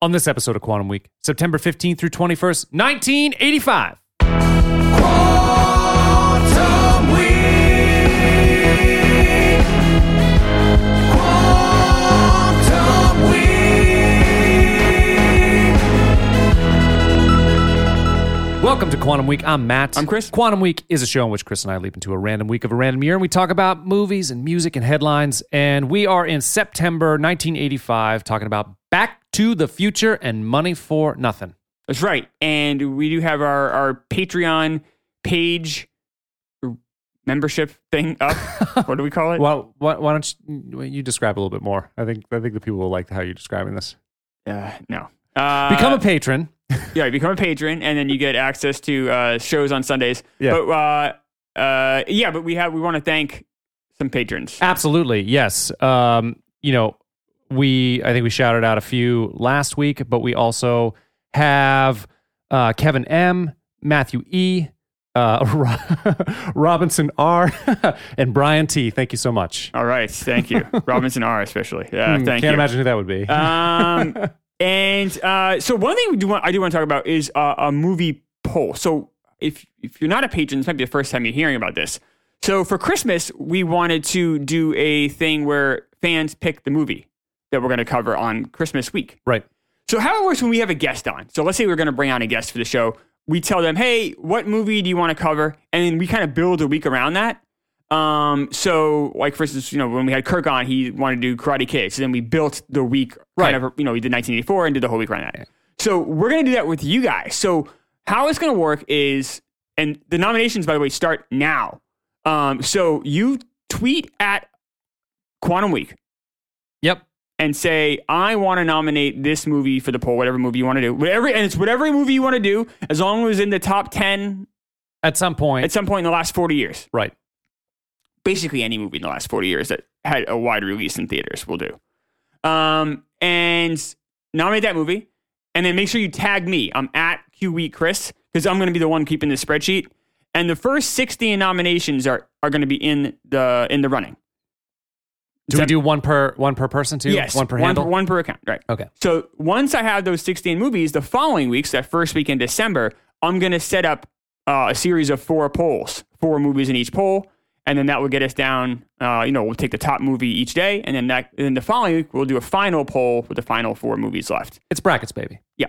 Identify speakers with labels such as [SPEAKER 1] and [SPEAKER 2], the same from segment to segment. [SPEAKER 1] on this episode of Quantum Week, September 15th through 21st, 1985.
[SPEAKER 2] Quantum Week. Quantum Week.
[SPEAKER 1] Welcome to Quantum Week. I'm Matt.
[SPEAKER 3] I'm Chris.
[SPEAKER 1] Quantum Week is a show in which Chris and I leap into a random week of a random year and we talk about movies and music and headlines. And we are in September 1985 talking about Back to the Future and Money for Nothing.
[SPEAKER 3] That's right. And we do have our, our Patreon page membership thing up. what do we call it?
[SPEAKER 1] Well, why, why don't you, you describe a little bit more? I think I think the people will like how you're describing this.
[SPEAKER 3] uh, no. Uh,
[SPEAKER 1] Become a patron.
[SPEAKER 3] yeah, become a patron, and then you get access to uh, shows on Sundays.
[SPEAKER 1] Yeah.
[SPEAKER 3] But uh, uh, yeah, but we have we want to thank some patrons.
[SPEAKER 1] Absolutely, yes. Um, you know, we I think we shouted out a few last week, but we also have uh, Kevin M, Matthew E, uh, Ro- Robinson R, and Brian T. Thank you so much.
[SPEAKER 3] All right, thank you, Robinson R. Especially, yeah,
[SPEAKER 1] Hmm,
[SPEAKER 3] thank
[SPEAKER 1] Can't
[SPEAKER 3] you.
[SPEAKER 1] imagine who that would be.
[SPEAKER 3] Um, and uh, so one thing we do want, I do want to talk about is uh, a movie poll. So if if you're not a patron, this might be the first time you're hearing about this. So for Christmas, we wanted to do a thing where fans pick the movie that we're going to cover on Christmas week.
[SPEAKER 1] right.
[SPEAKER 3] So how it works when we have a guest on. So let's say we're going to bring on a guest for the show. We tell them, hey, what movie do you want to cover? And then we kind of build a week around that. Um, so like for instance, you know, when we had Kirk on, he wanted to do Karate Kid. So then we built the week
[SPEAKER 1] Right.
[SPEAKER 3] kind of, you know, we did 1984 and did the whole week around that. So we're going to do that with you guys. So how it's going to work is, and the nominations, by the way, start now. Um, so you tweet at Quantum Week
[SPEAKER 1] Yep.
[SPEAKER 3] and say, I want to nominate this movie for the poll, whatever movie you want to do. Whatever, and it's whatever movie you want to do, as long as it's in the top 10
[SPEAKER 1] At some point.
[SPEAKER 3] at some point in the last 40 years.
[SPEAKER 1] right.
[SPEAKER 3] Basically, any movie in the last 40 years that had a wide release in theaters will do. Um, and nominate that movie. And then make sure you tag me. I'm at QE Chris because I'm going to be the one keeping the spreadsheet. And the first 16 nominations are, are going to be in the in the running.
[SPEAKER 1] Do we do one per one per person too?
[SPEAKER 3] Yes,
[SPEAKER 1] One per handle.
[SPEAKER 3] one per account. Right.
[SPEAKER 1] Okay.
[SPEAKER 3] So once I have those 16 movies, the following weeks, that first week in December, I'm going to set up uh, a series of four polls, four movies in each poll. And then that will get us down. Uh, you know, we'll take the top movie each day. And then that, and then the following week, we'll do a final poll with the final four movies left.
[SPEAKER 1] It's brackets, baby.
[SPEAKER 3] Yeah.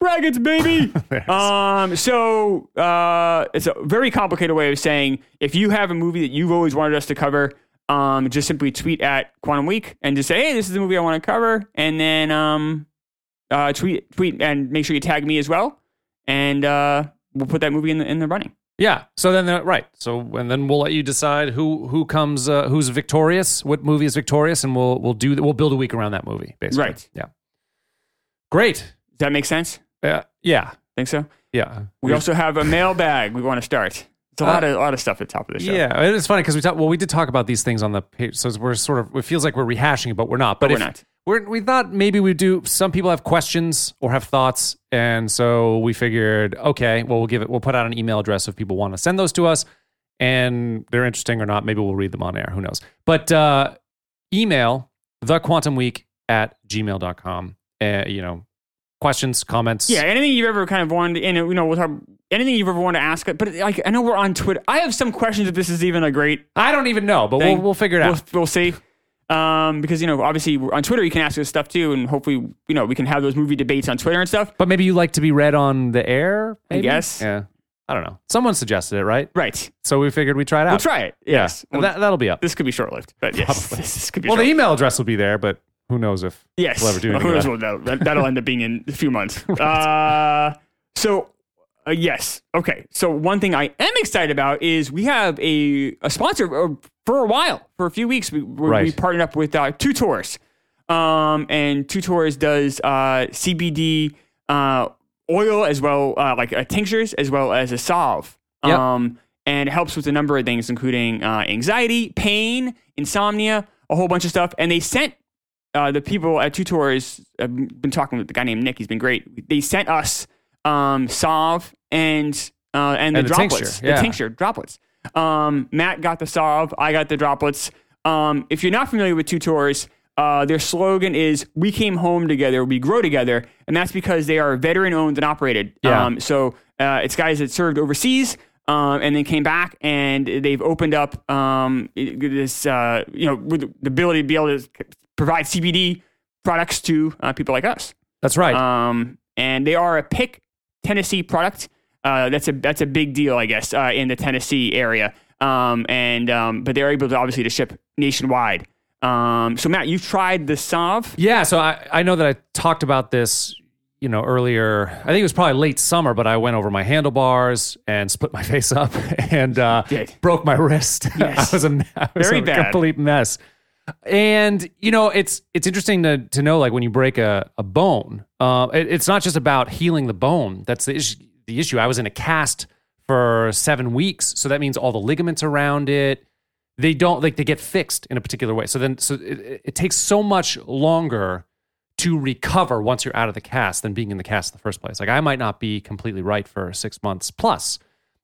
[SPEAKER 3] Brackets, baby.
[SPEAKER 1] Yes.
[SPEAKER 3] um, so uh, it's a very complicated way of saying if you have a movie that you've always wanted us to cover, um, just simply tweet at Quantum Week and just say, hey, this is the movie I want to cover. And then um, uh, tweet, tweet, and make sure you tag me as well. And uh, we'll put that movie in the, in the running.
[SPEAKER 1] Yeah. So then, uh, right. So and then we'll let you decide who who comes, uh, who's victorious, what movie is victorious, and we'll we'll do we'll build a week around that movie. Basically.
[SPEAKER 3] Right.
[SPEAKER 1] Yeah. Great.
[SPEAKER 3] Does that make sense?
[SPEAKER 1] Yeah. Yeah.
[SPEAKER 3] Think so?
[SPEAKER 1] Yeah. Uh,
[SPEAKER 3] We also have a mailbag we want to start. It's a lot of a lot of stuff at the top of the show.
[SPEAKER 1] yeah. It's funny because we talked. Well, we did talk about these things on the page, so we're sort of. It feels like we're rehashing, it, but we're not. But,
[SPEAKER 3] we're
[SPEAKER 1] if-
[SPEAKER 3] not.
[SPEAKER 1] We're, we thought maybe we do. Some people have questions or have thoughts, and so we figured, okay, well, we'll give it. We'll put out an email address if people want to send those to us, and they're interesting or not. Maybe we'll read them on air. Who knows? But uh, email thequantumweek at gmail.com. Uh, you know, questions, comments.
[SPEAKER 3] Yeah, anything you've ever kind of wanted, and you know, we'll talk, anything you've ever wanted to ask. But like, I know we're on Twitter. I have some questions if this is even a great
[SPEAKER 1] I don't even know, but we'll,
[SPEAKER 3] thing.
[SPEAKER 1] we'll figure it out.
[SPEAKER 3] We'll, we'll see. Um, because you know, obviously we're- on Twitter you can ask us stuff too, and hopefully, you know, we can have those movie debates on Twitter and stuff.
[SPEAKER 1] but maybe you like to be read on the air.
[SPEAKER 3] I
[SPEAKER 1] maybe?
[SPEAKER 3] guess.
[SPEAKER 1] Yeah. I don't know. Someone suggested it, right?
[SPEAKER 3] Right.
[SPEAKER 1] So we figured we'd try it out.
[SPEAKER 3] We'll try it. Yes.
[SPEAKER 1] Yeah.
[SPEAKER 3] Well,
[SPEAKER 1] that, that'll be up.
[SPEAKER 3] this could be short lived, but yes,
[SPEAKER 1] Probably.
[SPEAKER 3] this could be.
[SPEAKER 1] Well, the
[SPEAKER 3] short-lived.
[SPEAKER 1] email address will be there, but who knows if
[SPEAKER 3] yes.
[SPEAKER 1] we'll ever do
[SPEAKER 3] Well,
[SPEAKER 1] anything
[SPEAKER 3] who knows
[SPEAKER 1] about
[SPEAKER 3] what that'll, that, that'll end up being in a few months. Uh, so. Uh, yes. Okay. So one thing I am excited about is we have a, a sponsor uh, for a while, for a few weeks. We, we, we
[SPEAKER 1] Right.
[SPEAKER 3] partnered up with uh, Two Tours, um, and Two Tours does uh, CBD uh, oil as well, uh, like uh, tinctures as well as a salve.
[SPEAKER 1] Yep.
[SPEAKER 3] Um, and it helps with a number of things, including uh, anxiety, pain, insomnia, a whole bunch of stuff. And they sent uh, the people at Two Tours, I've been talking with the guy named Nick. He's been great. They sent us um, Solve and uh, and the
[SPEAKER 1] And the
[SPEAKER 3] droplets,
[SPEAKER 1] tincture, yeah.
[SPEAKER 3] the tincture droplets. Um, Matt got the Solve. I got the droplets. Um, if you're not familiar with Two Tours, Uh, their slogan is "We came home together, we grow together," and that's because they are veteran owned and operated.
[SPEAKER 1] Yeah.
[SPEAKER 3] Um, so uh, it's guys that served overseas. Um, and then came back, and they've opened up um, this, uh, you know, with the ability to be able to provide CBD products to uh, people like us.
[SPEAKER 1] That's right.
[SPEAKER 3] Um, and they are a pick Tennessee product. Uh, that's a that's a big deal, I guess, uh, in the Tennessee area. Um, and um, but they're able to obviously to ship nationwide. Um, so Matt, you've tried the Sav.
[SPEAKER 1] Yeah, so I, I know that I talked about this, you know, earlier. I think it was probably late summer, but I went over my handlebars and split my face up and uh,
[SPEAKER 3] Did.
[SPEAKER 1] broke my wrist.
[SPEAKER 3] Yes.
[SPEAKER 1] I was a, I was
[SPEAKER 3] Very
[SPEAKER 1] a
[SPEAKER 3] bad.
[SPEAKER 1] complete mess. And you know, it's it's interesting to to know like when you break a, a bone, uh, it- it's not just about healing the bone. That's the issue. The issue. I was in a cast for seven weeks, so that means all the ligaments around it they don't like they get fixed in a particular way. So then, so it- it, it takes so much longer to recover once you're out of the cast than being in the cast in the first place. Like I might not be completely right for six months plus.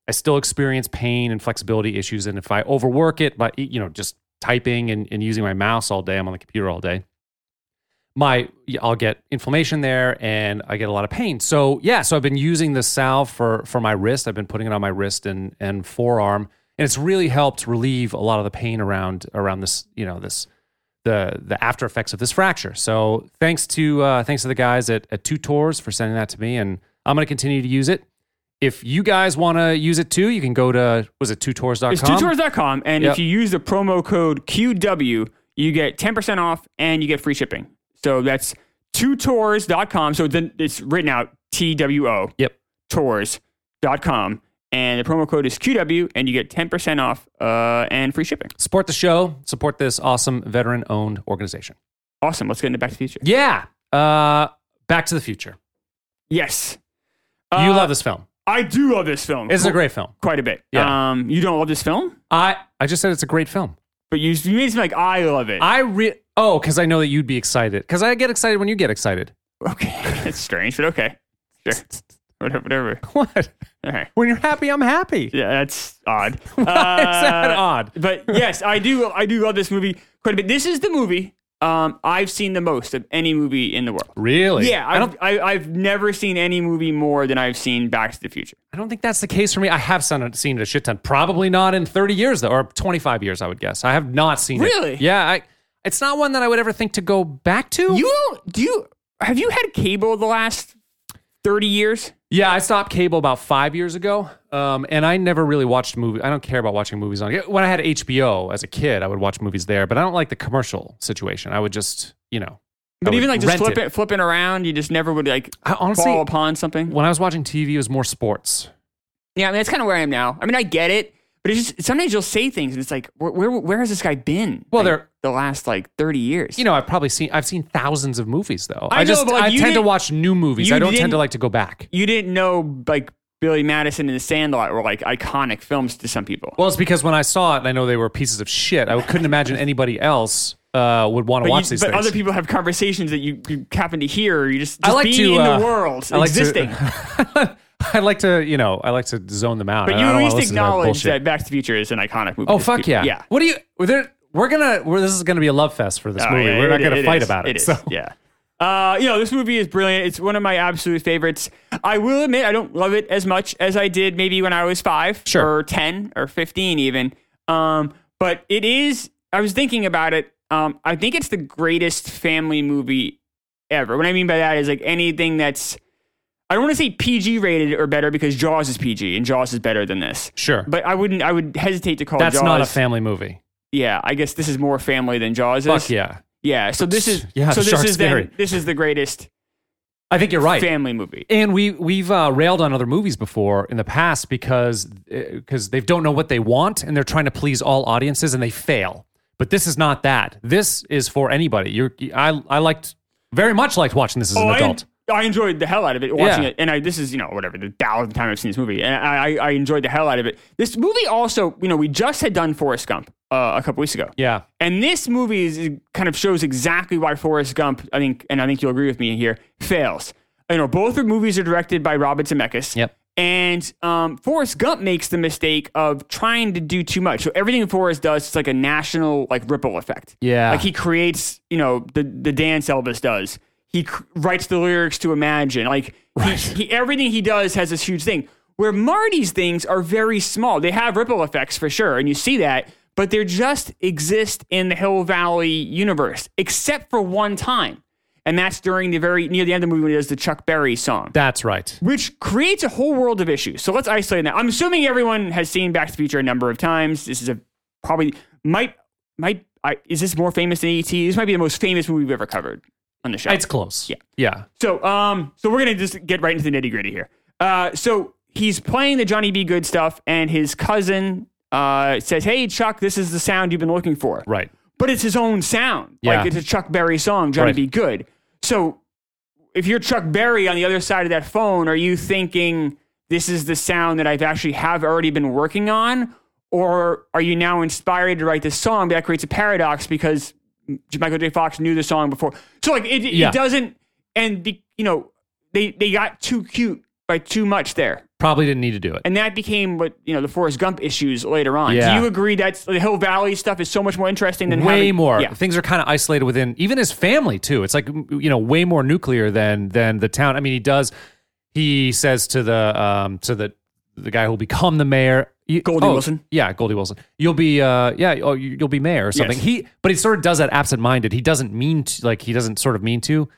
[SPEAKER 1] I still experience pain and flexibility issues, and if I overwork it by you know just typing and, and using my mouse all day, I'm on the computer all day. My I'll get inflammation there, and I get a lot of pain. So yeah, so I've been using the salve for for my wrist. I've been putting it on my wrist and and forearm, and it's really helped relieve a lot of the pain around around this you know this the the after effects of this fracture. So thanks to uh, thanks to the guys at, at Two Tours for sending that to me, and I'm going to continue to use it. If you guys want to use it too, you can go to was it twotours.com.
[SPEAKER 3] It's tutors.com, and
[SPEAKER 1] Yep.
[SPEAKER 3] if you use the promo code QW, you get ten percent off and you get free shipping. So that's tutors.com. So then it's written out T W O.
[SPEAKER 1] Yep.
[SPEAKER 3] tours.com and the promo code is QW and you get 10% off uh, and free shipping.
[SPEAKER 1] Support the show. Support this awesome veteran owned organization.
[SPEAKER 3] Awesome. Let's get into Back to the Future.
[SPEAKER 1] Yeah. Uh, Back to the Future.
[SPEAKER 3] Yes.
[SPEAKER 1] you
[SPEAKER 3] Uh,
[SPEAKER 1] love this film.
[SPEAKER 3] I do love this film.
[SPEAKER 1] It's
[SPEAKER 3] qu-
[SPEAKER 1] a great film.
[SPEAKER 3] Quite a bit.
[SPEAKER 1] Yeah.
[SPEAKER 3] Um, you don't love this film,
[SPEAKER 1] I I just said it's a great film.
[SPEAKER 3] but you, you made it seem like I love it.
[SPEAKER 1] I re oh because I know that you'd be excited because I get excited when you get excited.
[SPEAKER 3] okay. It's strange, but okay. Sure. Whatever. whatever.
[SPEAKER 1] What?
[SPEAKER 3] All right.
[SPEAKER 1] When you're happy, I'm happy.
[SPEAKER 3] Yeah, that's odd.
[SPEAKER 1] Is that
[SPEAKER 3] Uh,
[SPEAKER 1] odd?
[SPEAKER 3] but yes, I do. I do love this movie quite a bit. This is the movie um, I've seen the most of any movie in the world.
[SPEAKER 1] Really?
[SPEAKER 3] Yeah,
[SPEAKER 1] I don't
[SPEAKER 3] I've, I, I've never seen any movie more than I've seen Back to the Future.
[SPEAKER 1] I don't think that's the case for me. I have seen it, seen it a shit ton. Probably not in 30 years though, or 25 years, I would guess. I have not seen it.
[SPEAKER 3] Really?
[SPEAKER 1] Yeah. I, it's not one that I would ever think to go back to.
[SPEAKER 3] You don't- do you have you had cable the last thirty years?
[SPEAKER 1] yeah, I stopped cable about five years ago, um, and I never really watched movies. I don't care about watching movies on. When I had HBO as a kid, I would watch movies there, but I don't like the commercial situation. I would just, you know,
[SPEAKER 3] But even like just
[SPEAKER 1] flip
[SPEAKER 3] flipping flipping around, you just never would like
[SPEAKER 1] Oh, I, honestly,
[SPEAKER 3] fall upon something.
[SPEAKER 1] when I was watching TV, it was more sports.
[SPEAKER 3] Yeah, I mean that's kind of where I am now. I mean I get it, but it's just sometimes you'll say things and it's like where where, where has this guy been?
[SPEAKER 1] Well,
[SPEAKER 3] like,
[SPEAKER 1] there-
[SPEAKER 3] the last like thirty years.
[SPEAKER 1] You know, I've probably seen I've seen thousands of movies though.
[SPEAKER 3] I know,
[SPEAKER 1] just
[SPEAKER 3] but, like,
[SPEAKER 1] I
[SPEAKER 3] you
[SPEAKER 1] tend to
[SPEAKER 3] didn't-
[SPEAKER 1] watch new movies.
[SPEAKER 3] you
[SPEAKER 1] I don't tend
[SPEAKER 3] didn't-
[SPEAKER 1] to like to go back.
[SPEAKER 3] you didn't know like Billy Madison and The Sandlot were like iconic films to some people.
[SPEAKER 1] Well, it's because when I saw it, I know they were pieces of shit. I couldn't imagine anybody else uh, would want to
[SPEAKER 3] But,
[SPEAKER 1] watch
[SPEAKER 3] you-
[SPEAKER 1] these
[SPEAKER 3] but
[SPEAKER 1] things.
[SPEAKER 3] other people have conversations that you, you happen to hear. Or you just,
[SPEAKER 1] I
[SPEAKER 3] just
[SPEAKER 1] like
[SPEAKER 3] being
[SPEAKER 1] to
[SPEAKER 3] in
[SPEAKER 1] uh,
[SPEAKER 3] the world,
[SPEAKER 1] I like to-
[SPEAKER 3] existing.
[SPEAKER 1] I like to, you know, I like to zone them out.
[SPEAKER 3] But
[SPEAKER 1] I
[SPEAKER 3] you
[SPEAKER 1] don't
[SPEAKER 3] at
[SPEAKER 1] wanna
[SPEAKER 3] least
[SPEAKER 1] listen to that
[SPEAKER 3] acknowledge
[SPEAKER 1] bullshit.
[SPEAKER 3] that Back to the Future is an iconic movie.
[SPEAKER 1] Oh fuck yeah!
[SPEAKER 3] Yeah.
[SPEAKER 1] What do you? We're, there- we're gonna. We're, this is gonna be a love fest for this
[SPEAKER 3] Oh,
[SPEAKER 1] movie.
[SPEAKER 3] yeah,
[SPEAKER 1] we're not
[SPEAKER 3] it-
[SPEAKER 1] gonna
[SPEAKER 3] it
[SPEAKER 1] fight
[SPEAKER 3] is.
[SPEAKER 1] about it.
[SPEAKER 3] It is.
[SPEAKER 1] so
[SPEAKER 3] Yeah. Uh, you know, this movie is brilliant. It's one of my absolute favorites. I will admit, I don't love it as much as I did maybe when I was five
[SPEAKER 1] Sure.
[SPEAKER 3] or 10 or 15 even. Um, but it is, I was thinking about it. Um, I think it's the greatest family movie ever. What I mean by that is like anything that's, I don't want to say PG rated or better because Jaws is PG and Jaws is better than this.
[SPEAKER 1] sure,
[SPEAKER 3] But I wouldn't, I would hesitate to call
[SPEAKER 1] that's
[SPEAKER 3] Jaws.
[SPEAKER 1] not a family movie.
[SPEAKER 3] Yeah, I guess this is more family than Jaws is.
[SPEAKER 1] Fuck yeah!
[SPEAKER 3] Yeah, so this is
[SPEAKER 1] Yeah,
[SPEAKER 3] So
[SPEAKER 1] the
[SPEAKER 3] this
[SPEAKER 1] shark's
[SPEAKER 3] is then,
[SPEAKER 1] scary.
[SPEAKER 3] this is the greatest
[SPEAKER 1] I think you're right.
[SPEAKER 3] family movie.
[SPEAKER 1] and we we've uh, railed on other movies before in the past because because they don't know what they want and they're trying to please all audiences and they fail. But this is not that. This is for anybody. You're I I liked very much liked watching this as an
[SPEAKER 3] Oh, I,
[SPEAKER 1] adult.
[SPEAKER 3] I enjoyed the hell out of it watching
[SPEAKER 1] Yeah.
[SPEAKER 3] it, and I this is you know whatever the thousandth time I've seen this movie, and I, I I enjoyed the hell out of it. This movie also you know we just had done Forrest Gump uh, a couple weeks ago,
[SPEAKER 1] yeah,
[SPEAKER 3] and this movie is, it kind of shows exactly why Forrest Gump I think and I think you'll agree with me here fails. You know both the movies are directed by Robert Zemeckis.
[SPEAKER 1] Yep.
[SPEAKER 3] And um, Forrest Gump makes the mistake of trying to do too much. So everything Forrest does is like a national like ripple effect.
[SPEAKER 1] Yeah.
[SPEAKER 3] Like he creates, you know, the the dance Elvis does. He cr- writes the lyrics to Imagine. Like he- he, everything he does has this huge thing. Where Marty's things are very small. They have ripple effects for sure, and you see that. But they just exist in the Hill Valley universe, except for one time, and that's during the very near the end of the movie when he does the Chuck Berry song
[SPEAKER 1] That's right.
[SPEAKER 3] which creates a whole world of issues. So let's isolate that. I'm assuming everyone has seen Back to the Future a number of times. This is a probably might might I, is this more famous than ET? This might be the most famous movie we've ever covered on the show.
[SPEAKER 1] It's close.
[SPEAKER 3] Yeah.
[SPEAKER 1] Yeah.
[SPEAKER 3] So, um, so we're gonna just get right into the nitty gritty here. Uh, so he's playing the Johnny B. Good stuff, and his cousin uh says, "Hey, Chuck, this is the sound you've been looking for."
[SPEAKER 1] Right.
[SPEAKER 3] but it's his own sound.
[SPEAKER 1] Yeah.
[SPEAKER 3] Like it's a Chuck Berry song, Johnny
[SPEAKER 1] Right.
[SPEAKER 3] Be Good. So if you're Chuck Berry on the other side of that phone, are you thinking this is the sound that I've actually have already been working on? Or are you now inspired to write this song? That creates a paradox because Michael J. Fox knew the song before. So like it, it
[SPEAKER 1] Yeah.
[SPEAKER 3] doesn't and the, you know, they they got too cute by too much there.
[SPEAKER 1] Probably didn't need to do it.
[SPEAKER 3] And that became what, you know, the Forrest Gump issues later on.
[SPEAKER 1] Yeah.
[SPEAKER 3] Do you agree that the Hill Valley stuff is so much more interesting than
[SPEAKER 1] way
[SPEAKER 3] having-
[SPEAKER 1] more
[SPEAKER 3] Yeah.
[SPEAKER 1] things are kind of isolated within even his family too it's like you know way more nuclear than than the town i mean he does he says to the um to the the guy who'll become the mayor you- Oh,
[SPEAKER 3] Goldie Wilson.
[SPEAKER 1] yeah goldie wilson you'll be uh yeah oh, you- you'll be mayor or something
[SPEAKER 3] Yes.
[SPEAKER 1] he but he sort of does that absent-minded he doesn't mean to like he doesn't sort of mean to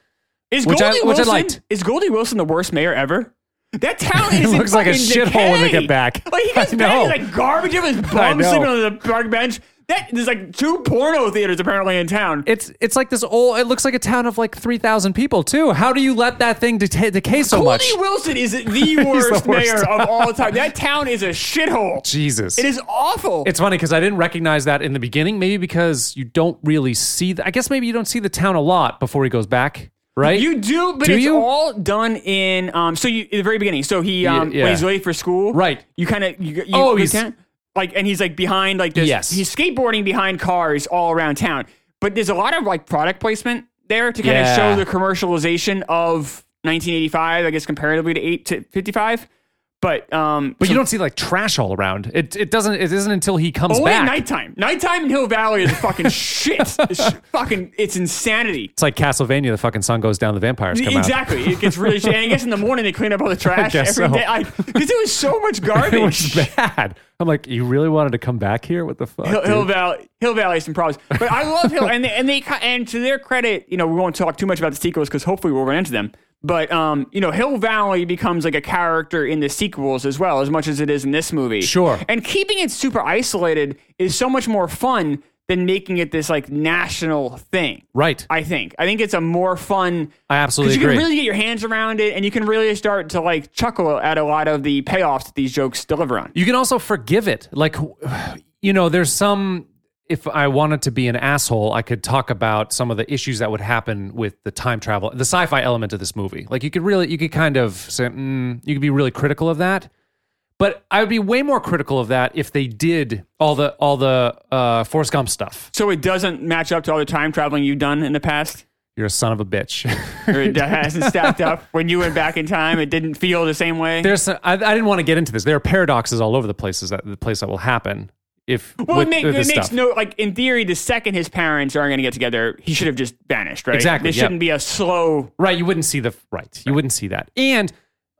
[SPEAKER 3] Is
[SPEAKER 1] Which
[SPEAKER 3] Goldie
[SPEAKER 1] I- which I
[SPEAKER 3] Wilson,
[SPEAKER 1] liked.
[SPEAKER 3] Is Goldie Wilson the worst mayor ever? That town is in
[SPEAKER 1] looks like a
[SPEAKER 3] fucking
[SPEAKER 1] shithole when they
[SPEAKER 3] decay.
[SPEAKER 1] get back.
[SPEAKER 3] Like he
[SPEAKER 1] I
[SPEAKER 3] gets back,
[SPEAKER 1] know.
[SPEAKER 3] he's like garbage of his
[SPEAKER 1] I
[SPEAKER 3] bum
[SPEAKER 1] know.
[SPEAKER 3] sleeping on the park bench. That there's like two porno theaters apparently in town.
[SPEAKER 1] it's it's like this old it looks like a town of like 3000 people too how do you let that thing deta- decay so
[SPEAKER 3] Goldie
[SPEAKER 1] much
[SPEAKER 3] Wilson is the
[SPEAKER 1] worst.
[SPEAKER 3] worst, mayor of all time. That town is a shithole.
[SPEAKER 1] jesus
[SPEAKER 3] It is awful.
[SPEAKER 1] It's funny because I didn't recognize that in the beginning. Maybe because you don't really see. The, I guess maybe you don't see the town a lot before he goes back, right?
[SPEAKER 3] you do, but
[SPEAKER 1] Do
[SPEAKER 3] it's
[SPEAKER 1] you?
[SPEAKER 3] all done in um. So you at the very beginning. So he um
[SPEAKER 1] yeah.
[SPEAKER 3] when he's late for school,
[SPEAKER 1] Right.
[SPEAKER 3] You kind of you, you
[SPEAKER 1] Oh,
[SPEAKER 3] you
[SPEAKER 1] he's-
[SPEAKER 3] can't- like and he's like behind like this.
[SPEAKER 1] Yes.
[SPEAKER 3] he's skateboarding behind cars all around town. But there's a lot of like product placement there to kind of
[SPEAKER 1] Yeah.
[SPEAKER 3] show the commercialization of 1985, I guess comparatively to eight to 55. But um,
[SPEAKER 1] but you don't see like trash all around. It it doesn't. It isn't until he comes
[SPEAKER 3] only at
[SPEAKER 1] back.
[SPEAKER 3] nighttime. Nighttime in Hill Valley is fucking shit. It's fucking, it's insanity.
[SPEAKER 1] it's like Castlevania. The fucking sun goes down. The vampires come out.
[SPEAKER 3] exactly. It gets really shitty. And I guess in the morning they clean up all the trash
[SPEAKER 1] guess
[SPEAKER 3] every
[SPEAKER 1] so.
[SPEAKER 3] day. I Because it was so much
[SPEAKER 1] It was
[SPEAKER 3] garbage.
[SPEAKER 1] bad. I'm like, you really wanted to come back here? What the fuck?
[SPEAKER 3] Hill,
[SPEAKER 1] dude?
[SPEAKER 3] Hill Valley, Hill Valley, has some problems. But I love Hill, and they, and they, ki- and to their credit, you know, we won't talk too much about the sequels because hopefully we'll run into them. But um, you know, Hill Valley becomes like a character in the sequels as well, as much as it is in this movie.
[SPEAKER 1] Sure.
[SPEAKER 3] And keeping it super isolated is so much more fun than making it this like national thing.
[SPEAKER 1] right. I,
[SPEAKER 3] I think. I think it's a more fun
[SPEAKER 1] absolutely
[SPEAKER 3] because you
[SPEAKER 1] agree.
[SPEAKER 3] can really get your hands around it, and you can really start to like chuckle at a lot of the payoffs that these jokes deliver on.
[SPEAKER 1] you can also forgive it. Like, you know, there's some. If I wanted to be an asshole, I could talk about some of the issues that would happen with the time travel, the sci-fi element of this movie. Like, you could really, you could kind of say, mm, you could be really critical of that. But I would be way more critical of that if they did all the all the uh, Forrest Gump stuff.
[SPEAKER 3] So it doesn't match up to all the time traveling you've done in the past.
[SPEAKER 1] You're a son of a bitch.
[SPEAKER 3] Or it hasn't stacked up. When you went back in time, it didn't feel the same way.
[SPEAKER 1] There's, some, I, I didn't want to get into this. There are paradoxes all over the places that the place that will happen if
[SPEAKER 3] well,
[SPEAKER 1] with,
[SPEAKER 3] it, make,
[SPEAKER 1] with
[SPEAKER 3] it
[SPEAKER 1] this
[SPEAKER 3] makes
[SPEAKER 1] stuff.
[SPEAKER 3] no like in theory. The second his parents are going to get together, he should have just vanished, right?
[SPEAKER 1] Exactly,
[SPEAKER 3] This
[SPEAKER 1] yeah.
[SPEAKER 3] shouldn't be a slow.
[SPEAKER 1] Right, you wouldn't see the right. You wouldn't see that. And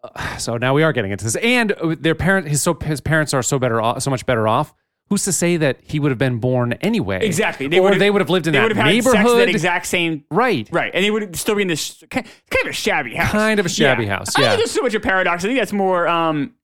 [SPEAKER 1] uh, so now we are getting into this. And uh, their parent, his so his parents are so better off, so much better off. Who's to say that he would have been born anyway?
[SPEAKER 3] Exactly.
[SPEAKER 1] They or they would have lived in
[SPEAKER 3] they
[SPEAKER 1] that
[SPEAKER 3] would have had
[SPEAKER 1] neighborhood.
[SPEAKER 3] Sex in that exact same.
[SPEAKER 1] right.
[SPEAKER 3] Right, and they would still be in this kind kind of a shabby house.
[SPEAKER 1] Kind of a shabby house,
[SPEAKER 3] I
[SPEAKER 1] yeah.
[SPEAKER 3] don't think there's so much a paradox. I think that's more. Um,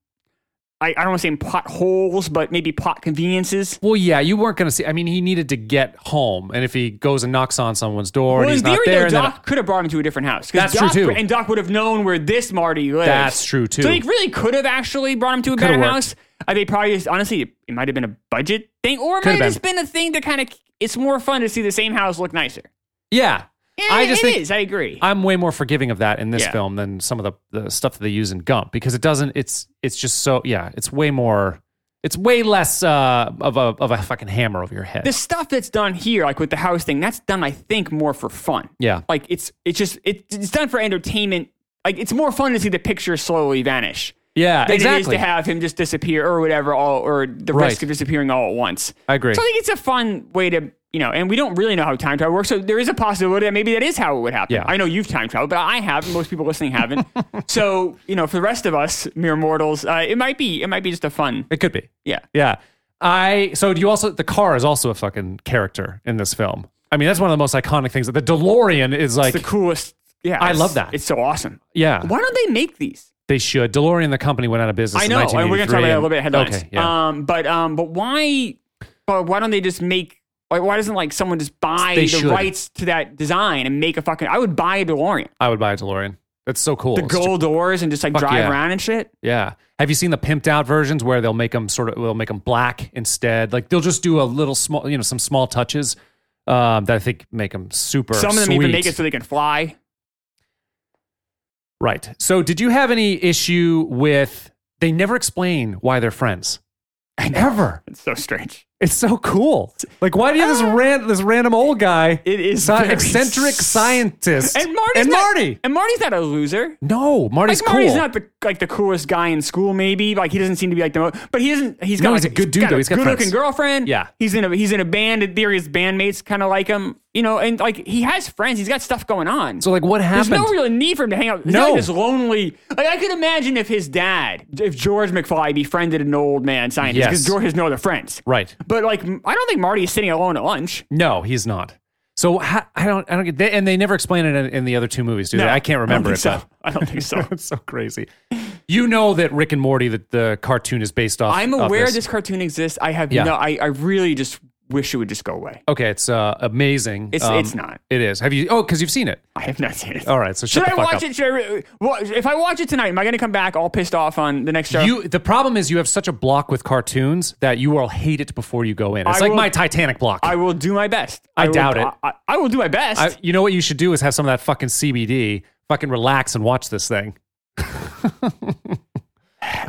[SPEAKER 3] I, I don't want to say plot holes, but maybe plot conveniences.
[SPEAKER 1] Well, yeah, you weren't going to see. I mean, he needed to get home, and if he goes and knocks on someone's door
[SPEAKER 3] Well,
[SPEAKER 1] and
[SPEAKER 3] in
[SPEAKER 1] he's
[SPEAKER 3] theory,
[SPEAKER 1] not there,
[SPEAKER 3] though,
[SPEAKER 1] and then,
[SPEAKER 3] Doc could have brought him to a different house. 'Cause
[SPEAKER 1] That's
[SPEAKER 3] Doc,
[SPEAKER 1] true, too.
[SPEAKER 3] And Doc would have known where this Marty lives.
[SPEAKER 1] That's true, too.
[SPEAKER 3] So they really could have actually brought him to a better
[SPEAKER 1] worked.
[SPEAKER 3] house. I they probably just honestly, it might have been a budget thing, or it
[SPEAKER 1] Coulda
[SPEAKER 3] might have just been a thing to kind of. It's more fun to see the same house look nicer.
[SPEAKER 1] yeah, I
[SPEAKER 3] Eh,
[SPEAKER 1] just
[SPEAKER 3] it
[SPEAKER 1] think
[SPEAKER 3] is, I agree.
[SPEAKER 1] I'm way more forgiving of that in this
[SPEAKER 3] Yeah.
[SPEAKER 1] film than some of the, the stuff that they use in Gump because it doesn't. It's it's just so yeah. It's way more. It's way less uh, of a of a fucking hammer over your head.
[SPEAKER 3] the stuff that's done here, like with the house thing, that's done, I think, more for fun.
[SPEAKER 1] yeah,
[SPEAKER 3] Like it's it's just it, it's done for entertainment. Like it's more fun to see the picture slowly vanish.
[SPEAKER 1] Yeah,
[SPEAKER 3] than it is
[SPEAKER 1] exactly.
[SPEAKER 3] to have him just disappear or whatever, all, or the
[SPEAKER 1] Right.
[SPEAKER 3] risk of disappearing all at once.
[SPEAKER 1] I agree.
[SPEAKER 3] So I think it's a fun way to, you know, and we don't really know how time travel works. So there is a possibility that maybe that is how it would happen.
[SPEAKER 1] Yeah.
[SPEAKER 3] I know you've time traveled, but I haven't. Most people listening haven't. so, you know, for the rest of us mere mortals, uh, it might be, it might be just a fun.
[SPEAKER 1] It could be.
[SPEAKER 3] Yeah.
[SPEAKER 1] Yeah. I so do you also the car is also a fucking character in this film. I mean, that's one of the most iconic things. The DeLorean is like
[SPEAKER 3] It's the coolest. Yeah.
[SPEAKER 1] I
[SPEAKER 3] it's-
[SPEAKER 1] love that.
[SPEAKER 3] It's so awesome.
[SPEAKER 1] yeah,
[SPEAKER 3] Why don't they make these?
[SPEAKER 1] they should. DeLorean the company went out of business
[SPEAKER 3] I know.
[SPEAKER 1] in
[SPEAKER 3] and we're
[SPEAKER 1] 1983.
[SPEAKER 3] gonna talk about that a little bit
[SPEAKER 1] and-
[SPEAKER 3] headlines.
[SPEAKER 1] Okay, yeah.
[SPEAKER 3] Um, but um, but why? But why don't they just make? Why, why doesn't like someone just buy
[SPEAKER 1] They
[SPEAKER 3] the
[SPEAKER 1] should.
[SPEAKER 3] rights to that design and make a fucking? I would buy a DeLorean,
[SPEAKER 1] I would buy a DeLorean. That's so cool.
[SPEAKER 3] the
[SPEAKER 1] It's
[SPEAKER 3] gold doors, and just like
[SPEAKER 1] Fuck
[SPEAKER 3] drive
[SPEAKER 1] yeah.
[SPEAKER 3] around and shit.
[SPEAKER 1] Yeah. Have you seen the pimped out versions where they'll make them sort of they'll make them black instead? Like they'll just do a little small, you know, some small touches um, that I think make them super.
[SPEAKER 3] Some of them even
[SPEAKER 1] sweet.
[SPEAKER 3] make it so they can fly.
[SPEAKER 1] right. So did you have any issue with? They never explain why they're friends. Ever.
[SPEAKER 3] It's so strange.
[SPEAKER 1] It's so cool. Like why do you have this ran, this random old guy?
[SPEAKER 3] Ah. It is
[SPEAKER 1] sci-
[SPEAKER 3] very-
[SPEAKER 1] eccentric scientist
[SPEAKER 3] And Marty's
[SPEAKER 1] and
[SPEAKER 3] not,
[SPEAKER 1] Marty.
[SPEAKER 3] And Marty's not a loser.
[SPEAKER 1] No, Marty's
[SPEAKER 3] Like Marty's
[SPEAKER 1] cool.
[SPEAKER 3] not the like the coolest guy in school. Maybe like he doesn't seem to be like the most. But he doesn't. He's got
[SPEAKER 1] No,
[SPEAKER 3] like,
[SPEAKER 1] he's a good dude,
[SPEAKER 3] got
[SPEAKER 1] though. He's got
[SPEAKER 3] good looking
[SPEAKER 1] friends.
[SPEAKER 3] girlfriend.
[SPEAKER 1] Yeah.
[SPEAKER 3] He's in a he's in a band. In theory, his bandmates kind of like him. You know, and like he has friends. He's got stuff going on.
[SPEAKER 1] so like what
[SPEAKER 3] there's
[SPEAKER 1] happened?
[SPEAKER 3] no real need for him to hang out. He's
[SPEAKER 1] No.
[SPEAKER 3] not like this lonely. Like I could imagine if his dad, if George McFly befriended an old man scientist,
[SPEAKER 1] Yes.
[SPEAKER 3] because George has no other friends.
[SPEAKER 1] right.
[SPEAKER 3] But like, I don't think Marty is sitting alone at lunch.
[SPEAKER 1] No, he's not. So ha- I don't, I don't get. They, and they never explain it in, in the other two movies, do they?
[SPEAKER 3] No,
[SPEAKER 1] I can't remember
[SPEAKER 3] I
[SPEAKER 1] it.
[SPEAKER 3] don't think
[SPEAKER 1] but-
[SPEAKER 3] so. I don't think so.
[SPEAKER 1] It's so crazy. You know that Rick and Morty, that the cartoon is based off.
[SPEAKER 3] I'm
[SPEAKER 1] of
[SPEAKER 3] aware
[SPEAKER 1] this.
[SPEAKER 3] this. cartoon exists. I have
[SPEAKER 1] Yeah.
[SPEAKER 3] no. I, I really just wish it would just go away.
[SPEAKER 1] Okay, it's uh, amazing.
[SPEAKER 3] It's- it's not.
[SPEAKER 1] It is. Have you? Oh, because you've seen it.
[SPEAKER 3] I have not seen it.
[SPEAKER 1] All right. So
[SPEAKER 3] Should
[SPEAKER 1] shut
[SPEAKER 3] I
[SPEAKER 1] the fuck up.
[SPEAKER 3] watch it? Should I? Re- well, if I watch it tonight, am I going to come back all pissed off on the next show?
[SPEAKER 1] You. The problem is you have such a block with cartoons that you will hate it before you go in. It's
[SPEAKER 3] I
[SPEAKER 1] like
[SPEAKER 3] will-
[SPEAKER 1] my Titanic block.
[SPEAKER 3] I will do my best. I, will-
[SPEAKER 1] doubt it.
[SPEAKER 3] I, I will do my best.
[SPEAKER 1] I- you know what you should do is have some of that fucking CBD. Fucking relax and watch this thing.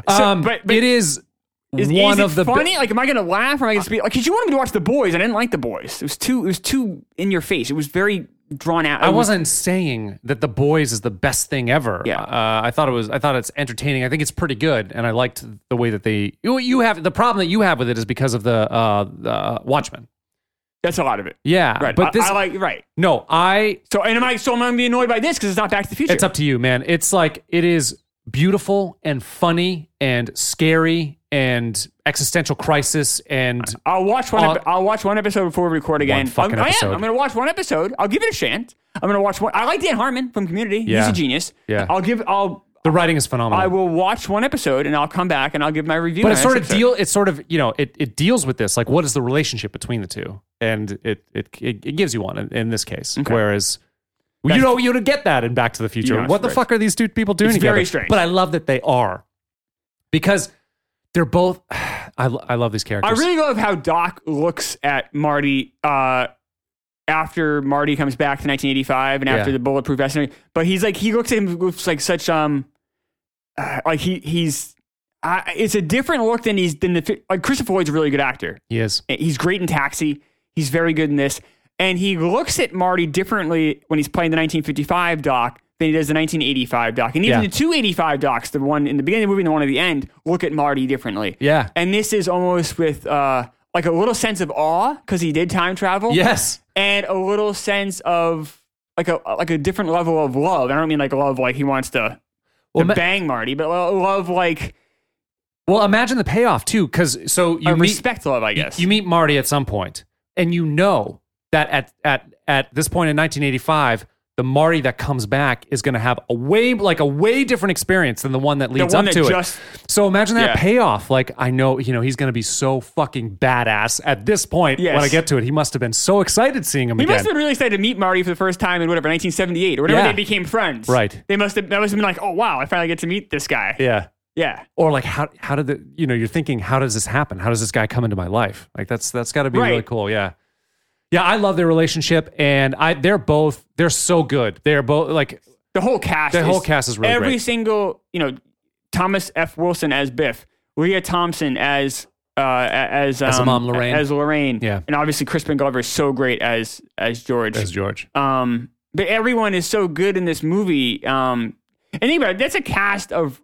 [SPEAKER 3] So-
[SPEAKER 1] Um,
[SPEAKER 3] but- but
[SPEAKER 1] it is.
[SPEAKER 3] is,
[SPEAKER 1] one
[SPEAKER 3] is it
[SPEAKER 1] of the be-
[SPEAKER 3] funny? like, am I going to laugh? Or am I going to be like? Because you wanted me to watch the boys, and I didn't like the boys. It was too. It was too in your face. It was very drawn out.
[SPEAKER 1] I
[SPEAKER 3] It was-
[SPEAKER 1] wasn't saying that the boys is the best thing ever.
[SPEAKER 3] Yeah.
[SPEAKER 1] uh, I thought it was. I thought it's entertaining. I think it's pretty good, and I liked the way that they. You, you have the problem that you have with it is because of the uh, the Watchmen.
[SPEAKER 3] That's a lot of it.
[SPEAKER 1] Yeah,
[SPEAKER 3] Right.
[SPEAKER 1] But this,
[SPEAKER 3] I, I like right.
[SPEAKER 1] no, I.
[SPEAKER 3] So and am I? So am I going to be annoyed by this because it's not Back to the Future?
[SPEAKER 1] It's up to you, man. It's like it is beautiful and funny and scary and existential crisis and
[SPEAKER 3] I'll watch one.
[SPEAKER 1] Uh,
[SPEAKER 3] epi- I'll watch one episode before we record again.
[SPEAKER 1] fucking
[SPEAKER 3] I'm, I am.
[SPEAKER 1] episode.
[SPEAKER 3] I'm going to watch one episode. I'll give it a chance. I'm going to watch one. I like Dan Harmon from Community. He's
[SPEAKER 1] Yeah.
[SPEAKER 3] a genius.
[SPEAKER 1] Yeah.
[SPEAKER 3] I'll give. I'll.
[SPEAKER 1] the writing is phenomenal.
[SPEAKER 3] I will watch one episode and I'll come back and I'll give my review.
[SPEAKER 1] but
[SPEAKER 3] on
[SPEAKER 1] it
[SPEAKER 3] the
[SPEAKER 1] sort of
[SPEAKER 3] next episode.
[SPEAKER 1] deal. It sort of you know it, it deals with this like what is the relationship between the two, and it it it, it gives you one in, in this case. Whereas you know you don't get that in Back to the Future.
[SPEAKER 3] Yeah,
[SPEAKER 1] what the
[SPEAKER 3] right.
[SPEAKER 1] fuck are these two people doing
[SPEAKER 3] It's
[SPEAKER 1] together?
[SPEAKER 3] very strange.
[SPEAKER 1] But I love that they are because they're both. I lo- I love these
[SPEAKER 3] I
[SPEAKER 1] characters.
[SPEAKER 3] really love how Doc looks at Marty uh, after Marty comes back to 1985 and after
[SPEAKER 1] Yeah.
[SPEAKER 3] the bulletproof vest. and everything. But he's like he looks at him with like such um uh, like he he's uh, it's a different look than he's than the fi- like Christopher Lloyd's a really good actor.
[SPEAKER 1] he is.
[SPEAKER 3] He's great in Taxi. He's very good in this. And he looks at Marty differently when he's playing the 1955 doc than he does the 1985 doc. And even
[SPEAKER 1] Yeah.
[SPEAKER 3] the 285 docs, the one in the beginning of the movie and the one at the end, look at Marty differently.
[SPEAKER 1] Yeah.
[SPEAKER 3] And this is almost with uh, like a little sense of awe because he did time travel.
[SPEAKER 1] Yes.
[SPEAKER 3] And a little sense of like a like a different level of love. I don't mean like love like he wants to,
[SPEAKER 1] Well,
[SPEAKER 3] to
[SPEAKER 1] ma-
[SPEAKER 3] bang Marty, but lo- love like
[SPEAKER 1] well, imagine the payoff too, because so you
[SPEAKER 3] a
[SPEAKER 1] meet,
[SPEAKER 3] respect love, I guess.
[SPEAKER 1] You meet Marty at some point, and you know that at at at this point in 1985, the Marty that comes back is going to have a way like a way different experience than the one that leads
[SPEAKER 3] one
[SPEAKER 1] up
[SPEAKER 3] that
[SPEAKER 1] to
[SPEAKER 3] just-
[SPEAKER 1] it. So imagine that
[SPEAKER 3] Yeah.
[SPEAKER 1] payoff. Like I know you know he's going to be so fucking badass at this point.
[SPEAKER 3] Yes.
[SPEAKER 1] When I get to it, he must have been so excited seeing him
[SPEAKER 3] He
[SPEAKER 1] again.
[SPEAKER 3] must have been really excited to meet Marty for the first time in whatever 1978 or whenever
[SPEAKER 1] Yeah.
[SPEAKER 3] they became friends.
[SPEAKER 1] Right.
[SPEAKER 3] They must have that must have been like, oh wow, I finally get to meet this guy.
[SPEAKER 1] yeah.
[SPEAKER 3] Yeah.
[SPEAKER 1] Or like how how did the you know you're thinking how does this happen? How does this guy come into my life? Like that's that's got to be
[SPEAKER 3] Right.
[SPEAKER 1] really cool. Yeah. Yeah, I love their relationship, and I they're both they're so good. They're both like
[SPEAKER 3] The whole cast.
[SPEAKER 1] The whole cast is really
[SPEAKER 3] every
[SPEAKER 1] great.
[SPEAKER 3] single you know Thomas F. Wilson as Biff, Leah Thompson as uh, a- as um,
[SPEAKER 1] As mom, Lorraine.
[SPEAKER 3] as Lorraine.
[SPEAKER 1] Yeah.
[SPEAKER 3] And obviously Crispin Glover is so great as as George.
[SPEAKER 1] as George.
[SPEAKER 3] Um, but everyone is so good in this movie. Um, and think about it, that's a cast of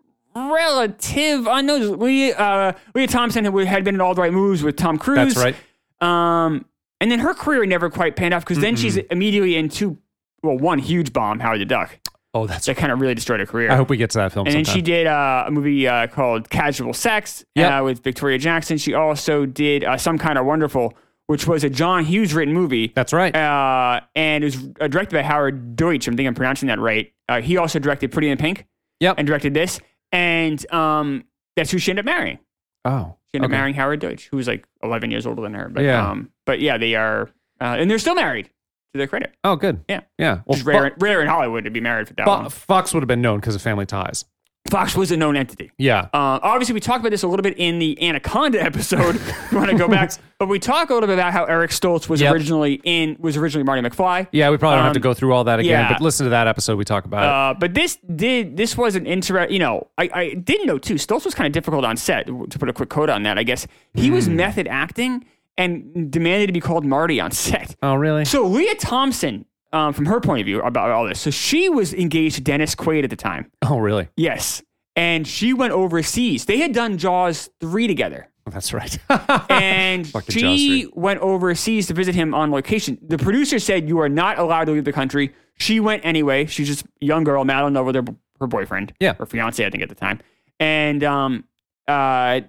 [SPEAKER 3] relative unknowns. Leah, uh, Leah Thompson had had been in all the right moves with Tom Cruise.
[SPEAKER 1] That's right.
[SPEAKER 3] Um, and then her career never quite panned off because then she's immediately in two, well, one huge bomb, Howard the Duck.
[SPEAKER 1] Oh, that's
[SPEAKER 3] That kind of really destroyed her career.
[SPEAKER 1] I hope we get to that film
[SPEAKER 3] and then she
[SPEAKER 1] sometime.
[SPEAKER 3] did uh, a movie uh, called Casual Sex
[SPEAKER 1] Yep.
[SPEAKER 3] uh, with Victoria Jackson. She also did uh, Some Kind of Wonderful, which was a John Hughes written movie.
[SPEAKER 1] That's right.
[SPEAKER 3] Uh, and it was uh, directed by Howard Deutsch. I'm thinking I'm pronouncing that right. Uh, he also directed Pretty in Pink
[SPEAKER 1] Yep.
[SPEAKER 3] and directed this. And um, that's who she ended up marrying.
[SPEAKER 1] oh.
[SPEAKER 3] She ended
[SPEAKER 1] okay.
[SPEAKER 3] up marrying Howard Deutsch, who was like 11 years older than her. But
[SPEAKER 1] Yeah.
[SPEAKER 3] um, but yeah, they are, uh, and they're still married to their credit.
[SPEAKER 1] Oh, good.
[SPEAKER 3] Yeah.
[SPEAKER 1] Yeah. Well,
[SPEAKER 3] Which is rare, rare in Hollywood to be married for that
[SPEAKER 1] Fo-
[SPEAKER 3] long.
[SPEAKER 1] Fox would have been known because of family ties.
[SPEAKER 3] Fox was a known entity.
[SPEAKER 1] Yeah.
[SPEAKER 3] Uh, obviously, we talked about this a little bit in the Anaconda episode. you want to go back, but we talk a little bit about how Eric Stoltz was
[SPEAKER 1] Yep.
[SPEAKER 3] originally in was originally Marty McFly.
[SPEAKER 1] Yeah, we probably don't have
[SPEAKER 3] Um,
[SPEAKER 1] to go through all that again,
[SPEAKER 3] yeah.
[SPEAKER 1] but listen to that episode we talk about
[SPEAKER 3] Uh, but this did this was an interest. You know, I, I didn't know too. Stoltz was kind of difficult on set. To put a quick quote on that, I guess he was method acting and demanded to be called Marty on set.
[SPEAKER 1] it. Oh, really?
[SPEAKER 3] Uh, So Leah Thompson, um, from her point of view about all this, so she was engaged to Dennis Quaid at the time.
[SPEAKER 1] Oh, really?
[SPEAKER 3] Yes, and she went overseas. They had done Jaws three together.
[SPEAKER 1] Oh, That's right.
[SPEAKER 3] and
[SPEAKER 1] Fucking
[SPEAKER 3] she went overseas to visit him on location. The producer said, "You are not allowed to leave the country." She went anyway. She's just a young girl, mad in love with her, her boyfriend,
[SPEAKER 1] Yeah.
[SPEAKER 3] her fiance, I think at the time. And um, uh,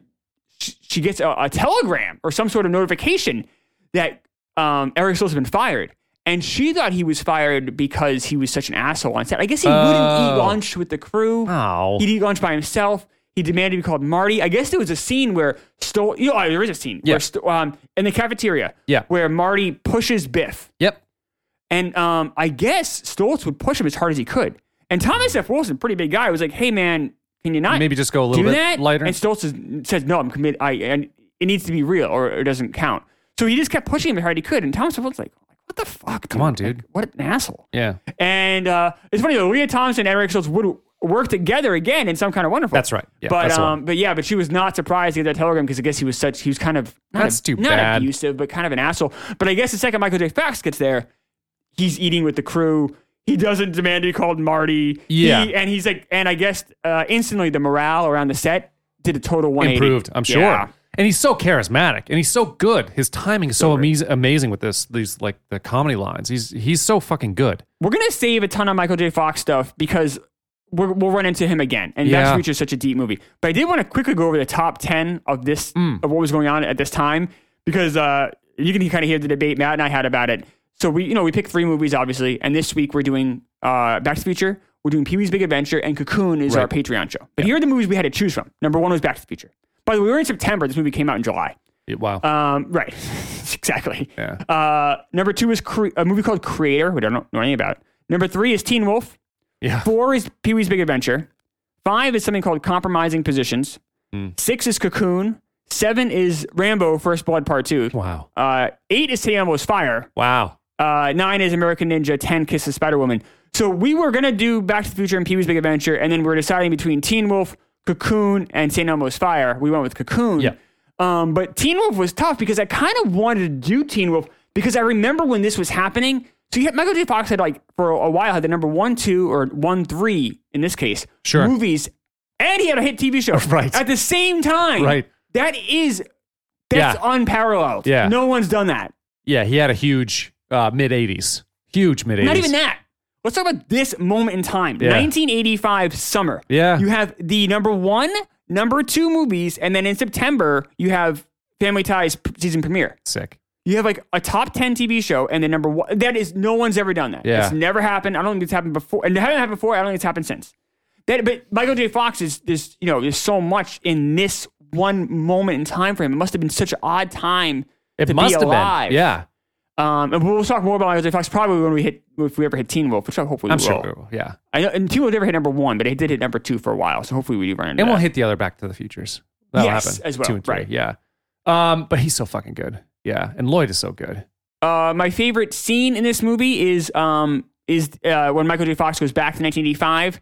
[SPEAKER 3] she, she gets a, a telegram or some sort of notification that um, Eric Stoltz has been fired. And she thought he was fired because he was such an asshole on set. I guess he wouldn't eat
[SPEAKER 1] Oh.
[SPEAKER 3] lunch with the crew.
[SPEAKER 1] Ow.
[SPEAKER 3] He'd eat lunch by himself. He demanded to be called Marty. I guess there was a scene where stole. You know, oh, there is a scene
[SPEAKER 1] Yeah.
[SPEAKER 3] where Sto- um, in the cafeteria.
[SPEAKER 1] Yeah.
[SPEAKER 3] Where Marty pushes Biff,
[SPEAKER 1] Yep.
[SPEAKER 3] and um, I guess Stoltz would push him as hard as he could. And Thomas F. Wilson, pretty big guy, was like, "Hey man, can you not
[SPEAKER 1] Maybe just go a little
[SPEAKER 3] do
[SPEAKER 1] bit
[SPEAKER 3] that?"
[SPEAKER 1] lighter.
[SPEAKER 3] And Stoltz is, says, "No, I'm committed. I and it needs to be real, or it doesn't count." So he just kept pushing him as hard as he could, and Thomas F. Wilson's like, "What the fuck? Come
[SPEAKER 1] on, dude.
[SPEAKER 3] what an asshole!"
[SPEAKER 1] yeah.
[SPEAKER 3] And uh, it's funny though, Leah Thompson and Eric Schultz would work together again in some kind of wonderful.
[SPEAKER 1] That's right. Yeah,
[SPEAKER 3] but
[SPEAKER 1] that's the one.
[SPEAKER 3] um, but yeah, but she was not surprised to get that telegram because I guess he was such he was kind of not
[SPEAKER 1] That's
[SPEAKER 3] ab-
[SPEAKER 1] too
[SPEAKER 3] not
[SPEAKER 1] bad.
[SPEAKER 3] abusive, but kind of an asshole. But I guess the second Michael J. Fox gets there, he's eating with the crew. He doesn't demand to be called Marty. He-
[SPEAKER 1] Yeah.
[SPEAKER 3] and he's like, and I guess uh, instantly the morale around the set did a total 180.
[SPEAKER 1] Improved, I'm sure.
[SPEAKER 3] Yeah.
[SPEAKER 1] And he's so charismatic and he's so good. His timing is so amaz- amazing with this these like the comedy lines. He's he's so fucking good.
[SPEAKER 3] We're gonna save a ton of Michael J. Fox stuff because we're, we'll run into him again, and
[SPEAKER 1] Yeah.
[SPEAKER 3] Back to the Future is such a deep movie. But I did want to quickly go over the top ten of this of what was going on at this time because uh, you can kind of hear the debate Matt and I had about it. So we, you know, we picked three movies obviously, and this week we're doing uh, Back to the Future, we're doing Pee Wee's Big Adventure, and Cocoon is our Patreon show. But here are the movies we had to choose from. Number one was Back to the Future. By the way, we were in September. This movie came out in July.
[SPEAKER 1] Yeah, Wow.
[SPEAKER 3] Um, right, exactly.
[SPEAKER 1] Yeah.
[SPEAKER 3] Uh, number two is cre- a movie called Creator, which I don't know anything about. Number three is Teen Wolf.
[SPEAKER 1] yeah.
[SPEAKER 3] Four is Pee Wee's Big Adventure. Five is something called Compromising Positions.
[SPEAKER 1] Hmm.
[SPEAKER 3] Six is Cocoon. Seven is Rambo: First Blood Part Two.
[SPEAKER 1] Wow.
[SPEAKER 3] Uh, eight is City on Almost Fire.
[SPEAKER 1] Wow.
[SPEAKER 3] Uh, nine is American Ninja. Ten Kisses Spider Woman. So we were gonna do Back to the Future and Pee Wee's Big Adventure, and then we were deciding between Teen Wolf, Cocoon, and St. Elmo's Fire. We went with Cocoon.
[SPEAKER 1] Yeah.
[SPEAKER 3] Um, but Teen Wolf was tough because I kind of wanted to do Teen Wolf because I remember when this was happening. So you had Michael J. Fox had like for a while had the number one, two, or one, three in this case
[SPEAKER 1] Sure.
[SPEAKER 3] movies, and he had a hit TV show
[SPEAKER 1] Right.
[SPEAKER 3] at the same time.
[SPEAKER 1] Right.
[SPEAKER 3] That is that's
[SPEAKER 1] Yeah.
[SPEAKER 3] unparalleled.
[SPEAKER 1] Yeah.
[SPEAKER 3] No one's done that.
[SPEAKER 1] Yeah, he had a huge uh, mid 80s. Huge mid 80s.
[SPEAKER 3] Not even that. Let's talk about this moment in time.
[SPEAKER 1] Yeah.
[SPEAKER 3] 1985 summer.
[SPEAKER 1] Yeah.
[SPEAKER 3] You have the number one, number two movies, and then in September, you have Family Ties p- season premiere.
[SPEAKER 1] Sick.
[SPEAKER 3] You have like a top 10 TV show, and the number one. That is, no one's ever done that.
[SPEAKER 1] Yeah.
[SPEAKER 3] It's never happened. I don't think it's happened before. And it hasn't happened before. I don't think it's happened since. That, but Michael J. Fox is, there's, you know, there's so much in this one moment in time for him. It must have been such an odd time
[SPEAKER 1] It
[SPEAKER 3] to
[SPEAKER 1] must
[SPEAKER 3] be
[SPEAKER 1] have
[SPEAKER 3] alive.
[SPEAKER 1] been. Yeah.
[SPEAKER 3] Um, and we'll talk more about Michael J. Fox probably when we hit if we ever hit Teen Wolf, which I hopefully
[SPEAKER 1] I'm
[SPEAKER 3] we
[SPEAKER 1] sure.
[SPEAKER 3] will.
[SPEAKER 1] Yeah.
[SPEAKER 3] I know, and Teen Wolf never hit number one, but it did hit number two for a while, so hopefully we do run into
[SPEAKER 1] And
[SPEAKER 3] that.
[SPEAKER 1] we'll hit the other Back to the Futures. That'll
[SPEAKER 3] Yes,
[SPEAKER 1] happen.
[SPEAKER 3] as well.
[SPEAKER 1] Two and three.
[SPEAKER 3] Right.
[SPEAKER 1] Yeah. Um, but he's so fucking good. Yeah. And Lloyd is so good.
[SPEAKER 3] uh, my favorite scene in this movie is um, is uh, when Michael J. Fox goes back to 1985.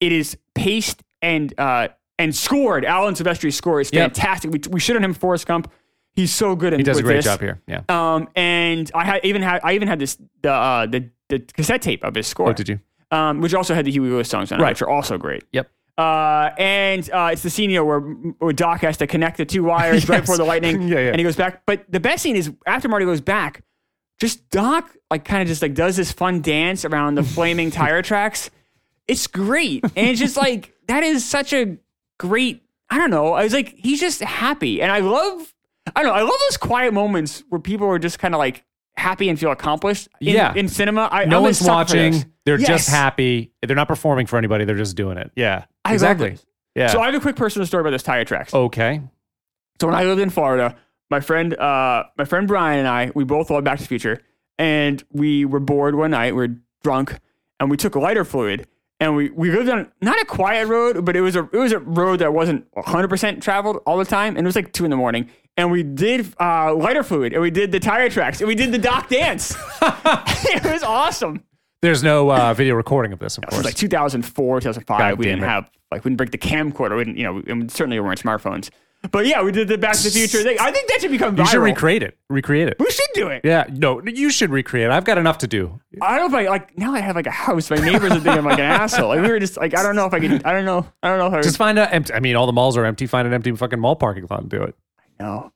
[SPEAKER 3] It is paced and uh, and scored. Alan Silvestri's score is
[SPEAKER 1] Yep.
[SPEAKER 3] fantastic. We, we shit on him, for Forrest Gump. He's so good. In,
[SPEAKER 1] He does a
[SPEAKER 3] with
[SPEAKER 1] great
[SPEAKER 3] this.
[SPEAKER 1] job here. Yeah.
[SPEAKER 3] Um, and I had even had I even had this the uh, the the cassette tape of his score.
[SPEAKER 1] Oh, did you?
[SPEAKER 3] Um, which also had the Huey Lewis songs on it,
[SPEAKER 1] Right.
[SPEAKER 3] which are also great.
[SPEAKER 1] Yep.
[SPEAKER 3] Uh, and uh, it's the scene you know, where, where Doc has to connect the two wires right
[SPEAKER 1] Yes.
[SPEAKER 3] before the lightning.
[SPEAKER 1] Yeah, yeah.
[SPEAKER 3] And he goes back. But the best scene is after Marty goes back, just Doc like kind of just like does this fun dance around the flaming tire tracks. It's great. And it's just like that is such a great I don't know. I was like, he's just happy. And I love I don't know, I love those quiet moments where people are just kind of like happy and feel accomplished. In,
[SPEAKER 1] Yeah.
[SPEAKER 3] In cinema. I,
[SPEAKER 1] No
[SPEAKER 3] I'm a
[SPEAKER 1] one's
[SPEAKER 3] sucker for
[SPEAKER 1] watching.
[SPEAKER 3] those.
[SPEAKER 1] They're
[SPEAKER 3] Yes.
[SPEAKER 1] just happy. They're not performing for anybody. They're just doing it. Yeah.
[SPEAKER 3] I love
[SPEAKER 1] exactly.
[SPEAKER 3] this.
[SPEAKER 1] Yeah.
[SPEAKER 3] So I have a quick personal story about those tire tracks.
[SPEAKER 1] okay.
[SPEAKER 3] So when I lived in Florida, my friend, uh, my friend Brian and I, we both loved Back to the Future, and we were bored one night. We were drunk, and we took lighter fluid, and we we lived on not a quiet road, but it was a it was a road that wasn't 100 percent traveled all the time, and it was like two in the morning. And we did uh, lighter fluid, and we did the tire tracks, and we did the dock dance. it was awesome.
[SPEAKER 1] There's no uh, video recording of this, of
[SPEAKER 3] It was
[SPEAKER 1] course.
[SPEAKER 3] like 2004, 2005.
[SPEAKER 1] God
[SPEAKER 3] we didn't
[SPEAKER 1] damn it.
[SPEAKER 3] have like we didn't break the camcorder. We didn't, you know, and certainly weren't smartphones. But yeah, we did the Back to the Future thing. I think that should become viral.
[SPEAKER 1] you should recreate it. Recreate it.
[SPEAKER 3] we should do it.
[SPEAKER 1] Yeah. No, you should recreate it. I've got enough to do.
[SPEAKER 3] I don't know if I like now. I have like a house. My neighbors would think I'm like an asshole. Like, we were just like I don't know if I could. I don't know. I don't know if I
[SPEAKER 1] Just
[SPEAKER 3] would.
[SPEAKER 1] find a empty. I mean, all the malls are empty. Find an empty fucking mall parking lot and do it.
[SPEAKER 3] No.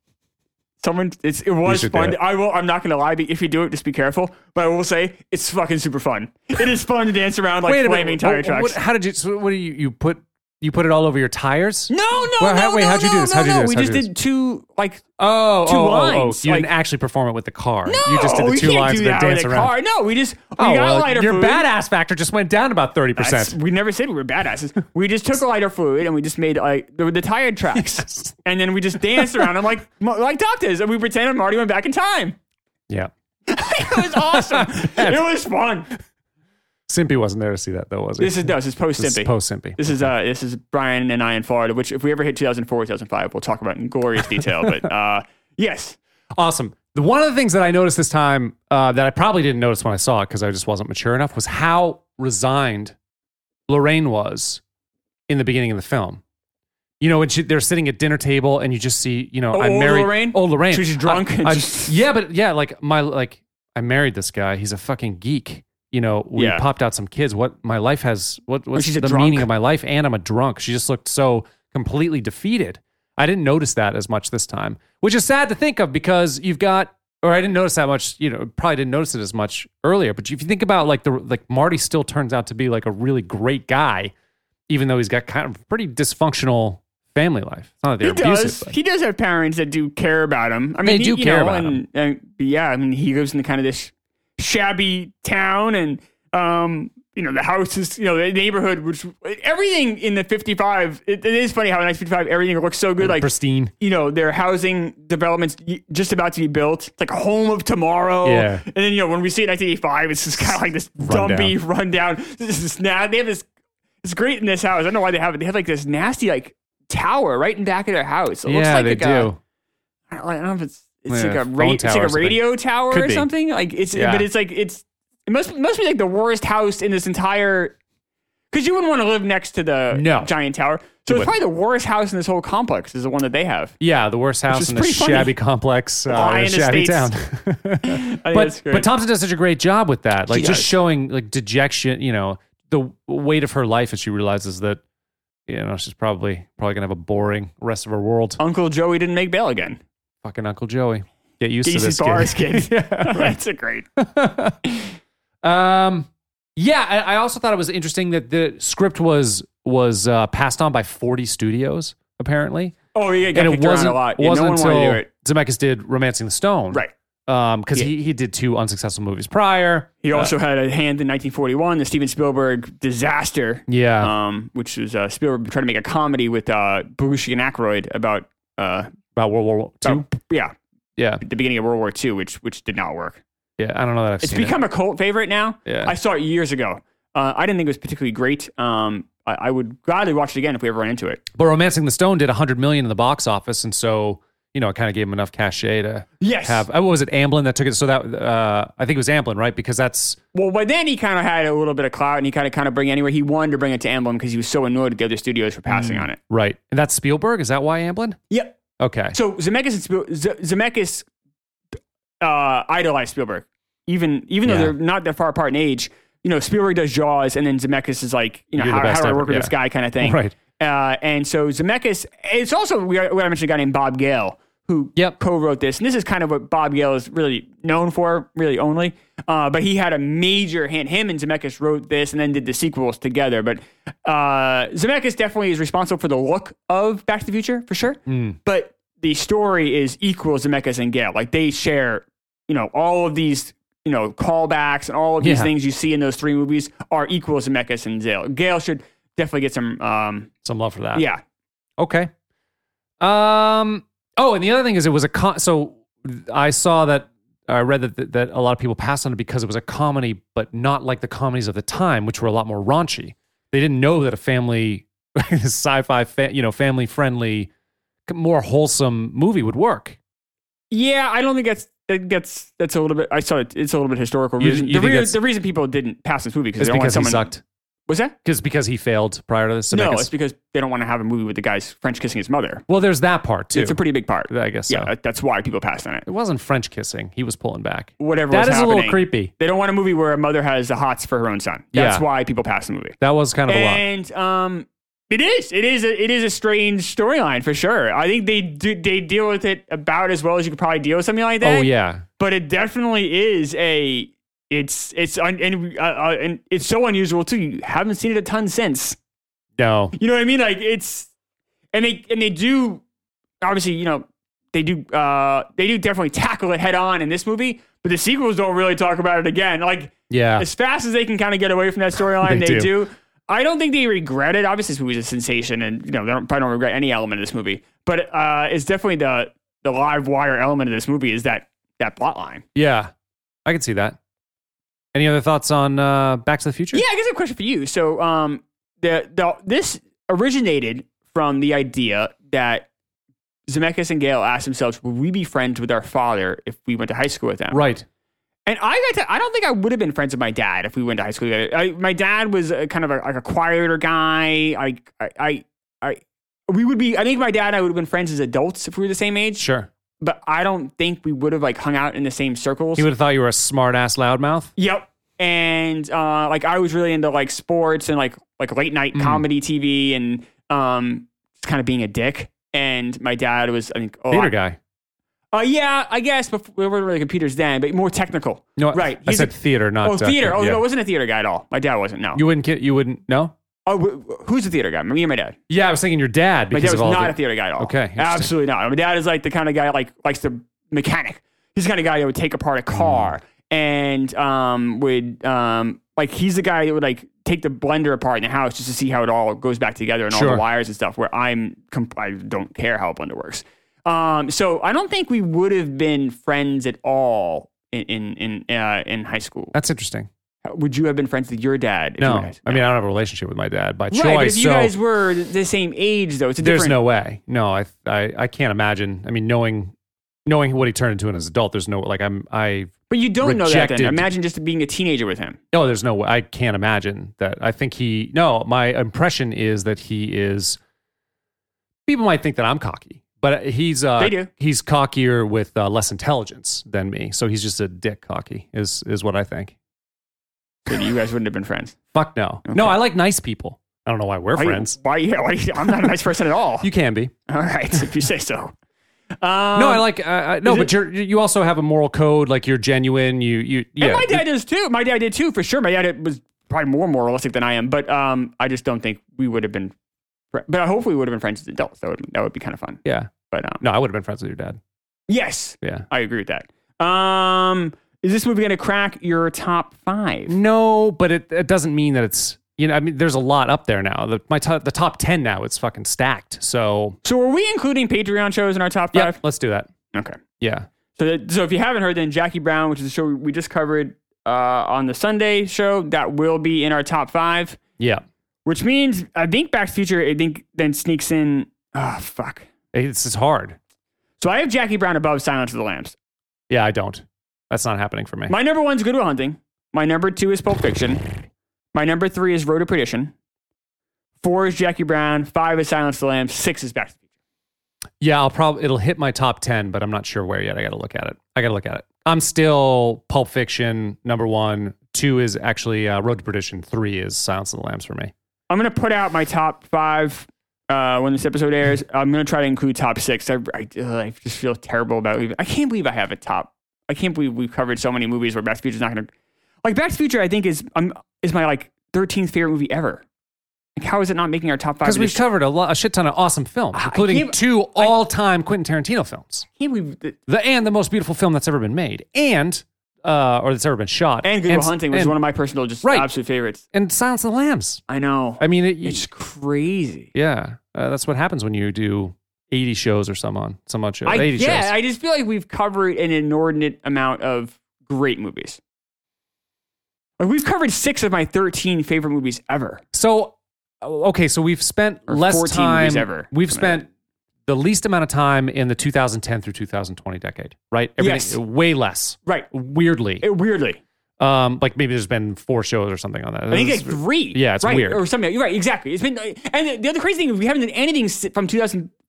[SPEAKER 3] Someone, it's it was
[SPEAKER 1] should do
[SPEAKER 3] fun.
[SPEAKER 1] it.
[SPEAKER 3] I will. I'm not gonna lie. But if you do it, just be careful. But I will say it's fucking super fun. It is fun to dance around like flaming tire
[SPEAKER 1] What-
[SPEAKER 3] tracks.
[SPEAKER 1] what- how did you? So what do you? You put you put it all over your tires?
[SPEAKER 3] no, no,
[SPEAKER 1] Well,
[SPEAKER 3] no,
[SPEAKER 1] how- wait,
[SPEAKER 3] no,
[SPEAKER 1] how'd you do
[SPEAKER 3] no,
[SPEAKER 1] this?
[SPEAKER 3] no,
[SPEAKER 1] How'd you do
[SPEAKER 3] no.
[SPEAKER 1] this?
[SPEAKER 3] We
[SPEAKER 1] How'd
[SPEAKER 3] just
[SPEAKER 1] you do
[SPEAKER 3] did two like
[SPEAKER 1] Oh,
[SPEAKER 3] Two
[SPEAKER 1] oh, oh,
[SPEAKER 3] lines,
[SPEAKER 1] Oh, you
[SPEAKER 3] like-
[SPEAKER 1] didn't actually perform it with the car. you just did the
[SPEAKER 3] we
[SPEAKER 1] two
[SPEAKER 3] can't
[SPEAKER 1] lines
[SPEAKER 3] do
[SPEAKER 1] and then
[SPEAKER 3] that with
[SPEAKER 1] dance
[SPEAKER 3] a
[SPEAKER 1] around.
[SPEAKER 3] Car. No, we just we
[SPEAKER 1] Oh,
[SPEAKER 3] got
[SPEAKER 1] well,
[SPEAKER 3] lighter
[SPEAKER 1] your
[SPEAKER 3] fluid.
[SPEAKER 1] badass factor just went down about thirty
[SPEAKER 3] That's-
[SPEAKER 1] percent.
[SPEAKER 3] We never said we were badasses. We just took a lighter fluid and we just made like the, the tired tracks,
[SPEAKER 1] Yes.
[SPEAKER 3] and then we just danced around them like mo- like doctors, and we pretended Marty went back in time.
[SPEAKER 1] Yeah,
[SPEAKER 3] It was awesome. it was fun.
[SPEAKER 1] Simpy wasn't there to see that though, was he?
[SPEAKER 3] This is no, this is post
[SPEAKER 1] This is
[SPEAKER 3] Simpy.
[SPEAKER 1] post Simpy.
[SPEAKER 3] This is uh, this is Brian and I in Florida. Which, if we ever hit 2004, 2005, we'll talk about in glorious detail. But uh, yes,
[SPEAKER 1] Awesome. The one of the things that I noticed this time uh, that I probably didn't notice when I saw it because I just wasn't mature enough was how resigned Lorraine was in the beginning of the film. You know, when she, they're sitting at dinner table and you just see, you know,
[SPEAKER 3] Oh,
[SPEAKER 1] I'm
[SPEAKER 3] old
[SPEAKER 1] married.
[SPEAKER 3] Lorraine?
[SPEAKER 1] Oh, Lorraine.
[SPEAKER 3] She's drunk
[SPEAKER 1] I-
[SPEAKER 3] and
[SPEAKER 1] I-
[SPEAKER 3] just-
[SPEAKER 1] yeah, but yeah, like my like I married this guy. He's a fucking geek. You know, we
[SPEAKER 3] Yeah.
[SPEAKER 1] popped out some kids. What my life has what what's
[SPEAKER 3] she's a
[SPEAKER 1] the
[SPEAKER 3] drunk.
[SPEAKER 1] meaning of my life? And I'm a drunk. She just looked so completely defeated. I didn't notice that as much this time, which is sad to think of because you've got, or I didn't notice that much. You know, probably didn't notice it as much earlier. But if you think about like the like Marty still turns out to be like a really great guy, even though he's got kind of pretty dysfunctional family life. It's not that
[SPEAKER 3] he
[SPEAKER 1] they're abusive.
[SPEAKER 3] does.
[SPEAKER 1] but-
[SPEAKER 3] He does have parents that do care about him. I mean,
[SPEAKER 1] They
[SPEAKER 3] he-
[SPEAKER 1] do
[SPEAKER 3] you
[SPEAKER 1] care
[SPEAKER 3] know,
[SPEAKER 1] about
[SPEAKER 3] and,
[SPEAKER 1] him.
[SPEAKER 3] and- yeah, I mean, he lives in kind of this shabby town, and um, you know, the house is you know the neighborhood, which everything in the fifty-five. It, it is funny how in the fifty-five everything looks so good, like
[SPEAKER 1] pristine.
[SPEAKER 3] you know, their housing developments y- just about to be built. It's like a home of tomorrow.
[SPEAKER 1] Yeah.
[SPEAKER 3] And then, you know, when we see it in 1985, it's just kind of like this
[SPEAKER 1] Rundown.
[SPEAKER 3] dumpy rundown. This is now they have this. It's great in this house. I don't know why they have it. They have like this nasty like tower right in back of their house. It looks
[SPEAKER 1] Yeah,
[SPEAKER 3] like
[SPEAKER 1] they
[SPEAKER 3] like
[SPEAKER 1] do.
[SPEAKER 3] A, I don't- I don't know if it's it's
[SPEAKER 1] Yeah,
[SPEAKER 3] like a
[SPEAKER 1] phone
[SPEAKER 3] ra- it's like
[SPEAKER 1] tower
[SPEAKER 3] a
[SPEAKER 1] or something.
[SPEAKER 3] radio tower
[SPEAKER 1] Could
[SPEAKER 3] or
[SPEAKER 1] be.
[SPEAKER 3] something. Like it's
[SPEAKER 1] Yeah.
[SPEAKER 3] but it's like it's it must must be like the worst house in this entire. Because you wouldn't want to live next to the
[SPEAKER 1] No.
[SPEAKER 3] giant tower. So it's
[SPEAKER 1] wouldn't.
[SPEAKER 3] probably the worst house in this whole complex is the one that they have.
[SPEAKER 1] Yeah, the worst house
[SPEAKER 3] is
[SPEAKER 1] in a
[SPEAKER 3] pretty funny.
[SPEAKER 1] shabby complex, uh, in
[SPEAKER 3] Lion
[SPEAKER 1] a shabby town.
[SPEAKER 3] Estates. I
[SPEAKER 1] but
[SPEAKER 3] think Oh, that's great.
[SPEAKER 1] but Thompson does such a great job with that, like just
[SPEAKER 3] does.
[SPEAKER 1] showing like dejection. You know, the weight of her life as she realizes that you know she's probably probably gonna have a boring rest of her world.
[SPEAKER 3] Uncle Joey didn't make bail again.
[SPEAKER 1] Fucking Uncle Joey, get used to
[SPEAKER 3] Get used
[SPEAKER 1] this
[SPEAKER 3] to bars, kid.
[SPEAKER 1] yeah,
[SPEAKER 3] That's a great.
[SPEAKER 1] Um, yeah, I, I also thought it was interesting that the script was was uh, passed on by forty studios apparently,
[SPEAKER 3] Oh yeah, it got
[SPEAKER 1] and it
[SPEAKER 3] kicked around
[SPEAKER 1] wasn't
[SPEAKER 3] a lot. Yeah,
[SPEAKER 1] wasn't
[SPEAKER 3] no one wanted to
[SPEAKER 1] until
[SPEAKER 3] do it.
[SPEAKER 1] Zemeckis did *Romancing the Stone*,
[SPEAKER 3] Right.
[SPEAKER 1] Um, because
[SPEAKER 3] Yeah.
[SPEAKER 1] he he did two unsuccessful movies prior.
[SPEAKER 3] He also had a hand in 1941, the Steven Spielberg disaster,
[SPEAKER 1] Yeah,
[SPEAKER 3] um, which was uh, Spielberg trying to make a comedy with uh, Belushi and Aykroyd about uh,
[SPEAKER 1] about World War Two.
[SPEAKER 3] about- yeah,
[SPEAKER 1] yeah,
[SPEAKER 3] the beginning of World War II, which which did not work.
[SPEAKER 1] yeah. I don't know that I've
[SPEAKER 3] It's
[SPEAKER 1] seen
[SPEAKER 3] become a cult favorite now.
[SPEAKER 1] Yeah.
[SPEAKER 3] I saw it years ago. Uh, I didn't think it was particularly great. Um, I, I would gladly watch it again if we ever run into it.
[SPEAKER 1] it. But *Romancing the Stone* did 100 million in the box office, and so you know, it kind of gave him enough cachet to
[SPEAKER 3] Yes.
[SPEAKER 1] have. uh, What was it, Amblin that took it? So that uh, I think it was Amblin, right? Because that's
[SPEAKER 3] Well, but then he kind of had a little bit of clout, and he kind of kind of bring it anywhere he wanted to bring it to Emblem because he was so annoyed at the other studios for passing on it.
[SPEAKER 1] right, and that's Spielberg. Is that why Amblin?
[SPEAKER 3] Yep.
[SPEAKER 1] Okay.
[SPEAKER 3] So Zemeckis and Spiel- Z- Zemeckis uh, idolized Spielberg, even even
[SPEAKER 1] Yeah.
[SPEAKER 3] though they're not that far apart in age. you know, Spielberg does Jaws, and then Zemeckis is like, you know,
[SPEAKER 1] You're the
[SPEAKER 3] how,
[SPEAKER 1] best
[SPEAKER 3] how do I
[SPEAKER 1] ever,
[SPEAKER 3] work with
[SPEAKER 1] yeah.
[SPEAKER 3] this guy kind of thing.
[SPEAKER 1] Right.
[SPEAKER 3] Uh, and so Zemeckis, it's also, we, are, we gotta mention a guy named Bob Gale, who
[SPEAKER 1] Yep.
[SPEAKER 3] co wrote this. And this is kind of what Bob Gale is really known for, really only. Uh, but he had a major hand. Him and Zemeckis wrote this and then did the sequels together. But uh, Zemeckis definitely is responsible for the look of Back to the Future, for sure.
[SPEAKER 1] Hmm.
[SPEAKER 3] But the story is equal Zemeckis and Gale. Like they share, you know, all of these. You know, callbacks and all of these
[SPEAKER 1] Yeah.
[SPEAKER 3] things you see in those three movies are equal Zemeckis and Gale. Gale should definitely get some um,
[SPEAKER 1] Some love for that.
[SPEAKER 3] yeah.
[SPEAKER 1] Okay. Um. Oh, and the other thing is, it was a con. So I saw that I read that that a lot of people passed on it because it was a comedy, but not like the comedies of the time, which were a lot more raunchy. They didn't know that a family, sci-fi, fa- you know, family-friendly, more wholesome movie would work.
[SPEAKER 3] Yeah, I don't think that's that gets that's a little bit. I saw it. It's a little bit historical.
[SPEAKER 1] You-
[SPEAKER 3] reason.
[SPEAKER 1] you
[SPEAKER 3] the,
[SPEAKER 1] think
[SPEAKER 3] rea-
[SPEAKER 1] that's-
[SPEAKER 3] the reason people didn't pass this movie because
[SPEAKER 1] It's
[SPEAKER 3] they don't want
[SPEAKER 1] because he
[SPEAKER 3] someone.
[SPEAKER 1] sucked.
[SPEAKER 3] Was that?
[SPEAKER 1] Because because he failed prior to this.
[SPEAKER 3] no,
[SPEAKER 1] Zemeckis.
[SPEAKER 3] it's because they don't want to have a movie with the guy's French kissing his mother.
[SPEAKER 1] well, there's that part too.
[SPEAKER 3] It's a pretty big part.
[SPEAKER 1] I guess.
[SPEAKER 3] yeah,
[SPEAKER 1] so.
[SPEAKER 3] that- that's why people passed on it.
[SPEAKER 1] it wasn't French kissing. He was pulling back.
[SPEAKER 3] Whatever.
[SPEAKER 1] That is
[SPEAKER 3] was
[SPEAKER 1] a little
[SPEAKER 3] happening,
[SPEAKER 1] creepy.
[SPEAKER 3] They don't want a movie where a mother has the hots for her own son. That's
[SPEAKER 1] Yeah.
[SPEAKER 3] why people pass the movie.
[SPEAKER 1] That was kind of a lot.
[SPEAKER 3] And um, it is. It is. A, it is a strange storyline for sure. I think they do, they deal with it about as well as you could probably deal with something like that.
[SPEAKER 1] Oh yeah.
[SPEAKER 3] but it definitely is a it's it's un, and, uh, uh, and it's so unusual too. You haven't seen it a ton since.
[SPEAKER 1] No.
[SPEAKER 3] You know what I mean? Like it's and they and they do obviously you know they do uh they do definitely tackle it head on in this movie, but the sequels don't really talk about it again. Like
[SPEAKER 1] Yeah.
[SPEAKER 3] as fast as they can kind of get away from that storyline,
[SPEAKER 1] They
[SPEAKER 3] they,
[SPEAKER 1] do.
[SPEAKER 3] do. I don't think they regret it. Obviously, this movie's a sensation, and you know they don't, probably don't regret any element of this movie. But uh, it's definitely the the live wire element of this movie is that that plot line.
[SPEAKER 1] Yeah, I can see that. Any other thoughts on uh, Back to the Future?
[SPEAKER 3] Yeah, I guess I have a question for you. So, um, the the this originated from the idea that Zemeckis and Gale asked themselves, "Would we be friends with our father if we went to high school with them?"
[SPEAKER 1] Right.
[SPEAKER 3] And I got to, I don't think I would have been friends with my dad if we went to high school together. I, my dad was a, kind of a, like a quieter guy. I, I, I, I, we would be, I think my dad and I would have been friends as adults if we were the same age,
[SPEAKER 1] Sure.
[SPEAKER 3] but I don't think we would have like hung out in the same circles.
[SPEAKER 1] He would have thought you were a smart ass loudmouth.
[SPEAKER 3] Yep. And uh, like I was really into like sports and like like late night
[SPEAKER 1] Mm.
[SPEAKER 3] comedy TV and um just kind of being a dick. And my dad was Oh, I think a
[SPEAKER 1] Theater
[SPEAKER 3] lot,
[SPEAKER 1] guy.
[SPEAKER 3] Uh, yeah, I guess before we weren't really computers then, but more technical.
[SPEAKER 1] No,
[SPEAKER 3] right.
[SPEAKER 1] I
[SPEAKER 3] He's
[SPEAKER 1] said
[SPEAKER 3] a-
[SPEAKER 1] theater, not
[SPEAKER 3] oh
[SPEAKER 1] uh,
[SPEAKER 3] theater. Oh
[SPEAKER 1] yeah.
[SPEAKER 3] no, I wasn't a theater guy at all. My dad wasn't. No.
[SPEAKER 1] You wouldn't get. You wouldn't. No.
[SPEAKER 3] oh, wh- wh- who's a theater guy? Me and my dad.
[SPEAKER 1] Yeah, I was thinking your dad
[SPEAKER 3] My
[SPEAKER 1] because
[SPEAKER 3] dad was
[SPEAKER 1] of all
[SPEAKER 3] not
[SPEAKER 1] the-
[SPEAKER 3] a theater guy at all.
[SPEAKER 1] Okay, interesting.
[SPEAKER 3] Absolutely not. My dad is like the kind of guy like likes to mechanic. He's the kind of guy that would take apart a
[SPEAKER 1] Mm.
[SPEAKER 3] car and um would um like he's the guy that would like take the blender apart in the house just to see how it all goes back together and all
[SPEAKER 1] Sure.
[SPEAKER 3] the wires and stuff. Where I'm comp- I don't care how a blender works. Um, so I don't think we would have been friends at all in in in, uh, in high school.
[SPEAKER 1] That's interesting.
[SPEAKER 3] Would you have been friends with your dad? if you
[SPEAKER 1] No,
[SPEAKER 3] were-
[SPEAKER 1] I mean I don't have a relationship with my dad by
[SPEAKER 3] right. but
[SPEAKER 1] choice.
[SPEAKER 3] if
[SPEAKER 1] so
[SPEAKER 3] you guys were the same age though, it's a
[SPEAKER 1] there's
[SPEAKER 3] different.
[SPEAKER 1] no way. No, I, I I can't imagine. I mean, knowing knowing what he turned into as an adult, there's no like I'm I.
[SPEAKER 3] But you don't know that then.
[SPEAKER 1] rejected-
[SPEAKER 3] Imagine just being a teenager with him.
[SPEAKER 1] No, Oh, there's no way. I can't imagine that. I think he. No, my impression is that he is. People might think that I'm cocky, but he's uh,
[SPEAKER 3] They do.
[SPEAKER 1] He's cockier with uh, less intelligence than me, so he's just a dick cocky. Is is what I think.
[SPEAKER 3] Then you guys wouldn't have been friends.
[SPEAKER 1] Fuck no. No,
[SPEAKER 3] Okay.
[SPEAKER 1] I like nice people. I don't know why we're
[SPEAKER 3] Why-
[SPEAKER 1] friends.
[SPEAKER 3] Why? Yeah. Why, I'm not a nice person at all.
[SPEAKER 1] You can be.
[SPEAKER 3] all right, if you say so. Um,
[SPEAKER 1] no, I like. Uh, I, no,
[SPEAKER 3] is
[SPEAKER 1] but
[SPEAKER 3] it-
[SPEAKER 1] you're you also have a moral code. Like you're genuine. You you yeah.
[SPEAKER 3] And my dad does too. My dad did too, for sure. My dad was probably more moralistic than I am, but um, I just don't think we would have been. fri- But hopefully, we would have been friends as adults. That would that would be kind of fun.
[SPEAKER 1] yeah.
[SPEAKER 3] But um,
[SPEAKER 1] No, I would have been friends with your dad.
[SPEAKER 3] yes,
[SPEAKER 1] Yeah.
[SPEAKER 3] I agree with that. Um, is this movie going to crack your top five?
[SPEAKER 1] Mm. No, but it, it doesn't mean that it's you know. I mean, there's a lot up there now. The my top the top ten now. It's fucking stacked. So
[SPEAKER 3] So, are we including Patreon shows in our top
[SPEAKER 1] yeah,
[SPEAKER 3] five?
[SPEAKER 1] let's do that.
[SPEAKER 3] Okay.
[SPEAKER 1] Yeah,
[SPEAKER 3] So, that, so if you haven't heard, then Jackie Brown, which is a show we just covered uh, on the Sunday show, that will be in our top five.
[SPEAKER 1] yeah.
[SPEAKER 3] Which means I think Back to the Future. I think then sneaks in. Oh fuck!
[SPEAKER 1] It's it's hard.
[SPEAKER 3] So I have Jackie Brown above Silence of the Lambs.
[SPEAKER 1] Yeah, I don't. That's not happening for me.
[SPEAKER 3] My number one's Good Will Hunting. My number two is Pulp Fiction. My number three is Road to Perdition. Four is Jackie Brown. Five is Silence of the Lambs. Six is Back to the Future.
[SPEAKER 1] yeah, I'll probably it'll hit my top ten, but I'm not sure where yet. I got to look at it. I got to look at it. I'm still Pulp Fiction number one, Two is actually uh, Road to Perdition. Three is Silence of the Lambs for me.
[SPEAKER 3] I'm gonna put out my top five uh, when this episode airs. I'm gonna try to include top six. I, I, ugh, I just feel terrible about even. I can't believe I have a top. I can't believe we've covered so many movies where Back to the Future's not gonna. Like Back to the Future, I think is um, is my like 13th favorite movie ever. Like, how is it not making our top five?
[SPEAKER 1] Because
[SPEAKER 3] of
[SPEAKER 1] we've
[SPEAKER 3] this-
[SPEAKER 1] covered a, lot, a shit ton of awesome films, including
[SPEAKER 3] can't-
[SPEAKER 1] two all-time Quentin Tarantino films.
[SPEAKER 3] I can't believe that-
[SPEAKER 1] The and the most beautiful film that's ever been made, and uh, or that's ever been shot,
[SPEAKER 3] and Google Hunting was
[SPEAKER 1] and,
[SPEAKER 3] one of my personal just
[SPEAKER 1] Right.
[SPEAKER 3] absolute favorites.
[SPEAKER 1] and Silence of the Lambs.
[SPEAKER 3] I know.
[SPEAKER 1] I mean, it,
[SPEAKER 3] it's crazy.
[SPEAKER 1] yeah, uh, that's what happens when you do eighty shows or some on some odd shows,
[SPEAKER 3] I,
[SPEAKER 1] eighty
[SPEAKER 3] yeah,
[SPEAKER 1] shows.
[SPEAKER 3] I just feel like we've covered an inordinate amount of great movies. Like we've covered six of my 13 favorite movies ever.
[SPEAKER 1] so uh, okay, so we've spent
[SPEAKER 3] Or
[SPEAKER 1] less
[SPEAKER 3] 14
[SPEAKER 1] time.
[SPEAKER 3] movies ever.
[SPEAKER 1] We've
[SPEAKER 3] Something like
[SPEAKER 1] spent the least amount of time in the 2010 through 2020 decade, right?
[SPEAKER 3] Yes.
[SPEAKER 1] way less.
[SPEAKER 3] Right.
[SPEAKER 1] Weirdly,
[SPEAKER 3] It- weirdly,
[SPEAKER 1] um, like maybe there's been four shows or something on that.
[SPEAKER 3] I think like three.
[SPEAKER 1] yeah, it's
[SPEAKER 3] right,
[SPEAKER 1] weird.
[SPEAKER 3] Or something. You're right. Exactly. It's been. eh, And the other crazy thing is we haven't done anything si- from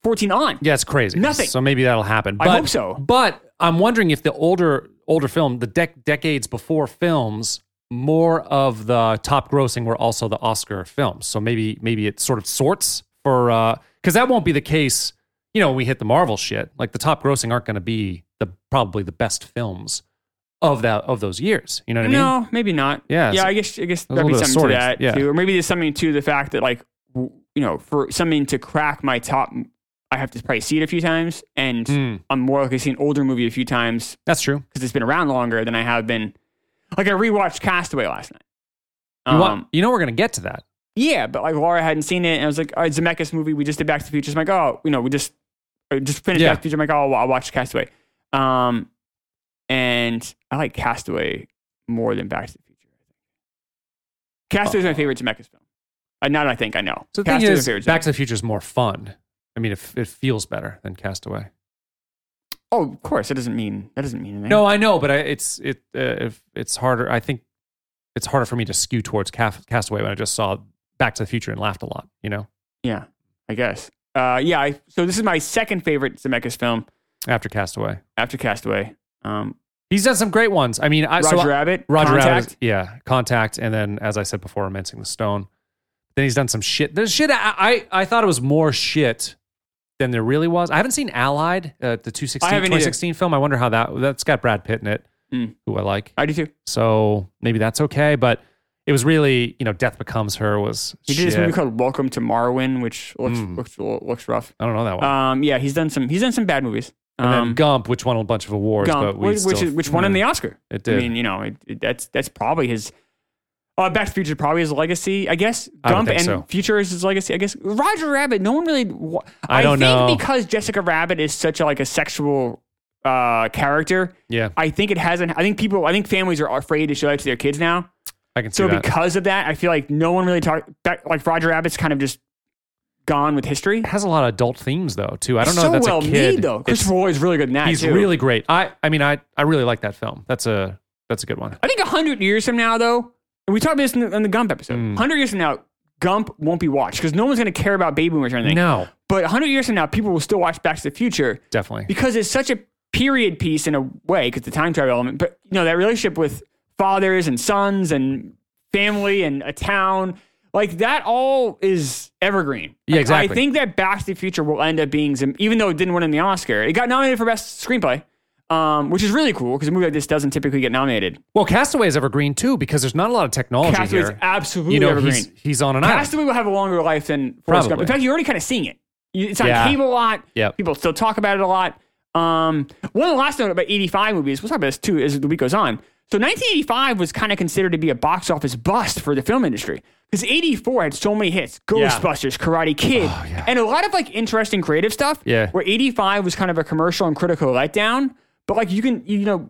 [SPEAKER 3] 2014 on.
[SPEAKER 1] Yeah, it's crazy.
[SPEAKER 3] Nothing.
[SPEAKER 1] So maybe that'll happen.
[SPEAKER 3] I
[SPEAKER 1] But,
[SPEAKER 3] hope so.
[SPEAKER 1] But I'm wondering if the older older film, the dec- decades before films, more of the top grossing were also the Oscar films. So maybe maybe it sort of sorts for because that won't be the case. You know, when we hit the Marvel shit. Like the top grossing aren't going to be the probably the best films of that of those years. You know what I mean?
[SPEAKER 3] no, maybe not.
[SPEAKER 1] Yeah,
[SPEAKER 3] Yeah.
[SPEAKER 1] so-
[SPEAKER 3] I guess. I guess
[SPEAKER 1] a
[SPEAKER 3] there'd be
[SPEAKER 1] little bit of
[SPEAKER 3] something to
[SPEAKER 1] sorting,
[SPEAKER 3] that
[SPEAKER 1] yeah.
[SPEAKER 3] too. Or maybe there's something to the fact that like w- you know for something to crack my top, I have to probably see it a few times, and
[SPEAKER 1] Mm,
[SPEAKER 3] I'm more likely to see an older movie a few times
[SPEAKER 1] that's true.
[SPEAKER 3] because it's been around longer than I have been. Like I rewatched Castaway last night.
[SPEAKER 1] You,
[SPEAKER 3] Um,
[SPEAKER 1] want, you know we're going to get to that.
[SPEAKER 3] yeah, but like Laura hadn't seen it, and I was like, "All right, Zemeckis movie. We just did Back to the Future." I'm like, "Oh, you know, we just I just finished
[SPEAKER 1] Yeah.
[SPEAKER 3] Back to the Future." I'm like, "Oh, I'll watch Castaway." Um, and I like Castaway more than Back to the Future. Castaway's my favorite Zemeckis film. Uh, not I think I know.
[SPEAKER 1] Oh. So the thing
[SPEAKER 3] Castaway's
[SPEAKER 1] is,
[SPEAKER 3] my favorite
[SPEAKER 1] Back
[SPEAKER 3] Zemeckis-
[SPEAKER 1] to the Future is more fun. I mean, it, it feels better than Castaway.
[SPEAKER 3] oh, of course. That doesn't mean that doesn't mean anything.
[SPEAKER 1] No, I know, but I, it's it uh, if it's harder. I think it's harder for me to skew towards Caf- Castaway when I just saw Back to the Future and laughed a lot. You know,
[SPEAKER 3] Yeah, I guess. Uh, yeah. I, so this is my second favorite Zemeckis film
[SPEAKER 1] after Castaway,
[SPEAKER 3] after Castaway. Um,
[SPEAKER 1] he's done some great ones. I mean, I
[SPEAKER 3] Roger
[SPEAKER 1] Uh, so I-
[SPEAKER 3] Rabbit.
[SPEAKER 1] Roger Rabbit
[SPEAKER 3] Contact.
[SPEAKER 1] is- yeah, Contact, and then as I said before, Romancing the Stone. Then he's done some shit. There's shit. I I, I thought it was more shit than there really was. I haven't seen Allied, uh, the 216,
[SPEAKER 3] I haven't either.
[SPEAKER 1] 2016 film. I wonder how that that's got Brad Pitt in it,
[SPEAKER 3] Mm.
[SPEAKER 1] who I like.
[SPEAKER 3] I do too.
[SPEAKER 1] so maybe that's okay. But it was really, you know, Death Becomes Her was.
[SPEAKER 3] He did this
[SPEAKER 1] shit.
[SPEAKER 3] movie called Welcome to Marwin, which looks
[SPEAKER 1] Mm.
[SPEAKER 3] looks looks rough.
[SPEAKER 1] I don't know that one.
[SPEAKER 3] Um, yeah, he's done some he's done some bad movies.
[SPEAKER 1] and then
[SPEAKER 3] Um,
[SPEAKER 1] Gump, which won a bunch of awards,
[SPEAKER 3] Gump,
[SPEAKER 1] but we
[SPEAKER 3] which,
[SPEAKER 1] still, Mm.
[SPEAKER 3] which, is, which won him the Oscar.
[SPEAKER 1] It
[SPEAKER 3] I
[SPEAKER 1] did.
[SPEAKER 3] mean, you know, it, it- that's that's probably his. Uh, Back to the Future is probably his legacy, I guess.
[SPEAKER 1] I don't
[SPEAKER 3] Gump
[SPEAKER 1] think
[SPEAKER 3] and
[SPEAKER 1] so.
[SPEAKER 3] Future is his legacy, I guess. Roger Rabbit, no one really. wa-
[SPEAKER 1] I don't
[SPEAKER 3] think
[SPEAKER 1] know.
[SPEAKER 3] because Jessica Rabbit is such a, like a sexual uh, character.
[SPEAKER 1] yeah,
[SPEAKER 3] I think it hasn't. I think people. I think families are afraid to show that to their kids now.
[SPEAKER 1] I can see
[SPEAKER 3] So
[SPEAKER 1] that.
[SPEAKER 3] because of that, I feel like no one really talked. Like Roger Rabbit's kind of just gone with history.
[SPEAKER 1] it has a lot of adult themes though too. I don't know
[SPEAKER 3] so
[SPEAKER 1] if that's
[SPEAKER 3] well
[SPEAKER 1] a kid.
[SPEAKER 3] made though.
[SPEAKER 1] It's-
[SPEAKER 3] Christopher Lloyd's really good in that.
[SPEAKER 1] he's
[SPEAKER 3] too.
[SPEAKER 1] really great. I I mean I I really like that film. That's a that's a good one.
[SPEAKER 3] I think hundred years from now though, and we talked about this in the, in the Gump episode.
[SPEAKER 1] Mm.
[SPEAKER 3] Hundred years from now, Gump won't be watched because no one's going to care about Baby Boomers or anything.
[SPEAKER 1] No,
[SPEAKER 3] But hundred years from now, people will still watch Back to the Future
[SPEAKER 1] definitely.
[SPEAKER 3] because it's such a period piece in a way because the time travel element. But you know that relationship with fathers and sons and family and a town. Like that all is evergreen.
[SPEAKER 1] Yeah,
[SPEAKER 3] Like, I
[SPEAKER 1] exactly.
[SPEAKER 3] think that Back to the Future will end up being, Zim- even though it didn't win in the Oscar, it got nominated for best screenplay, um, which is really cool because a movie like this doesn't typically get nominated.
[SPEAKER 1] Well, Castaway is evergreen too because there's not a lot of technology
[SPEAKER 3] Castaway is
[SPEAKER 1] here.
[SPEAKER 3] absolutely
[SPEAKER 1] You know,
[SPEAKER 3] evergreen.
[SPEAKER 1] he's he's on an island.
[SPEAKER 3] Castaway will have a longer life than Forrest Gump.
[SPEAKER 1] Probably.
[SPEAKER 3] In fact, you're already kind of seeing it. You- It's on
[SPEAKER 1] Yeah.
[SPEAKER 3] cable a lot.
[SPEAKER 1] Yep.
[SPEAKER 3] People still talk about it a lot. Um, one of the last note about 85 movies, we'll talk about this too as the week goes on. So 1985 was kind of considered to be a box office bust for the film industry because 84 had so many hits Ghostbusters, Karate Kid,
[SPEAKER 1] Oh, yeah.
[SPEAKER 3] and a lot of like interesting creative stuff.
[SPEAKER 1] Yeah.
[SPEAKER 3] Where 85 was kind of a commercial and critical letdown. But like you can, you know,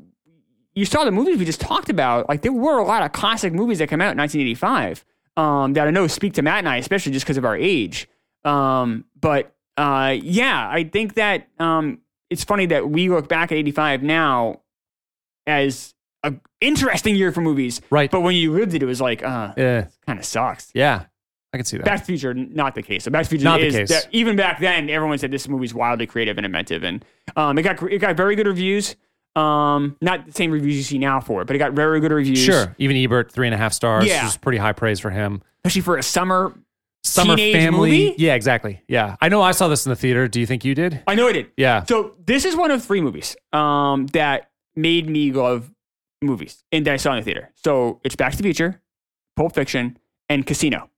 [SPEAKER 3] you saw the movies we just talked about. Like there were a lot of classic movies that came out in 1985 um, that I know speak to Matt and I, especially just because of our age. Um, but uh, yeah, I think that um, it's funny that we look back at 85 now as a interesting year for movies,
[SPEAKER 1] Right.
[SPEAKER 3] But when you lived it, it was like, uh,
[SPEAKER 1] Yeah,
[SPEAKER 3] kind of sucks.
[SPEAKER 1] yeah, I can see that.
[SPEAKER 3] Back to the Future, not the case. So Back to the Future
[SPEAKER 1] Not the
[SPEAKER 3] is
[SPEAKER 1] case.
[SPEAKER 3] that- even back then, everyone said this movie's wildly creative and inventive, and um, it got it got very good reviews. Um, not the same reviews you see now for it, but it got very good reviews.
[SPEAKER 1] Sure. Even Ebert, three and a half stars.
[SPEAKER 3] Yeah.
[SPEAKER 1] which is pretty high praise for him.
[SPEAKER 3] especially for a summer.
[SPEAKER 1] Summer
[SPEAKER 3] Teenage
[SPEAKER 1] family.
[SPEAKER 3] movie?
[SPEAKER 1] Yeah, exactly. Yeah. I know I saw this in the theater. Do you think you did?
[SPEAKER 3] I know I did.
[SPEAKER 1] Yeah.
[SPEAKER 3] So this is one of three movies um, that made me love movies and that I saw in the theater. So it's Back to the Future, Pulp Fiction, and Casino.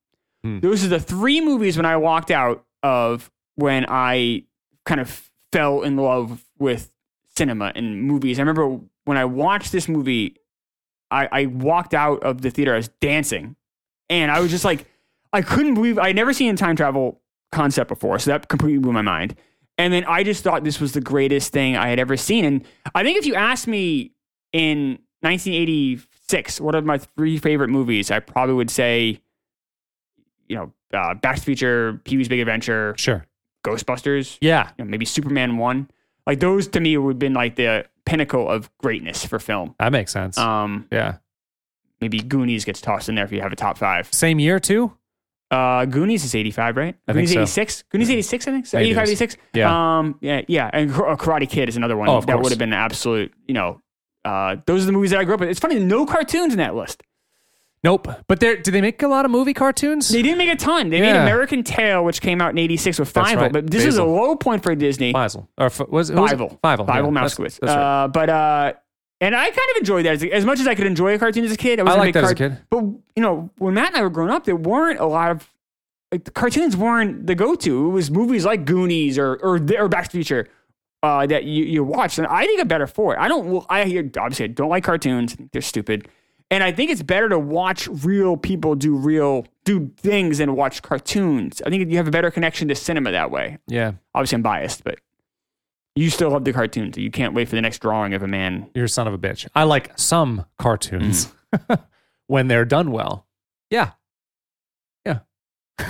[SPEAKER 1] Hmm.
[SPEAKER 3] Those are the three movies when I walked out of when I kind of fell in love with cinema and movies. I remember when I watched this movie, I, I walked out of the theater. I was dancing, and I was just like, I couldn't believe I'd never seen a time travel concept before. So that completely blew my mind. And then I just thought this was the greatest thing I had ever seen. And I think if you asked me in 1986, what are my three favorite movies? I probably would say, you know, uh, Back to the Future, Pee Wee's Big Adventure,
[SPEAKER 1] Sure.
[SPEAKER 3] Ghostbusters,
[SPEAKER 1] Yeah.
[SPEAKER 3] you know, maybe Superman 1. Like those to me would have been like the pinnacle of greatness for film.
[SPEAKER 1] That makes sense.
[SPEAKER 3] Um,
[SPEAKER 1] yeah.
[SPEAKER 3] maybe Goonies gets tossed in there if you have a top five.
[SPEAKER 1] Same year too.
[SPEAKER 3] Uh, Goonies is 85, right?
[SPEAKER 1] I think
[SPEAKER 3] Goonies
[SPEAKER 1] so.
[SPEAKER 3] 86? Goonies 86, I think. So
[SPEAKER 1] Maybe
[SPEAKER 3] 85,
[SPEAKER 1] it is.
[SPEAKER 3] 86?
[SPEAKER 1] Yeah.
[SPEAKER 3] Um, yeah, yeah. And Kar- uh, Karate Kid is another one.
[SPEAKER 1] Oh, of
[SPEAKER 3] that
[SPEAKER 1] course.
[SPEAKER 3] would have been absolute, you know, uh, those are the movies that I grew up with. It's funny, no cartoons in that list.
[SPEAKER 1] Nope. But there, did they make a lot of movie cartoons?
[SPEAKER 3] They didn't make a ton. They made
[SPEAKER 1] Yeah.
[SPEAKER 3] American Tail, which came out in 86 with
[SPEAKER 1] That's
[SPEAKER 3] Fievel,
[SPEAKER 1] right.
[SPEAKER 3] but this is a
[SPEAKER 1] Basil.
[SPEAKER 3] low point for Disney.
[SPEAKER 1] Faisal. Or f- was it? who was it?
[SPEAKER 3] Fievel.
[SPEAKER 1] Fievel. yeah.
[SPEAKER 3] Fievel
[SPEAKER 1] That's-
[SPEAKER 3] Mouskowitz.
[SPEAKER 1] That's right.
[SPEAKER 3] Uh, but, uh, and I kind of enjoyed that as, as much as I could enjoy a cartoon as a kid. I, was
[SPEAKER 1] I
[SPEAKER 3] a
[SPEAKER 1] liked
[SPEAKER 3] big
[SPEAKER 1] that as a
[SPEAKER 3] cart-
[SPEAKER 1] kid.
[SPEAKER 3] But you know, when Matt and I were growing up, there weren't a lot of like the cartoons weren't the go-to. It was movies like Goonies or or, or Back to the Future uh, that you, you watched, and I think I'm better for it. I don't. I obviously I don't like cartoons; I think they're stupid, and I think it's better to watch real people do real do things than watch cartoons. I think you have a better connection to cinema that way.
[SPEAKER 1] Yeah.
[SPEAKER 3] Obviously, I'm biased, but you still love the cartoons. You can't wait for the next drawing of a man.
[SPEAKER 1] You're a son of a bitch. I like some cartoons
[SPEAKER 3] Mm.
[SPEAKER 1] when they're done well. Yeah. Yeah.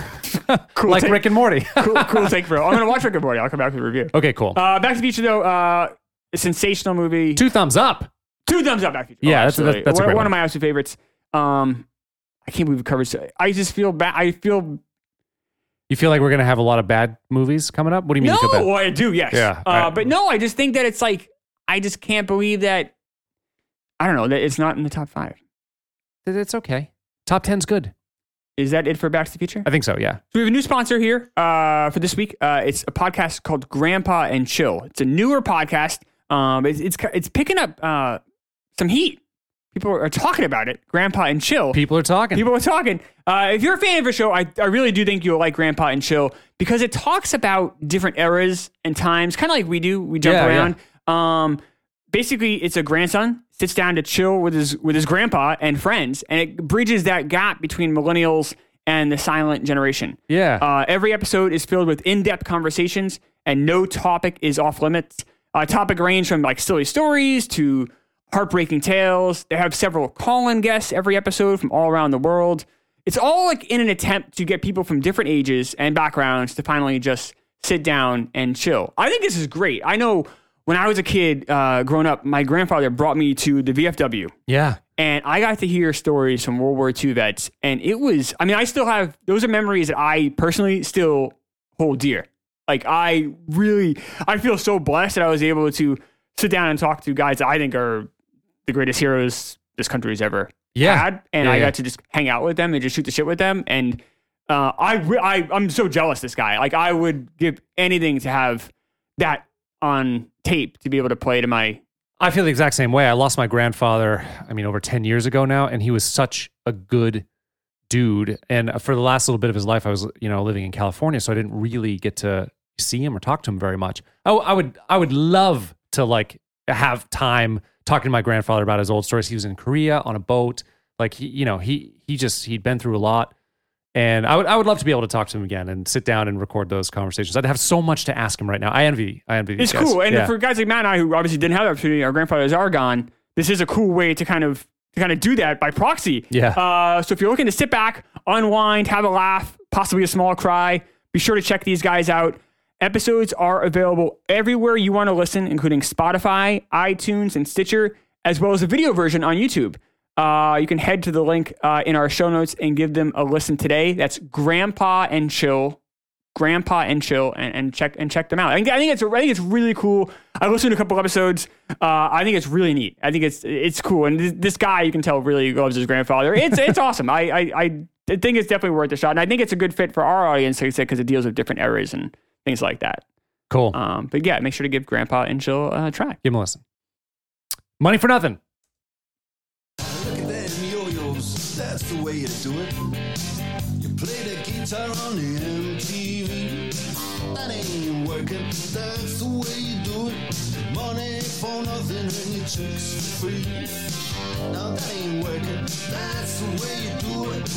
[SPEAKER 3] Cool
[SPEAKER 1] like
[SPEAKER 3] take.
[SPEAKER 1] Rick and Morty.
[SPEAKER 3] cool, cool take, bro. I'm gonna watch Rick and Morty. I'll come back with a review.
[SPEAKER 1] okay, cool.
[SPEAKER 3] Uh, Back to the Future, though, uh, a sensational movie. Two,
[SPEAKER 1] Two thumbs up.
[SPEAKER 3] thumbs up, Back to the Future.
[SPEAKER 1] Yeah,
[SPEAKER 3] Oh,
[SPEAKER 1] that's- that's-
[SPEAKER 3] absolutely.
[SPEAKER 1] that's a
[SPEAKER 3] one,
[SPEAKER 1] great
[SPEAKER 3] one of
[SPEAKER 1] one.
[SPEAKER 3] my absolute favorites. Um, I can't believe we covered. so- I just feel bad. I feel
[SPEAKER 1] You feel like we're gonna have a lot of bad movies coming up? What do you mean?
[SPEAKER 3] no.
[SPEAKER 1] You feel bad?
[SPEAKER 3] well, I do. Yes.
[SPEAKER 1] Yeah,
[SPEAKER 3] Uh,
[SPEAKER 1] I-
[SPEAKER 3] But no, I just think that it's like I just can't believe that. I don't know that it's not in the top five.
[SPEAKER 1] It- It's okay. Top 10's good.
[SPEAKER 3] Is that it for Back to the Future?
[SPEAKER 1] I think so. Yeah.
[SPEAKER 3] So we have a new sponsor here uh, for this week. Uh, it's a podcast called Grandpa and Chill. It's a newer podcast. Um, it's, it's it's picking up uh, some heat. People are talking about it. Grandpa and Chill.
[SPEAKER 1] People are talking.
[SPEAKER 3] People are talking. Uh, if you're a fan of the show, I, I really do think you'll like Grandpa and Chill because it talks about different eras and times, kind of like we do. We jump
[SPEAKER 1] Yeah, yeah.
[SPEAKER 3] around. Um, basically, it's a grandson sits down to chill with his with his grandpa and friends, and it bridges that gap between millennials and the silent generation.
[SPEAKER 1] Yeah.
[SPEAKER 3] Uh, every episode is filled with in-depth conversations, and no topic is off limits. Uh, topic range from like silly stories to heartbreaking tales. They have several call-in guests every episode from all around the world. It's all like in an attempt to get people from different ages and backgrounds to finally just sit down and chill. I think this is great. I know when I was a kid, uh, growing up, my grandfather brought me to the VFW
[SPEAKER 1] yeah.
[SPEAKER 3] and I got to hear stories from World War II vets, and it was. I mean, I still have those are memories that I personally still hold dear. Like I really, I feel so blessed that I was able to sit down and talk to guys that I think are the greatest heroes this country's ever
[SPEAKER 1] Yeah.
[SPEAKER 3] had, and
[SPEAKER 1] Yeah,
[SPEAKER 3] I
[SPEAKER 1] yeah.
[SPEAKER 3] got to just hang out with them and just shoot the shit with them. And uh, I, re- I, I'm so jealous of this guy. Like I would give anything to have that on tape to be able to play to my
[SPEAKER 1] I feel the exact same way. I lost my grandfather, I mean, over 10 years ago now, and he was such a good dude. And uh, for the last little bit of his life, I was, you know, living in California, so I didn't really get to see him or talk to him very much. Oh, I would, I would love to like have time talking to my grandfather about his old stories. He was in Korea on a boat. Like he, you know, he, he just, he'd been through a lot. And I would, I would love to be able to talk to him again and sit down and record those conversations. I'd have so much to ask him right now. I envy, I envy. these
[SPEAKER 3] It's
[SPEAKER 1] guys.
[SPEAKER 3] cool. And
[SPEAKER 1] Yeah.
[SPEAKER 3] for guys like Matt and I, who obviously didn't have that opportunity, our grandfathers are gone. This is a cool way to kind of to kind of do that by proxy.
[SPEAKER 1] Yeah.
[SPEAKER 3] Uh, so if you're looking to sit back, unwind, have a laugh, possibly a small cry, be sure to check these guys out. Episodes are available everywhere you want to listen, including Spotify, iTunes, and Stitcher, as well as a video version on YouTube. Uh, you can head to the link uh, in our show notes and give them a listen today. That's Grandpa and Chill Grandpa and Chill and, and check and check them out. I think I think it's I think it's really cool. I listened to a couple episodes. Uh, I think it's really neat. I think it's it's cool. And this, this guy you can tell really loves his grandfather. It's it's awesome. I, I I think it's definitely worth a shot. And I think it's a good fit for our audience, like I said, because it deals with different eras and things like that.
[SPEAKER 1] Cool.
[SPEAKER 3] Um, but yeah, make sure to give Grandpa and Chill a try.
[SPEAKER 1] Give him a listen. Money for nothing.
[SPEAKER 2] Look at them yo-yos, that's the way you do it. You play the guitar on the MTV. That ain't working, that's the way you do it. Money for nothing and your chicks for free. Now that ain't working, that's the way you do it.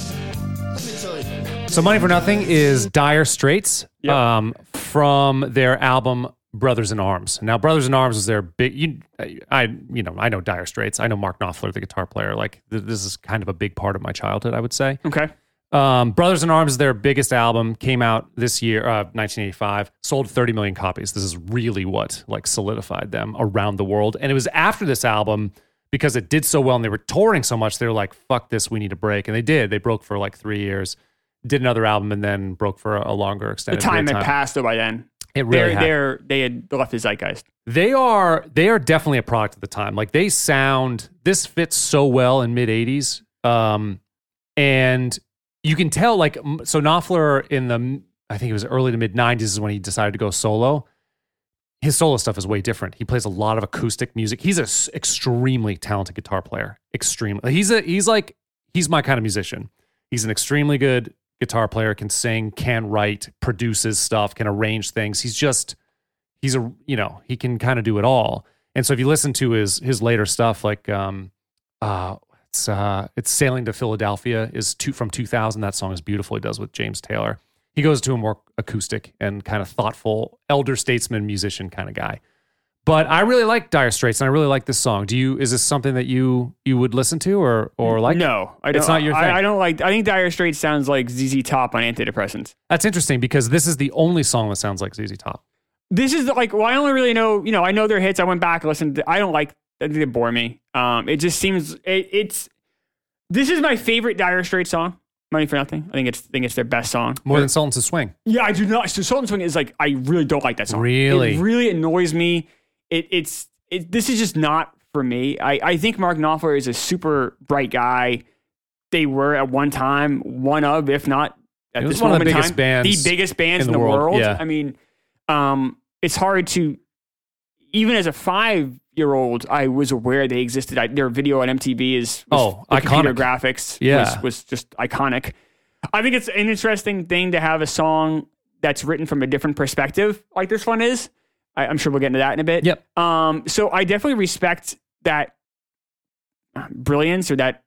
[SPEAKER 2] Let me tell you.
[SPEAKER 1] So Money for Nothing is Dire Straits
[SPEAKER 3] Yep.
[SPEAKER 1] um, from their album Brothers in Arms. Now Brothers in Arms was their big you I you know, I know Dire Straits. I know Mark Knopfler the guitar player. Like th- this is kind of a big part of my childhood, I would say.
[SPEAKER 3] Okay.
[SPEAKER 1] Um, Brothers in Arms is their biggest album came out this year uh, 1985, sold 30 million copies. This is really what like solidified them around the world. And it was after this album because it did so well and they were touring so much, they were like, fuck this, we need a break. And they did. They broke for like three years, did another album, and then broke for a, a longer
[SPEAKER 3] The
[SPEAKER 1] extended
[SPEAKER 3] time
[SPEAKER 1] period of
[SPEAKER 3] had passed though by then.
[SPEAKER 1] It really
[SPEAKER 3] they're,
[SPEAKER 1] had.
[SPEAKER 3] they're, they had left the zeitgeist.
[SPEAKER 1] they are they are definitely a product of the time. Like they sound this fits so well in mid '80s, um, and you can tell like m- so Knopfler in the I think it was early to mid '90s is when he decided to go solo. His solo stuff is way different. He plays a lot of acoustic music. He's an extremely talented guitar player. Extremely. He's a he's like he's my kind of musician. He's an extremely good guitar player. Can sing, can write, produces stuff, can arrange things. He's just he's a you know he can kind of do it all and so if you listen to his his later stuff like um uh it's uh it's sailing to philadelphia is two from 2000 that song is beautiful he does with james taylor he goes to a more acoustic and kind of thoughtful elder statesman musician kind of guy but i really like dire straits and i really like this song do you is this something that you you would listen to or or like
[SPEAKER 3] no, I don't,
[SPEAKER 1] It's not your
[SPEAKER 3] I,
[SPEAKER 1] thing.
[SPEAKER 3] I don't like. I think Dire Straits sounds like ZZ Top on antidepressants.
[SPEAKER 1] that's interesting because this is the only song that sounds like ZZ top
[SPEAKER 3] This is like. Well, I only really know. You know, I know their hits. I went back and listened. To, I don't like. I think They bore me. Um, it just seems it, it's. This is my favorite Dire Straits song. Money for nothing. I think it's. I think it's their best song.
[SPEAKER 1] more than salt and swing
[SPEAKER 3] Yeah, I do not. So Salt and Swing is like I really don't like that song.
[SPEAKER 1] Really?
[SPEAKER 3] it really annoys me. It, it's it, this is just not for me. I, I think Mark Knopfler is a super bright guy. They were at one time one of, if not at
[SPEAKER 1] It was
[SPEAKER 3] this
[SPEAKER 1] one of the
[SPEAKER 3] moment in
[SPEAKER 1] biggest
[SPEAKER 3] time,
[SPEAKER 1] bands
[SPEAKER 3] the biggest bands
[SPEAKER 1] in
[SPEAKER 3] in
[SPEAKER 1] the
[SPEAKER 3] the,
[SPEAKER 1] world,
[SPEAKER 3] world.
[SPEAKER 1] yeah.
[SPEAKER 3] I mean, um, it's hard to even as a five year old, I was aware they existed. I, their video on MTV is was,
[SPEAKER 1] Oh,
[SPEAKER 3] the computer
[SPEAKER 1] iconic.
[SPEAKER 3] graphics.
[SPEAKER 1] Yeah.
[SPEAKER 3] was, was just iconic. I think it's an interesting thing to have a song that's written from a different perspective, like this one is. I, I'm sure we'll get into that in a bit.
[SPEAKER 1] Yep.
[SPEAKER 3] Um, so I definitely respect that uh, brilliance or that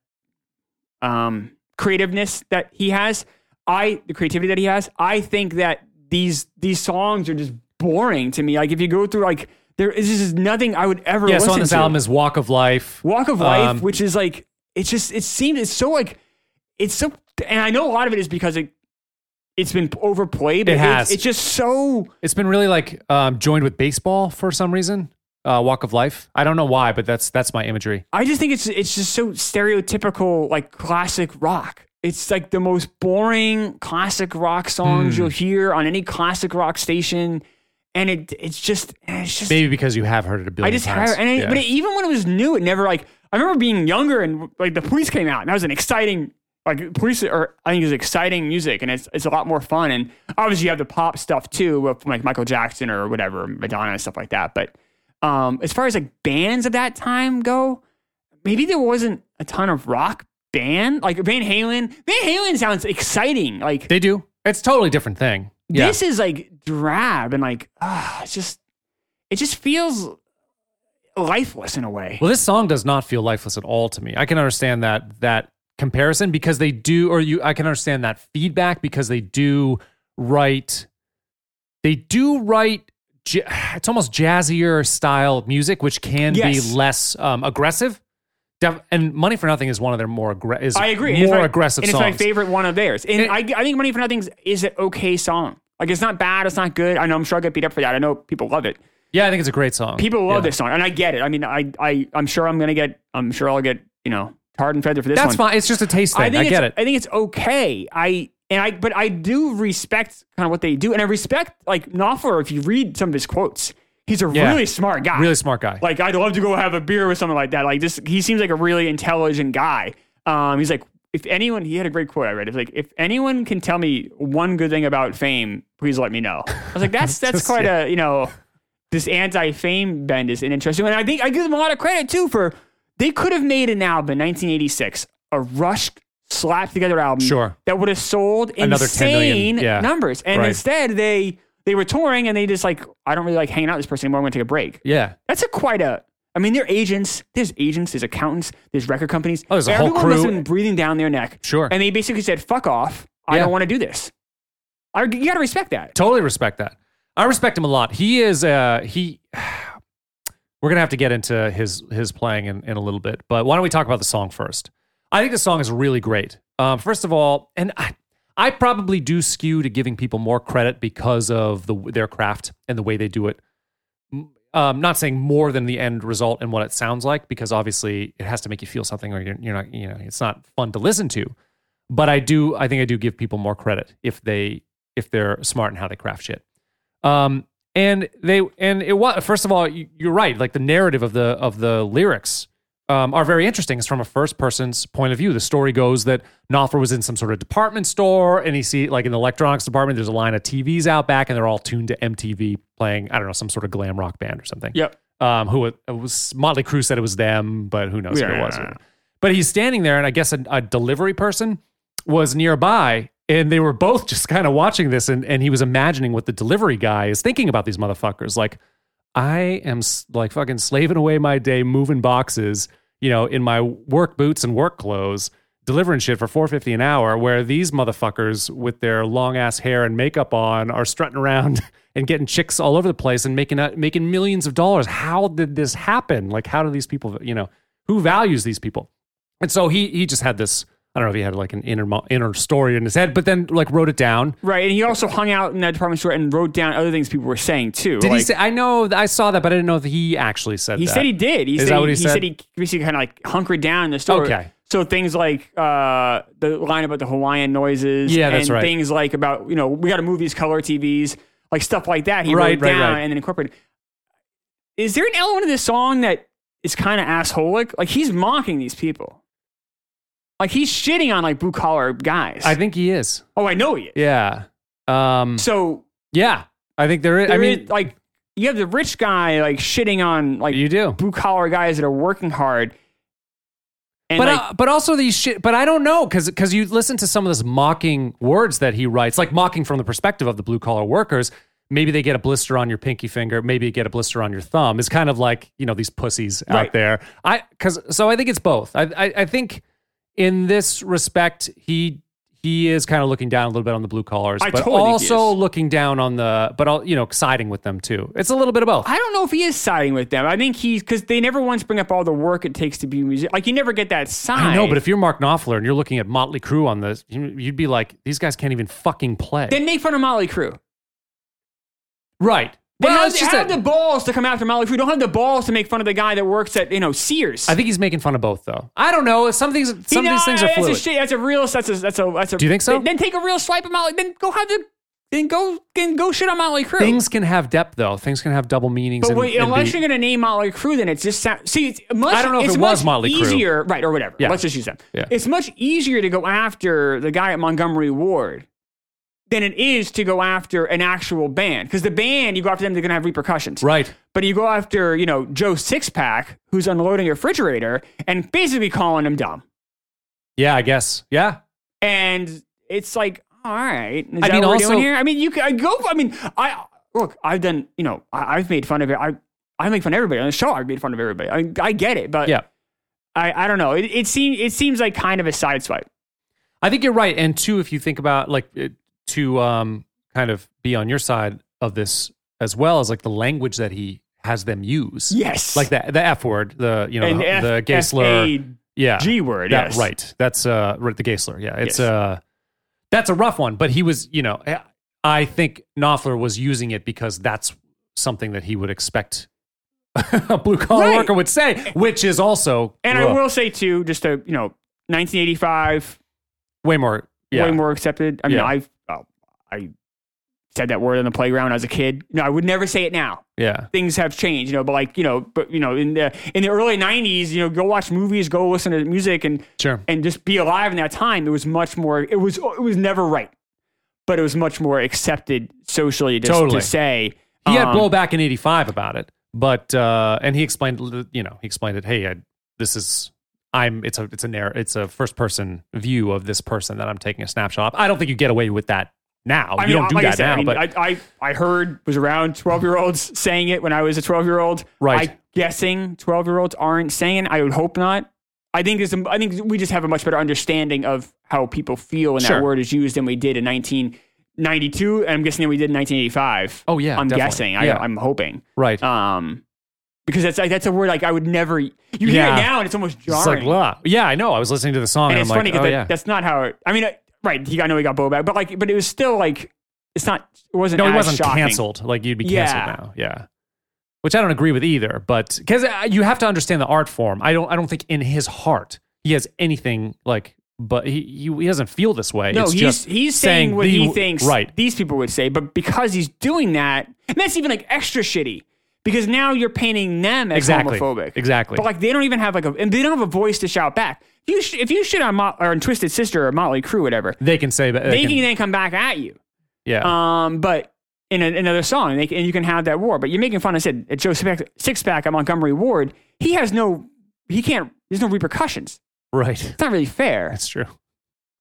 [SPEAKER 3] um, creativeness that he has. I the creativity that he has. I think that these these songs are just boring to me. Like if you go through like there is just nothing I would ever.
[SPEAKER 1] yeah
[SPEAKER 3] listen
[SPEAKER 1] so on this
[SPEAKER 3] to.
[SPEAKER 1] album is walk of life
[SPEAKER 3] Walk of Life,
[SPEAKER 1] Um,
[SPEAKER 3] which is like it's just it seems it's so like it's so and I know a lot of it is because it it's been overplayed. But
[SPEAKER 1] It
[SPEAKER 3] it's-
[SPEAKER 1] has.
[SPEAKER 3] It's, just so
[SPEAKER 1] It's been really like um, joined with baseball for some reason. Uh, walk of life. I don't know why, but that's that's my imagery.
[SPEAKER 3] I just think it's it's just so stereotypical like classic rock. It's like the most boring classic rock songs
[SPEAKER 1] Hmm.
[SPEAKER 3] you'll hear on any classic rock station, and it it's just it's just
[SPEAKER 1] Maybe because you have heard it a billion
[SPEAKER 3] I just
[SPEAKER 1] times.
[SPEAKER 3] had, and I,
[SPEAKER 1] Yeah.
[SPEAKER 3] but even when it was new, it never like I remember being younger and like the police came out and that was an exciting like police or I think it was exciting music and it's it's a lot more fun and obviously you have the pop stuff too of like Michael Jackson or whatever Madonna and stuff like that. But um, as far as like bands of that time go, maybe there wasn't a ton of rock band like Van Halen. Van Halen sounds exciting. Like
[SPEAKER 1] they do. It's a totally different thing. Yeah.
[SPEAKER 3] this is like drab and like ah, it's just it just feels lifeless in a way.
[SPEAKER 1] well, this song does not feel lifeless at all to me. I can understand that that comparison because they do, or you. I can understand that feedback because they do write. They do write. j- It's almost jazzier style music, which can
[SPEAKER 3] Yes.
[SPEAKER 1] be less um, aggressive. Def- and "Money for Nothing" is one of their more aggra- is
[SPEAKER 3] I agree. It's
[SPEAKER 1] more
[SPEAKER 3] my-
[SPEAKER 1] aggressive
[SPEAKER 3] and
[SPEAKER 1] songs.
[SPEAKER 3] It's my favorite one of theirs. And
[SPEAKER 1] It-
[SPEAKER 3] I, I think Money for Nothing is- is an okay song. Like it's not bad. It's not good. I know I'm sure I get beat up for that. I know people love it.
[SPEAKER 1] Yeah, I think it's a great song.
[SPEAKER 3] People love
[SPEAKER 1] Yeah.
[SPEAKER 3] this song, and I get it. I mean, I, I, I'm sure I'm gonna get. I'm sure I'll get. You know, tarred and feathered for this
[SPEAKER 1] That's
[SPEAKER 3] one.
[SPEAKER 1] fine. It's just a taste thing. I,
[SPEAKER 3] think
[SPEAKER 1] get
[SPEAKER 3] it's-
[SPEAKER 1] it.
[SPEAKER 3] I think it's okay. I And I, but I do respect kind of what they do, and I respect like Knopfler. If you read some of his quotes, he's a
[SPEAKER 1] Yeah.
[SPEAKER 3] really smart guy.
[SPEAKER 1] Really smart guy.
[SPEAKER 3] Like I'd love to go have a beer with someone like that. Like this, he seems like a really intelligent guy. Um, he's like, if anyone, he had a great quote I read. It's like, if anyone can tell me one good thing about fame, please let me know. I was like, that's that's
[SPEAKER 1] Just-
[SPEAKER 3] quite a you know, this anti-fame bend is an interesting one. And I think I give them a lot of credit too for they could have made an album in 1986, a rushed, slapped together album,
[SPEAKER 1] Sure.
[SPEAKER 3] that would have sold
[SPEAKER 1] Another 10 million,
[SPEAKER 3] insane
[SPEAKER 1] yeah.
[SPEAKER 3] numbers, and
[SPEAKER 1] Right.
[SPEAKER 3] instead they. They were touring and they just like, I don't really like hanging out with this person anymore. I'm going to take a break.
[SPEAKER 1] yeah.
[SPEAKER 3] That's a quite a. I mean, they're agents. There's agents. There's accountants. There's record companies.
[SPEAKER 1] Oh, there's a whole
[SPEAKER 3] Everyone must
[SPEAKER 1] crew.
[SPEAKER 3] have been breathing down their neck.
[SPEAKER 1] Sure.
[SPEAKER 3] And they basically said, "Fuck off. I
[SPEAKER 1] Yeah.
[SPEAKER 3] don't want to do this." I, you got to respect that.
[SPEAKER 1] Totally respect that. I respect him a lot. He is uh he we're gonna have to get into his his playing in, in a little bit, but why don't we talk about the song first? I think the song is really great. Um, first of all, and I, I probably do skew to giving people more credit because of the their craft and the way they do it. M- Um, not saying more than the end result and what it sounds like, because obviously it has to make you feel something, or you're, you're not, you know, it's not fun to listen to. But I do, I think I do give people more credit if they if they're smart in how they craft shit. Um, and they and it was first of all, you- you're right. Like the narrative of the of the lyrics um, are very interesting. It's from a first person's point of view. The story goes that Knopfler was in some sort of department store, and he see like in the electronics department, there's a line of TVs out back, and they're all tuned to MTV playing. I don't know some sort of glam rock band or something
[SPEAKER 3] Yep.
[SPEAKER 1] um, who it, it was Motley Crue said it was them, but who knows who it
[SPEAKER 3] Yeah.
[SPEAKER 1] was. But he's standing there, and I guess a, a delivery person was nearby, and they were both just kind of watching this, and, and he was imagining what the delivery guy is thinking about these motherfuckers. Like, I am s- like fucking slaving away my day, moving boxes, you know, in my work boots and work clothes, delivering shit for four fifty an hour. Where these motherfuckers with their long ass hair and makeup on are strutting around and getting chicks all over the place and making uh, making millions of dollars. How did this happen? Like, how do these people, you know, who values these people? And so he he just had this. I don't know if he had like an inner mo- inner story in his head, but then like wrote it down.
[SPEAKER 3] Right. And he also hung out in that department store and wrote down other things people were saying too.
[SPEAKER 1] Did he
[SPEAKER 3] Like,
[SPEAKER 1] say? I know I saw that, but I didn't know if he actually said.
[SPEAKER 3] He
[SPEAKER 1] that.
[SPEAKER 3] said he did. He
[SPEAKER 1] Is
[SPEAKER 3] said
[SPEAKER 1] that
[SPEAKER 3] he,
[SPEAKER 1] what he
[SPEAKER 3] he
[SPEAKER 1] said?
[SPEAKER 3] said he basically kind of like hunkered down in the store.
[SPEAKER 1] Okay.
[SPEAKER 3] So things like uh, the line about the Hawaiian noises,
[SPEAKER 1] Yeah, that's
[SPEAKER 3] and
[SPEAKER 1] right.
[SPEAKER 3] Things like about you know we got to move these color TVs, like stuff like that. He
[SPEAKER 1] Right,
[SPEAKER 3] wrote
[SPEAKER 1] right,
[SPEAKER 3] down
[SPEAKER 1] right.
[SPEAKER 3] and then incorporated. Is there an element of this song that is kind of assholic? Like he's mocking these people. Like he's shitting on like blue collar guys.
[SPEAKER 1] I think he is.
[SPEAKER 3] oh, I know he is.
[SPEAKER 1] Yeah. Um.
[SPEAKER 3] So
[SPEAKER 1] Yeah. I think there is. I
[SPEAKER 3] there
[SPEAKER 1] mean,
[SPEAKER 3] is, like you have the rich guy like shitting on like
[SPEAKER 1] you do.
[SPEAKER 3] blue collar guys that are working hard. And
[SPEAKER 1] But
[SPEAKER 3] like,
[SPEAKER 1] uh, but also these shit. But I don't know because because you listen to some of this mocking words that he writes, like mocking from the perspective of the blue collar workers. Maybe they get a blister on your pinky finger. Maybe you get a blister on your thumb. It's kind of like you know these pussies out
[SPEAKER 3] Right.
[SPEAKER 1] there. I because so I think it's both. I, I I think in this respect he he is kind of looking down a little bit on the blue collars,
[SPEAKER 3] I
[SPEAKER 1] but
[SPEAKER 3] totally think he
[SPEAKER 1] also
[SPEAKER 3] is.
[SPEAKER 1] looking down on the but all you know siding with them too. It's a little bit of both.
[SPEAKER 3] I don't know if he is siding with them. I think he's because they never once bring up all the work it takes to be a musician. Like you never get that side.
[SPEAKER 1] I know, but if you're Mark Knopfler and you're looking at Motley Crue on this, you- you'd be like, these guys can't even fucking play.
[SPEAKER 3] then make fun of Motley Crue.
[SPEAKER 1] right.
[SPEAKER 3] They
[SPEAKER 1] Well,
[SPEAKER 3] have,
[SPEAKER 1] it's
[SPEAKER 3] they
[SPEAKER 1] just
[SPEAKER 3] have
[SPEAKER 1] that-
[SPEAKER 3] the balls to come after Motley Crue. Don't have the balls to make fun of the guy that works at you know Sears.
[SPEAKER 1] I think he's making fun of both, though. I don't know. Some things, some
[SPEAKER 3] You
[SPEAKER 1] of
[SPEAKER 3] know,
[SPEAKER 1] these things are
[SPEAKER 3] that's
[SPEAKER 1] fluid.
[SPEAKER 3] A shit, that's a real. That's a. That's a. That's a.
[SPEAKER 1] Do you think so?
[SPEAKER 3] Then, then take a real swipe at Motley. Then go have the. Then go. Then go shit on Motley Crue.
[SPEAKER 1] Things can have depth, though. Things can have double meanings.
[SPEAKER 3] But
[SPEAKER 1] and-
[SPEAKER 3] wait,
[SPEAKER 1] and
[SPEAKER 3] unless
[SPEAKER 1] be-
[SPEAKER 3] you're going to name Motley Crue, then it's just sound, see. It's much,
[SPEAKER 1] I don't know if
[SPEAKER 3] it's
[SPEAKER 1] it was
[SPEAKER 3] much
[SPEAKER 1] Motley Crue.
[SPEAKER 3] easier, right, or whatever.
[SPEAKER 1] Yeah.
[SPEAKER 3] Let's just use that.
[SPEAKER 1] Yeah.
[SPEAKER 3] It's much easier to go after the guy at Montgomery Ward than it is to go after an actual band because the band you go after them, they're going to have repercussions,
[SPEAKER 1] right.
[SPEAKER 3] But you go after you know Joe Sixpack, who's unloading a refrigerator and basically calling him dumb,
[SPEAKER 1] Yeah, I guess. Yeah.
[SPEAKER 3] and it's like, all right, is that
[SPEAKER 1] mean,
[SPEAKER 3] what we're
[SPEAKER 1] also-
[SPEAKER 3] doing here? I mean, you can go. I mean, I look, I've done, you know, I, I've made fun of it. I I make fun of everybody on the show. I've made fun of everybody. I, I get it, but
[SPEAKER 1] Yeah.
[SPEAKER 3] I, I don't know. It, it seems it seems like kind of a side swipe.
[SPEAKER 1] I think you're right. And two, if you think about like it- to um, kind of be on your side of this as well as like the language that he has them use.
[SPEAKER 3] Yes,
[SPEAKER 1] Like the, the F word, the, you know,
[SPEAKER 3] An
[SPEAKER 1] the,
[SPEAKER 3] F-
[SPEAKER 1] the gay slur.
[SPEAKER 3] F-A-G
[SPEAKER 1] yeah.
[SPEAKER 3] word.
[SPEAKER 1] That,
[SPEAKER 3] yes.
[SPEAKER 1] Right. That's uh right, the Gaisler. Yeah. It's
[SPEAKER 3] Yes.
[SPEAKER 1] uh that's a rough one, but he was, you know, I- I think Knopfler was using it because that's something that he would expect a blue collar
[SPEAKER 3] Right.
[SPEAKER 1] worker would say, which is also
[SPEAKER 3] And
[SPEAKER 1] ugh,
[SPEAKER 3] I will say too, just to you know, 1985.
[SPEAKER 1] way more Yeah.
[SPEAKER 3] way more accepted. I mean,
[SPEAKER 1] Yeah.
[SPEAKER 3] I oh, I said that word on the playground as a kid. No, I would never say it now.
[SPEAKER 1] Yeah.
[SPEAKER 3] Things have changed, you know. But like you know, but you know, in the in the early '90s, you know, go watch movies, go listen to music, and
[SPEAKER 1] Sure.
[SPEAKER 3] and just be alive in that time. It was much more. It was it was never right, but it was much more accepted socially to,
[SPEAKER 1] Totally.
[SPEAKER 3] to say.
[SPEAKER 1] He had
[SPEAKER 3] um,
[SPEAKER 1] blowback in 85 about it, but, uh, and he explained, you know, he explained it, hey, I, this is, I'm, it's a, it's a narr- it's a first person view of this person that I'm taking a snapshot of. I don't think you get away with that now.
[SPEAKER 3] I
[SPEAKER 1] you
[SPEAKER 3] mean,
[SPEAKER 1] don't do
[SPEAKER 3] like I
[SPEAKER 1] that
[SPEAKER 3] said,
[SPEAKER 1] now,
[SPEAKER 3] I mean,
[SPEAKER 1] but
[SPEAKER 3] I, I I heard was around twelve year olds saying it when I was a twelve year old.
[SPEAKER 1] Right.
[SPEAKER 3] I guessing twelve year olds aren't saying. it. I would hope not. I think there's some, I think we just have a much better understanding of how people feel when
[SPEAKER 1] Sure.
[SPEAKER 3] that word is used than we did in 1992, and I'm guessing that we did in 1985.
[SPEAKER 1] oh yeah,
[SPEAKER 3] I'm
[SPEAKER 1] definitely.
[SPEAKER 3] guessing.
[SPEAKER 1] Yeah.
[SPEAKER 3] I, I'm hoping.
[SPEAKER 1] right.
[SPEAKER 3] um because that's like, that's a word like I would never you hear
[SPEAKER 1] Yeah.
[SPEAKER 3] it now and it's almost
[SPEAKER 1] it's like,
[SPEAKER 3] jarring.
[SPEAKER 1] blah. yeah, I know. I was listening to the song
[SPEAKER 3] and
[SPEAKER 1] and,
[SPEAKER 3] it's
[SPEAKER 1] I'm
[SPEAKER 3] funny
[SPEAKER 1] like,
[SPEAKER 3] because
[SPEAKER 1] oh
[SPEAKER 3] that,
[SPEAKER 1] yeah.
[SPEAKER 3] that's not how it, I mean uh, right he I know he got Boba but like but it was still like it's not it wasn't
[SPEAKER 1] No, it
[SPEAKER 3] as
[SPEAKER 1] wasn't
[SPEAKER 3] shocking.
[SPEAKER 1] canceled. Like you'd be canceled
[SPEAKER 3] Yeah.
[SPEAKER 1] now. Yeah. Which I don't agree with either, but because you have to understand the art form. I don't. I don't think in his heart he has anything like. But he he, he doesn't feel this way.
[SPEAKER 3] No,
[SPEAKER 1] It's
[SPEAKER 3] he's
[SPEAKER 1] just
[SPEAKER 3] he's saying, what
[SPEAKER 1] the-
[SPEAKER 3] he thinks
[SPEAKER 1] Right.
[SPEAKER 3] these people would say, but because he's doing that, and that's even like extra shitty because now you're painting them as
[SPEAKER 1] Exactly.
[SPEAKER 3] homophobic.
[SPEAKER 1] Exactly.
[SPEAKER 3] But like they don't even have like a and they don't have a voice to shout back. You sh- if you shit on Mo- or on Twisted Sister or Motley Crue, whatever,
[SPEAKER 1] They can say, but
[SPEAKER 3] they
[SPEAKER 1] they
[SPEAKER 3] can
[SPEAKER 1] can,
[SPEAKER 3] then come back at you.
[SPEAKER 1] yeah.
[SPEAKER 3] Um, but in a, another song, they, can- and you can have that war. But you're making fun. I said at Joe Sixpack, Sixpack at Montgomery Ward, he has no, he can't. There's no repercussions.
[SPEAKER 1] right.
[SPEAKER 3] It's not really fair.
[SPEAKER 1] That's true.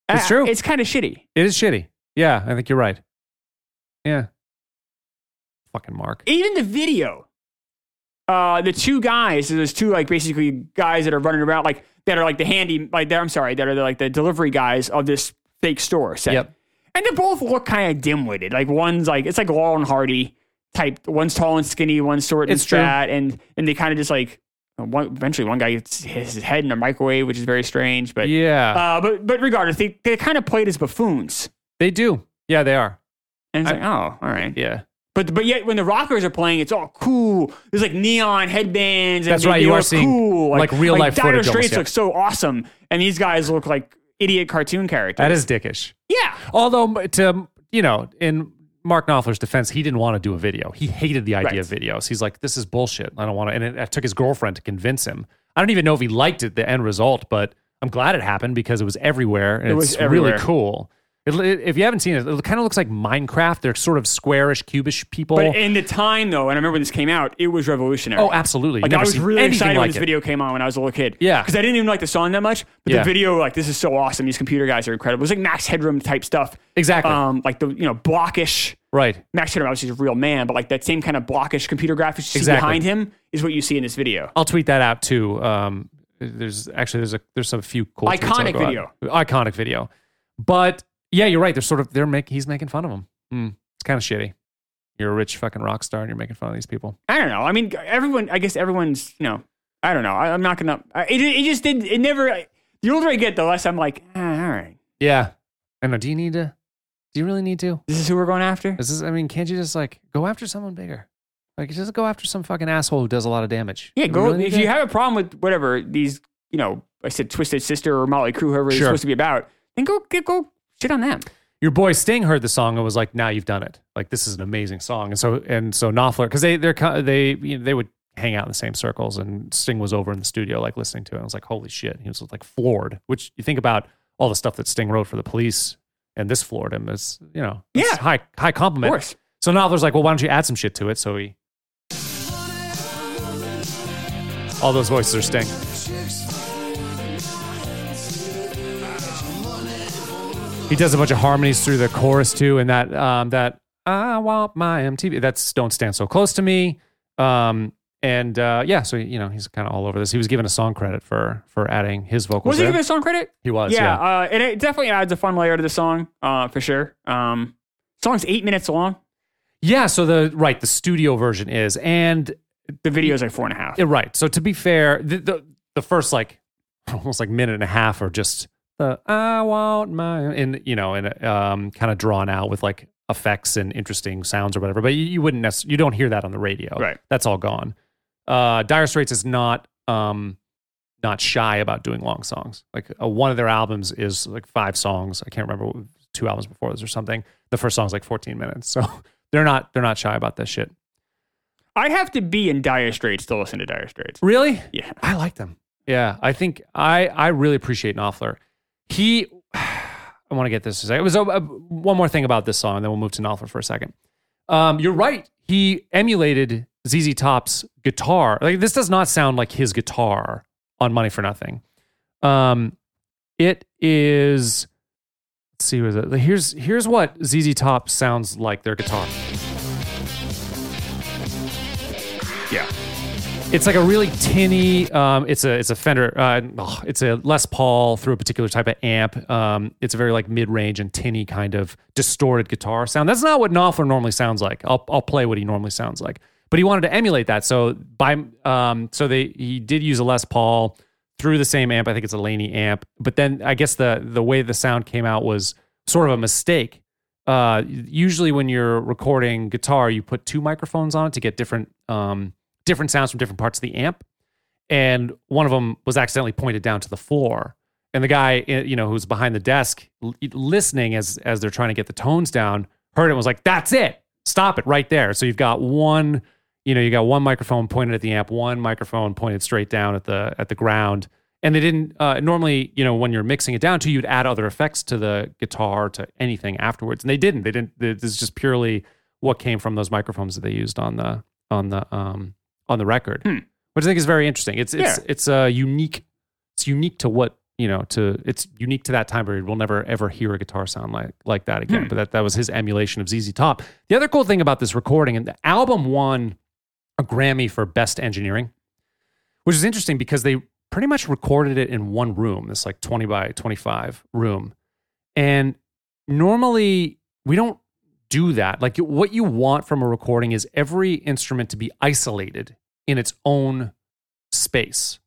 [SPEAKER 1] it's true.
[SPEAKER 3] It's kind of shitty.
[SPEAKER 1] It is shitty. Yeah, I think you're right. Yeah. Fucking Mark.
[SPEAKER 3] Even the video, uh, the two guys, there's two like basically guys that are running around like that are like the handy, like that. I'm sorry, that are the, like the delivery guys of this fake store. Set.
[SPEAKER 1] Yep.
[SPEAKER 3] And they both look kind of dim-witted. Like one's like it's like Laurel and Hardy type. One's tall and skinny. One's short and
[SPEAKER 1] It's true.
[SPEAKER 3] fat. And and they kind of just like one, eventually one guy gets his his head in a microwave, which is very strange. But
[SPEAKER 1] Yeah,
[SPEAKER 3] uh, but but regardless, they they kind of played as buffoons.
[SPEAKER 1] they do. Yeah, they are.
[SPEAKER 3] And it's
[SPEAKER 1] I-
[SPEAKER 3] like oh, all right.
[SPEAKER 1] Yeah.
[SPEAKER 3] But but yet when the rockers are playing, it's all cool. There's like neon headbands. And
[SPEAKER 1] That's
[SPEAKER 3] they-
[SPEAKER 1] right,
[SPEAKER 3] they
[SPEAKER 1] you are
[SPEAKER 3] look
[SPEAKER 1] seeing,
[SPEAKER 3] cool.
[SPEAKER 1] like, real life
[SPEAKER 3] Dire
[SPEAKER 1] footage almost,
[SPEAKER 3] Straits
[SPEAKER 1] yeah.
[SPEAKER 3] look so awesome, and these guys look like idiot cartoon characters.
[SPEAKER 1] That is dickish.
[SPEAKER 3] yeah.
[SPEAKER 1] Although, m- to you know, in Mark Knopfler's defense, he didn't want to do a video. He hated the idea
[SPEAKER 3] Right.
[SPEAKER 1] of videos. He's like, "This is bullshit. I don't want to." And it, it took his girlfriend to convince him. I don't even know if he liked it, the end result, but I'm glad it happened because it was everywhere. And
[SPEAKER 3] It was
[SPEAKER 1] it's
[SPEAKER 3] everywhere.
[SPEAKER 1] really cool. It, it- if you haven't seen it, it kind of looks like Minecraft. They're sort of squarish, cubish people.
[SPEAKER 3] But in the time though, and I remember when this came out, it was revolutionary.
[SPEAKER 1] oh, absolutely!
[SPEAKER 3] Like
[SPEAKER 1] You've
[SPEAKER 3] I
[SPEAKER 1] never
[SPEAKER 3] was
[SPEAKER 1] seen
[SPEAKER 3] really
[SPEAKER 1] anything
[SPEAKER 3] excited
[SPEAKER 1] like
[SPEAKER 3] when this
[SPEAKER 1] it.
[SPEAKER 3] video came on when I was a little kid.
[SPEAKER 1] Yeah.
[SPEAKER 3] because I didn't even like the song that much, but
[SPEAKER 1] Yeah.
[SPEAKER 3] the video, like, this is so awesome. These computer guys are incredible. It was like Max Headroom type stuff.
[SPEAKER 1] Exactly.
[SPEAKER 3] Um, like the you know blockish
[SPEAKER 1] Right.
[SPEAKER 3] Max Headroom obviously is a real man, but like that same kind of blockish computer graphics you see
[SPEAKER 1] Exactly.
[SPEAKER 3] behind him is what you see in this video.
[SPEAKER 1] I'll tweet that out too. Um, there's actually there's a there's some few cool tweets
[SPEAKER 3] Iconic
[SPEAKER 1] that'll go out. iconic video. But yeah, you're right. They're sort of they're make he's making fun of them. Mm, it's kind of shitty. You're a rich fucking rock star and you're making fun of these people.
[SPEAKER 3] I don't know. I mean, everyone. I guess everyone's you know. I don't know. I, I'm not gonna. I, it, it just did. It never. The older I get, the less I'm like, ah, all right,
[SPEAKER 1] Yeah. I know. Do you need to? Do you really need to?
[SPEAKER 3] this is who we're going after.
[SPEAKER 1] Is this? I mean, can't you just like go after someone bigger? Like just go after some fucking asshole who does a lot of damage.
[SPEAKER 3] Yeah,
[SPEAKER 1] Do we
[SPEAKER 3] go.
[SPEAKER 1] really need
[SPEAKER 3] if
[SPEAKER 1] to?
[SPEAKER 3] you have a problem with whatever these, you know, I said Twisted Sister or Motley Crue, whoever it's
[SPEAKER 1] Sure.
[SPEAKER 3] supposed to be about, then go get go shit on them.
[SPEAKER 1] your boy Sting heard the song and was like, "Now you've done it. Like this is an amazing song." And so and so Knopfler because they they're co- they you know, they would hang out in the same circles and Sting was over in the studio like listening to it. And I was like, "Holy shit!" He was like floored. Which you think about all the stuff that Sting wrote for the Police and this floored him is you know it's
[SPEAKER 3] Yeah.
[SPEAKER 1] high high
[SPEAKER 3] Of
[SPEAKER 1] compliment.
[SPEAKER 3] course.
[SPEAKER 1] So Knopfler's like, "Well, why don't you add some shit to it?" So he all those voices are Sting. He does a bunch of harmonies through the chorus too, and that um, that I want my MTV. That's "Don't Stand So Close to Me." Um, and uh, yeah, so you know he's kind of all over this. He was given a song credit for for adding his vocals.
[SPEAKER 3] Was he
[SPEAKER 1] there.
[SPEAKER 3] given a song credit?
[SPEAKER 1] He was.
[SPEAKER 3] yeah,
[SPEAKER 1] Yeah.
[SPEAKER 3] Uh, and it definitely adds a fun layer to the song uh, for sure. Um, song's eight minutes long.
[SPEAKER 1] Yeah. So the right the studio version is, and
[SPEAKER 3] The video's like four and a half.
[SPEAKER 1] Yeah, right. So to be fair, the, the the first like almost like minute and a half are just the I want my and you know and um kind of drawn out with like effects and interesting sounds or whatever. But you, you wouldn't necessarily you don't hear that on the radio.
[SPEAKER 3] Right.
[SPEAKER 1] That's all gone. Uh, Dire Straits is not um not shy about doing long songs. Like uh, one of their albums is like five songs. I can't remember what, two albums before this or something. The first song's like 14 minutes. So they're not they're not shy about this shit.
[SPEAKER 3] I have to be in Dire Straits to listen to Dire Straits.
[SPEAKER 1] Really?
[SPEAKER 3] Yeah.
[SPEAKER 1] I like them. Yeah, I think I I really appreciate Knopfler. He, I want to get this. To say. It was uh, uh, one more thing about this song, and then we'll move to Knopfler for a second. Um, you're right. He emulated ZZ Top's guitar. Like this does not sound like his guitar on Money for Nothing. Um, it is. Let's see. Was it? Here's here's what ZZ Top sounds like their guitar.
[SPEAKER 3] Yeah.
[SPEAKER 1] It's like a really tinny. Um, it's a it's a Fender. Uh, oh, it's a Les Paul through a particular type of amp. Um, it's a very like mid range and tinny kind of distorted guitar sound. That's not what Knopfler normally sounds like. I'll I'll play what he normally sounds like. But he wanted to emulate that, so by um, so they he did use a Les Paul through the same amp. I think it's a Laney amp. But then I guess the the way the sound came out was sort of a mistake uh, usually when you're recording guitar, you put two microphones on it to get different um, different sounds from different parts of the amp. And one of them was accidentally pointed down to the floor. And the guy, eh, you know, who's behind the desk l- listening as as they're trying to get the tones down, heard it and was like, "That's it. Stop it right there." So you've got one, you know, you got one microphone pointed at the amp, one microphone pointed straight down at the at the ground. And they didn't uh, normally, you know, when you're mixing it down to, you'd add other effects to the guitar to anything afterwards, and they didn't. They didn't. This is just purely what came from those microphones that they used on the on the um on the record, which I think is very interesting. It's it's
[SPEAKER 3] Yeah.
[SPEAKER 1] it's uh, unique. It's unique to what you know to it's unique to that time period. We'll never ever hear a guitar sound like like that again. But that that was his emulation of ZZ Top. The other cool thing about this recording and the album won a Grammy for best engineering, which is interesting because they pretty much recorded it in one room, this like 20 by 25 room. And normally we don't do that. Like what you want from a recording is every instrument to be isolated in its own space.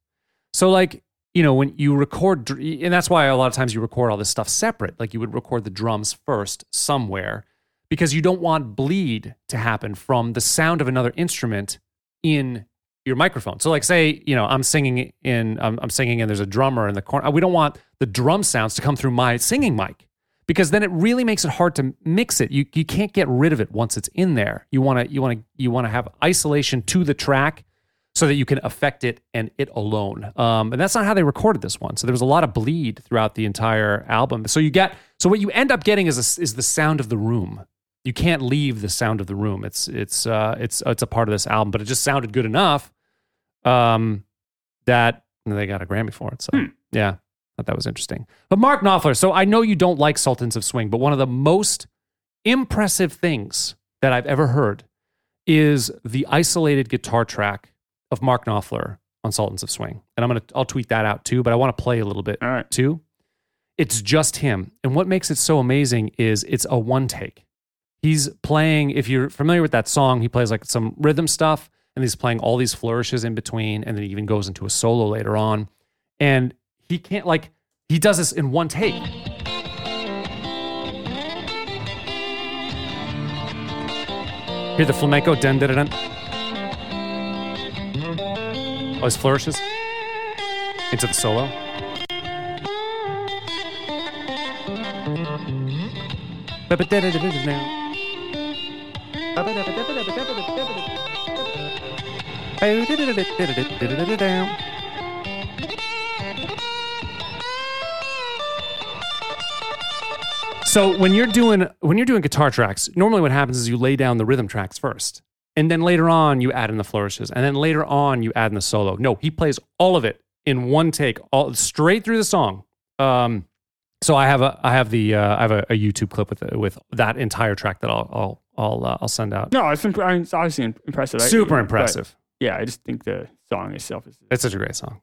[SPEAKER 1] So like, you know, when you record dr- and that's why a lot of times you record all this stuff separate. Like you would record the drums first somewhere because you don't want bleed to happen from the sound of another instrument in your microphone. So like say, you know, I'm singing in I'm, I'm singing and there's a drummer in the corner. We don't want the drum sounds to come through my singing mic because then it really makes it hard to mix it. You you can't get rid of it once it's in there. You want to you want to you want to have isolation to the track so that you can affect it and it alone. Um, and that's not how they recorded this one. So there was a lot of bleed throughout the entire album. So you get so what you end up getting is a, is the sound of the room. You can't leave the sound of the room. It's it's uh, it's it's a part of this album, but it just sounded good enough um, that they got a Grammy for it. So yeah, thought that was interesting. But Mark Knopfler. So I know you don't like Sultans of Swing, but one of the most impressive things that I've ever heard is the isolated guitar track of Mark Knopfler on Sultans of Swing. And I'm gonna I'll tweet that out too, but I want to play a little bit
[SPEAKER 3] All right.
[SPEAKER 1] too. It's just him. And what makes it so amazing is it's a one take. He's playing, if you're familiar with that song, he plays like some rhythm stuff and he's playing all these flourishes in between and then he even goes into a solo later on. And he can't like he does this in one take. Hear the flamenco dun dun dun. dun. Oh, his flourishes into the solo. It's So when you're doing when you're doing guitar tracks, normally what happens is you lay down the rhythm tracks first. And then later on you add in the flourishes. And then later on you add in the solo. No, he plays all of it in one take, all straight through the song. Um, so I have a I have the uh, I have a, a YouTube clip with with that entire track that I'll I'll I'll, uh, I'll send out.
[SPEAKER 3] No, it's, imp- I mean, it's obviously im- impressive. I-
[SPEAKER 1] Super
[SPEAKER 3] but,
[SPEAKER 1] impressive.
[SPEAKER 3] yeah, I just think the song itself is.
[SPEAKER 1] It's such a great song.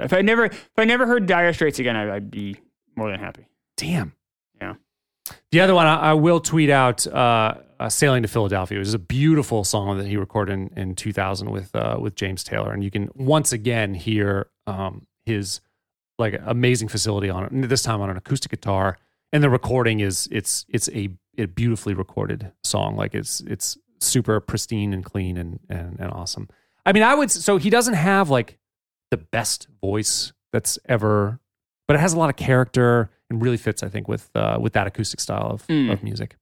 [SPEAKER 3] If I never, if I never heard Dire Straits again, I, I'd be more than happy.
[SPEAKER 1] Damn.
[SPEAKER 3] Yeah.
[SPEAKER 1] The other one I, I will tweet out uh, uh, "Sailing to Philadelphia," which is a beautiful song that he recorded in, in 2000 with uh, with James Taylor, and you can once again hear um, his like amazing facility on it. and This time on an acoustic guitar, and the recording is it's it's a, a beautifully recorded song. Like it's it's super pristine and clean and and, and awesome. I mean, I would so he doesn't have like the best voice that's ever, but it has a lot of character and really fits, I think, with uh, with that acoustic style of,
[SPEAKER 3] Mm.
[SPEAKER 1] of music.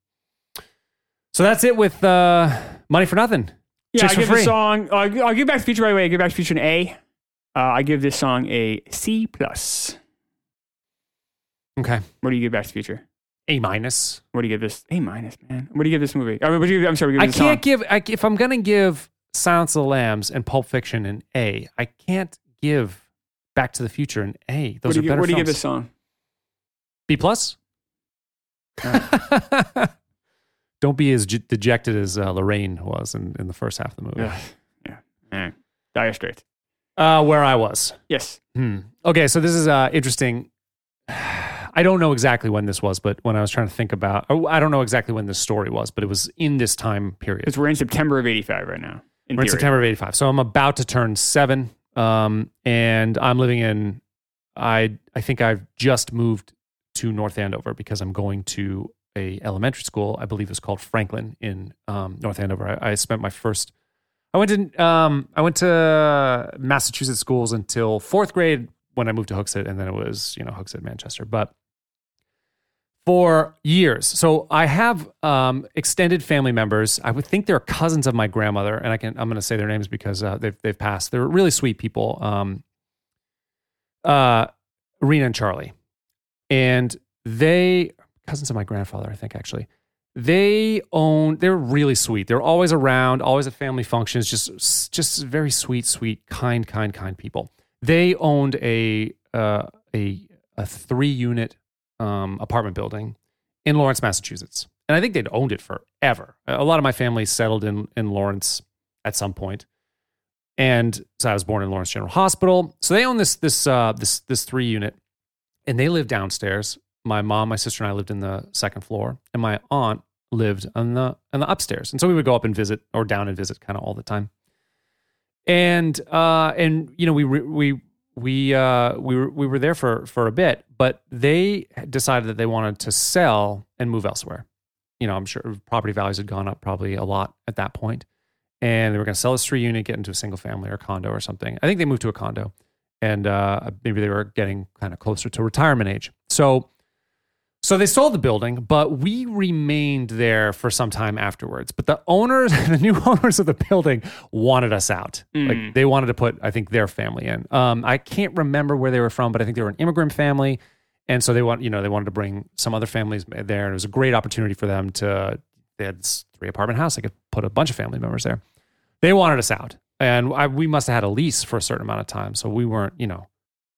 [SPEAKER 1] So that's it with uh, Money for Nothing.
[SPEAKER 3] Yeah,
[SPEAKER 1] Chicks
[SPEAKER 3] I
[SPEAKER 1] for
[SPEAKER 3] give the
[SPEAKER 1] free.
[SPEAKER 3] song. I'll, gi- I'll give Back to the Future right away. I give Back to the Future an A. Uh, I give this song a C plus.
[SPEAKER 1] Okay.
[SPEAKER 3] What do you give Back to the Future?
[SPEAKER 1] A minus.
[SPEAKER 3] What do you give this? A minus, man. What do you give this movie? I mean, what do you give, I'm sorry. What do
[SPEAKER 1] I
[SPEAKER 3] you give this song?
[SPEAKER 1] can't give, I, if I'm going to give Silence of the Lambs and Pulp Fiction an A, I can't give Back to the Future an A.
[SPEAKER 3] What
[SPEAKER 1] Those
[SPEAKER 3] do
[SPEAKER 1] are
[SPEAKER 3] you, give-
[SPEAKER 1] better
[SPEAKER 3] what do you give
[SPEAKER 1] films.
[SPEAKER 3] this song?
[SPEAKER 1] B plus. Don't be as j- dejected as uh, Lorraine was in, in the first half of the movie.
[SPEAKER 3] Yeah. Yeah. All right. Dire Straits.
[SPEAKER 1] Uh, where I was.
[SPEAKER 3] Yes.
[SPEAKER 1] Hmm. Okay, so this is uh, interesting. I don't know exactly when this was, but when I was trying to think about, oh, I don't know exactly when this story was, but it was in this time period.
[SPEAKER 3] Because we're in September of 85 right now. In
[SPEAKER 1] We're in
[SPEAKER 3] theory.
[SPEAKER 1] September of 85. So I'm about to turn seven. Um, and I'm living in, I, I think I've just moved to North Andover because I'm going to a elementary school. I believe it's called Franklin in um, North Andover. I, I spent my first, I went to, um, I went to Massachusetts schools until fourth grade when I moved to Hooksett. And then it was, you know, Hooksett, Manchester, but for years. So I have um, extended family members. I would think they're cousins of my grandmother, and I can I'm going to say their names because uh, they've they've passed. They're really sweet people. Um, uh, Rena and Charlie, and they cousins of my grandfather, I think actually. They own. They're really sweet. They're always around, always at family functions. Just, just very sweet, sweet, kind, kind, kind people. They owned a uh, a a three unit um, apartment building in Lawrence, Massachusetts. And I think they'd owned it forever. A lot of my family settled in, in Lawrence at some point. And so I was born in Lawrence General Hospital. So they own this this uh, this this three unit, and they lived downstairs. My mom, my sister, and I lived in the second floor, and my aunt lived on the on the upstairs. And so we would go up and visit, or down and visit, kind of all the time. And uh, and you know we re- we we uh, we were we were there for for a bit, but they decided that they wanted to sell and move elsewhere. You know, I'm sure property values had gone up probably a lot at that point, and they were going to sell this three unit, get into a single family or condo or something. I think they moved to a condo, and uh, maybe they were getting kind of closer to retirement age. So, so they sold the building, but we remained there for some time afterwards. But the owners, the new owners of the building, wanted us out. Like they wanted to put, I think, their family in. Um, I can't remember where they were from, but I think they were an immigrant family, and so they want, you know, they wanted to bring some other families there, and it was a great opportunity for them to. They had this three apartment house. They could put a bunch of family members there they wanted us out and I, we must have had a lease for a certain amount of time so we weren't you know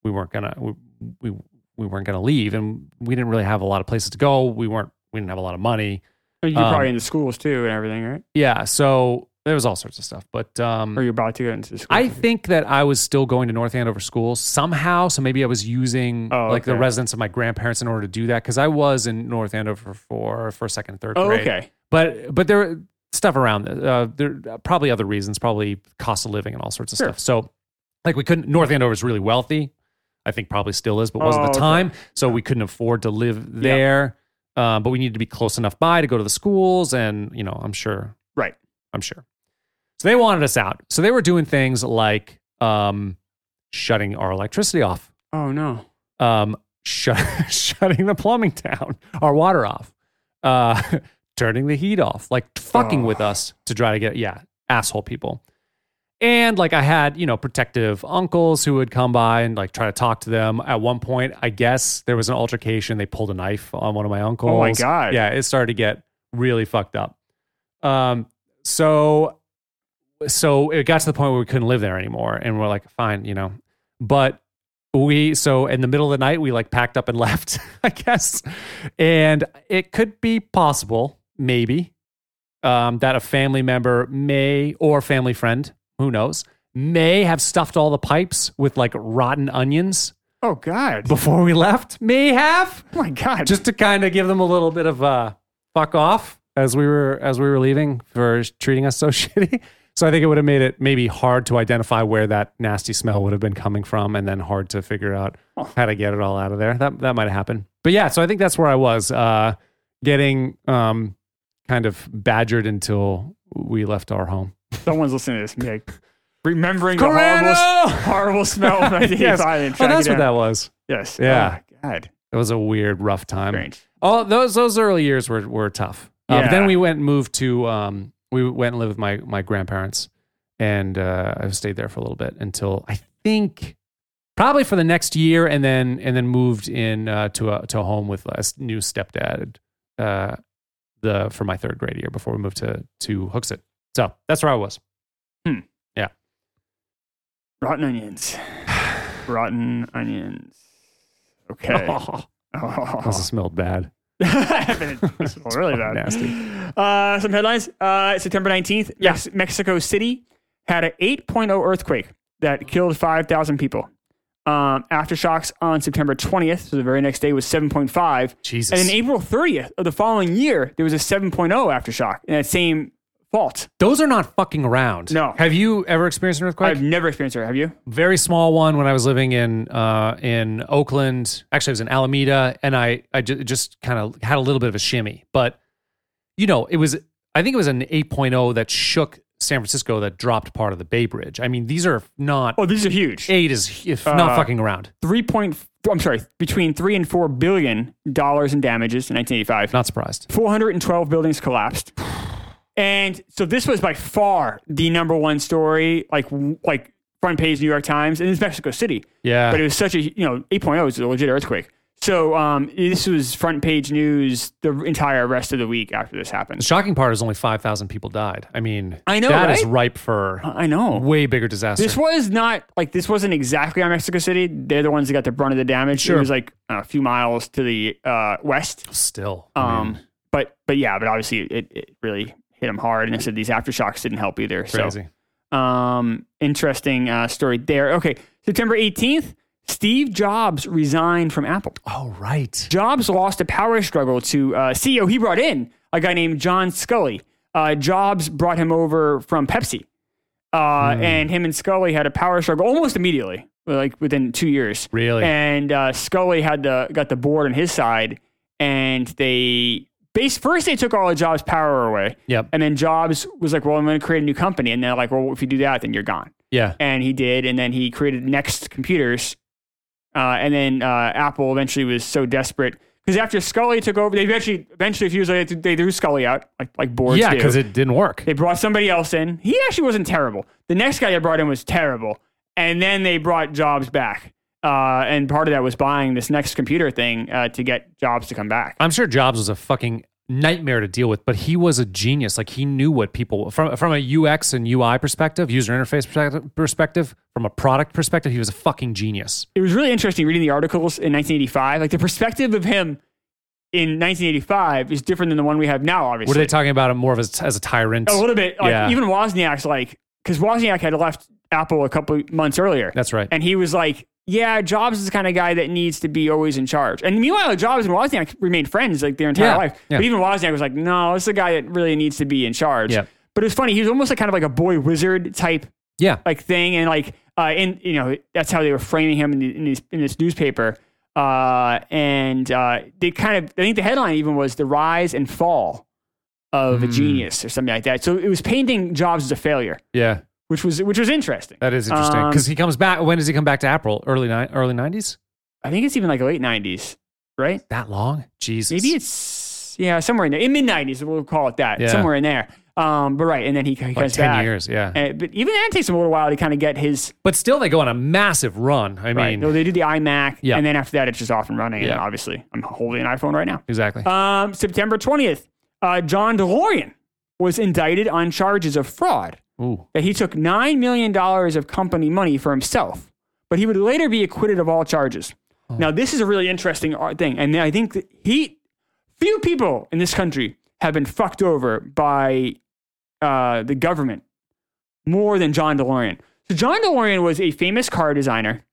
[SPEAKER 1] we weren't gonna we, we we weren't gonna leave and we didn't really have a lot of places to go we weren't we didn't have a lot of money
[SPEAKER 3] You're
[SPEAKER 1] Um,
[SPEAKER 3] probably in the schools too and everything, right?
[SPEAKER 1] yeah so there was all sorts of stuff but um
[SPEAKER 3] Or you're about to go into the school.
[SPEAKER 1] I think that I was still going to North Andover School somehow. So maybe I was using
[SPEAKER 3] Oh,
[SPEAKER 1] like the
[SPEAKER 3] okay.
[SPEAKER 1] residence of my grandparents in order to do that because I was in North Andover for first, second, and third
[SPEAKER 3] Oh,
[SPEAKER 1] grade.
[SPEAKER 3] okay.
[SPEAKER 1] but but there were stuff around uh, there are probably other reasons probably cost of living and all sorts of
[SPEAKER 3] Sure.
[SPEAKER 1] stuff so like we couldn't north andover is really wealthy i think probably still is but wasn't at
[SPEAKER 3] Oh,
[SPEAKER 1] the
[SPEAKER 3] okay.
[SPEAKER 1] time so we couldn't afford to live there um, but we needed to be close enough by to go to the schools and you know i'm sure
[SPEAKER 3] Right.
[SPEAKER 1] i'm sure so they wanted us out so they were doing things like um, shutting our electricity off
[SPEAKER 3] Oh no.
[SPEAKER 1] um, shut, shutting the plumbing down, our water off, uh, turning the heat off, like fucking
[SPEAKER 3] Oh.
[SPEAKER 1] with us to try to get, yeah, asshole people. And like I had, you know, protective uncles who would come by and like try to talk to them. At one point, I guess there was an altercation. They pulled a knife on one of my uncles.
[SPEAKER 3] God.
[SPEAKER 1] Yeah, it started to get really fucked up. Um, so so it got to the point where we couldn't live there anymore, and we're like, fine, you know. But we so in the middle of the night we like packed up and left, I guess. And it could be possible, maybe, um, that a family member may or family friend, who knows, may have stuffed all the pipes with like rotten onions
[SPEAKER 3] Oh God.
[SPEAKER 1] before we left. May have
[SPEAKER 3] oh my God.
[SPEAKER 1] just to kind of give them a little bit of uh fuck off as we were as we were leaving for treating us so shitty. So I think it would have made it maybe hard to identify where that nasty smell would have been coming from and then hard to figure out how to get it all out of there. That that might have happened. But yeah, so I think that's where I was uh getting um kind of badgered until we left our home.
[SPEAKER 3] someone's listening to this. and be like, remembering the horrible,
[SPEAKER 1] Corano!
[SPEAKER 3] s- horrible smell when I was
[SPEAKER 1] yes.
[SPEAKER 3] 85
[SPEAKER 1] Oh,
[SPEAKER 3] and track
[SPEAKER 1] that's
[SPEAKER 3] it
[SPEAKER 1] what
[SPEAKER 3] down.
[SPEAKER 1] that was.
[SPEAKER 3] Yes. Um,
[SPEAKER 1] Yeah.
[SPEAKER 3] Oh, my God.
[SPEAKER 1] It was a weird, rough time.
[SPEAKER 3] Strange.
[SPEAKER 1] Oh, those those early years were were tough. Uh, but
[SPEAKER 3] Yeah.
[SPEAKER 1] then we went and moved to um, we went and lived with my my grandparents, and uh, I stayed there for a little bit until I think probably for the next year, and then and then moved in uh, to a to a home with a s- new stepdad uh, the for my third grade year before we moved to to Hooksett. So that's where I was.
[SPEAKER 3] Rotten onions. Rotten onions. Okay. Oh.
[SPEAKER 1] Also smelled bad.
[SPEAKER 3] this is really bad. Uh, some headlines. Uh, September 19th, Mex- Mexico City had an 8.0 earthquake that killed 5,000 people. Um, aftershocks on September 20th, so the very next day was 7.5.
[SPEAKER 1] Jesus.
[SPEAKER 3] And then April 30th of the following year, there was a 7.0 aftershock in that same fault.
[SPEAKER 1] Those are not fucking around.
[SPEAKER 3] No.
[SPEAKER 1] Have you ever experienced an earthquake?
[SPEAKER 3] I've never experienced it. Have you?
[SPEAKER 1] very small one when I was living in uh, in Oakland. Actually, I was in Alameda, and I I ju- just kind of had a little bit of a shimmy. But you know, it was I think it was an 8.0 that shook San Francisco that dropped part of the Bay Bridge. I mean, these are not
[SPEAKER 3] Oh, these are huge.
[SPEAKER 1] eight is if not
[SPEAKER 3] Uh,
[SPEAKER 1] fucking around.
[SPEAKER 3] three point. I'm sorry, between three and four billion dollars in damages in 1985.
[SPEAKER 1] Not surprised.
[SPEAKER 3] 412 buildings collapsed, and so this was by far the number one story, like like front page New York Times, and it's Mexico City.
[SPEAKER 1] Yeah.
[SPEAKER 3] But it was such a you know 8.0 is a legit earthquake. So um, this was front page news the entire rest of the week after this
[SPEAKER 1] the
[SPEAKER 3] happened.
[SPEAKER 1] shocking part is only five thousand people died. I mean,
[SPEAKER 3] I know,
[SPEAKER 1] that is
[SPEAKER 3] right?
[SPEAKER 1] ripe for
[SPEAKER 3] I know.
[SPEAKER 1] way bigger disaster.
[SPEAKER 3] This was not like this wasn't exactly on Mexico City. They're the ones that got the brunt of the damage.
[SPEAKER 1] Sure.
[SPEAKER 3] It was like a few miles to the uh, west.
[SPEAKER 1] Still, I mean,
[SPEAKER 3] Um, but but yeah, but obviously it, it really hit him hard, and I said these aftershocks didn't help either.
[SPEAKER 1] crazy.
[SPEAKER 3] So um, interesting uh, story there. Okay, September eighteenth, Steve Jobs resigned from Apple.
[SPEAKER 1] oh right.
[SPEAKER 3] Jobs lost a power struggle to uh, CEO he brought in a guy named John Scully. Uh, Jobs brought him over from Pepsi, uh,
[SPEAKER 1] Hmm.
[SPEAKER 3] and him and Scully had a power struggle almost immediately, like within two years.
[SPEAKER 1] Really?
[SPEAKER 3] And uh, Scully had the got the board on his side, and they base first they took all of Jobs' power away.
[SPEAKER 1] Yep.
[SPEAKER 3] And then Jobs was like, "Well, I'm going to create a new company," and they're like, "Well, if you do that, then you're gone."
[SPEAKER 1] Yeah.
[SPEAKER 3] and he did, and then he created Next Computers, uh, and then uh, Apple eventually was so desperate because after Scully took over, they eventually, eventually, a few years later, they threw Scully out, like like boards
[SPEAKER 1] Yeah,
[SPEAKER 3] do.
[SPEAKER 1] because it didn't work.
[SPEAKER 3] they brought somebody else in. He actually wasn't terrible. The next guy they brought in was terrible, and then they brought Jobs back, uh, and part of that was buying this Next Computer thing uh, to get Jobs to come back.
[SPEAKER 1] I'm sure Jobs was a fucking nightmare to deal with, but he was a genius. Like he knew what people from from a UX and UI perspective, user interface perspective, perspective from a product perspective, he was a fucking genius.
[SPEAKER 3] it was really interesting reading the articles in 1985. Like the perspective of him in 1985 is different than the one we have now. Obviously,
[SPEAKER 1] What are they talking about? Him more of as, as a tyrant.
[SPEAKER 3] Oh, A little bit. Like,
[SPEAKER 1] Yeah.
[SPEAKER 3] Even Wozniak's like, because Wozniak had left Apple a couple months earlier.
[SPEAKER 1] That's right.
[SPEAKER 3] And he was like, yeah, Jobs is the kind of guy that needs to be always in charge. And meanwhile, Jobs and Wozniak remained friends like their entire
[SPEAKER 1] Yeah.
[SPEAKER 3] life.
[SPEAKER 1] Yeah.
[SPEAKER 3] But even Wozniak was like, no, this is a guy that really needs to be in charge.
[SPEAKER 1] Yeah.
[SPEAKER 3] But it was funny. He was almost like kind of like a boy wizard type
[SPEAKER 1] yeah,
[SPEAKER 3] like thing, and like uh, in you know that's how they were framing him in, the, in, these, in this newspaper. Uh, and uh, they kind of I think the headline even was the rise and fall of a
[SPEAKER 1] Hmm.
[SPEAKER 3] genius or something like that. So it was painting Jobs as a failure,
[SPEAKER 1] yeah.
[SPEAKER 3] which was which was interesting.
[SPEAKER 1] That is interesting
[SPEAKER 3] Um,
[SPEAKER 1] because he comes back. When does he come back to Apple? Early ni- early nineties.
[SPEAKER 3] I think it's even like late nineties, right?
[SPEAKER 1] That long? Jesus.
[SPEAKER 3] Maybe it's yeah somewhere in there in mid nineties. We'll call it that
[SPEAKER 1] Yeah.
[SPEAKER 3] somewhere in there. Um, but right, and then he, he
[SPEAKER 1] like
[SPEAKER 3] comes
[SPEAKER 1] ten
[SPEAKER 3] back.
[SPEAKER 1] years. Yeah.
[SPEAKER 3] And, but even that takes him a little while to kind of get his
[SPEAKER 1] but still, they go on a massive run. I
[SPEAKER 3] Right.
[SPEAKER 1] mean,
[SPEAKER 3] no, they do the iMac,
[SPEAKER 1] Yeah.
[SPEAKER 3] and then after that, it's just off and running.
[SPEAKER 1] Yeah.
[SPEAKER 3] And obviously, I'm holding an iPhone right now.
[SPEAKER 1] exactly.
[SPEAKER 3] Um, September 20th, uh, John DeLorean was indicted on charges of fraud
[SPEAKER 1] Ooh.
[SPEAKER 3] that he took $9 million of company money for himself, but he would later be acquitted of all charges. Now, this is a really interesting uh, thing. And I think that he, few people in this country have been fucked over by uh, the government more than John DeLorean. So, John DeLorean was a famous car designer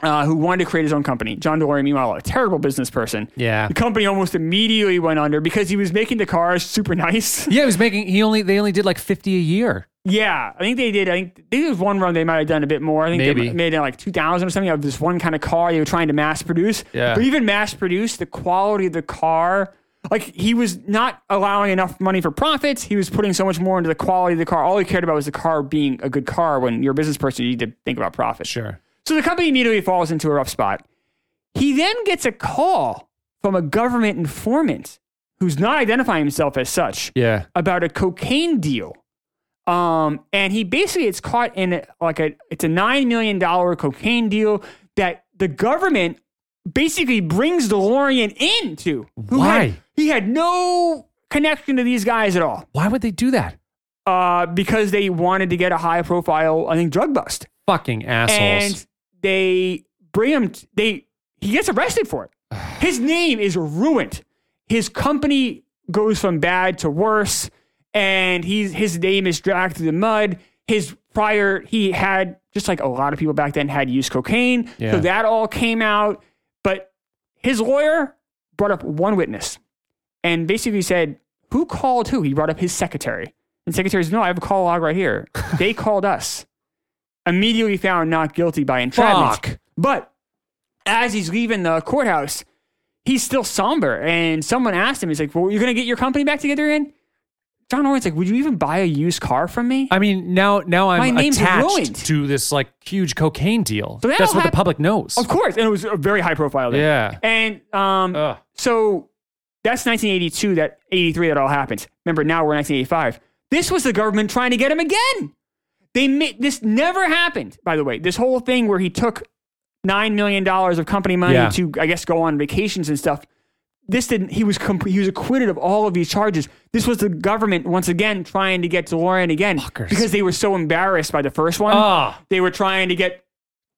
[SPEAKER 3] uh, who wanted to create his own company. John DeLorean, meanwhile, a terrible business person.
[SPEAKER 1] Yeah.
[SPEAKER 3] The company almost immediately went under because he was making the cars super nice.
[SPEAKER 1] Yeah, he was making. He only they only did like fifty a year.
[SPEAKER 3] Yeah, I think they did. I think there was one run they might have done a bit more. I think
[SPEAKER 1] Maybe.
[SPEAKER 3] they made it like 2000 or something of this one kind of car they were trying to mass produce.
[SPEAKER 1] Yeah.
[SPEAKER 3] But even mass produce, the quality of the car like he was not allowing enough money for profits. He was putting so much more into the quality of the car. All he cared about was the car being a good car. When you're a business person, you need to think about profit.
[SPEAKER 1] Sure.
[SPEAKER 3] So the company immediately falls into a rough spot. He then gets a call from a government informant who's not identifying himself as such
[SPEAKER 1] Yeah.
[SPEAKER 3] about a cocaine deal. Um, and he basically it's caught in a, like a it's a nine million dollar cocaine deal that the government basically brings DeLorean into. Who
[SPEAKER 1] Why?
[SPEAKER 3] Had, he had no connection to these guys at all.
[SPEAKER 1] Why would they do that?
[SPEAKER 3] Uh, because they wanted to get a high profile, I think, drug bust.
[SPEAKER 1] Fucking assholes.
[SPEAKER 3] And they bring him t- they he gets arrested for it. His name is ruined. His company goes from bad to worse, and he's his name is dragged through the mud. His prior he had just like a lot of people back then had used cocaine.
[SPEAKER 1] Yeah.
[SPEAKER 3] So that all came out. But his lawyer brought up one witness and basically said, Who called who? He brought up his secretary. And the secretary says, No, I have a call log right here. they called us. Immediately found not guilty by entrapment.
[SPEAKER 1] Fuck.
[SPEAKER 3] But as he's leaving the courthouse, he's still somber. And someone asked him, he's like, Well, you're going to get your company back together again? John Owen's like, Would you even buy a used car from me?
[SPEAKER 1] I mean, now now I'm
[SPEAKER 3] My name's
[SPEAKER 1] attached
[SPEAKER 3] ruined.
[SPEAKER 1] to this like huge cocaine deal.
[SPEAKER 3] So that
[SPEAKER 1] That's
[SPEAKER 3] all
[SPEAKER 1] what
[SPEAKER 3] hap-
[SPEAKER 1] the public knows.
[SPEAKER 3] of course. And it was a very high profile. Day.
[SPEAKER 1] Yeah.
[SPEAKER 3] And um,
[SPEAKER 1] Ugh.
[SPEAKER 3] so that's 1982, that 83 that all happens. Remember, now we're 1985. This was the government trying to get him again. They made this never happened, by the way. This whole thing where he took nine million dollars of company money
[SPEAKER 1] Yeah.
[SPEAKER 3] to, I guess, go on vacations and stuff. This didn't. He was comp- he was acquitted of all of these charges. This was the government once again trying to get DeLorean again
[SPEAKER 1] Fuckers.
[SPEAKER 3] because they were so embarrassed by the first one.
[SPEAKER 1] Ah.
[SPEAKER 3] They were trying to get.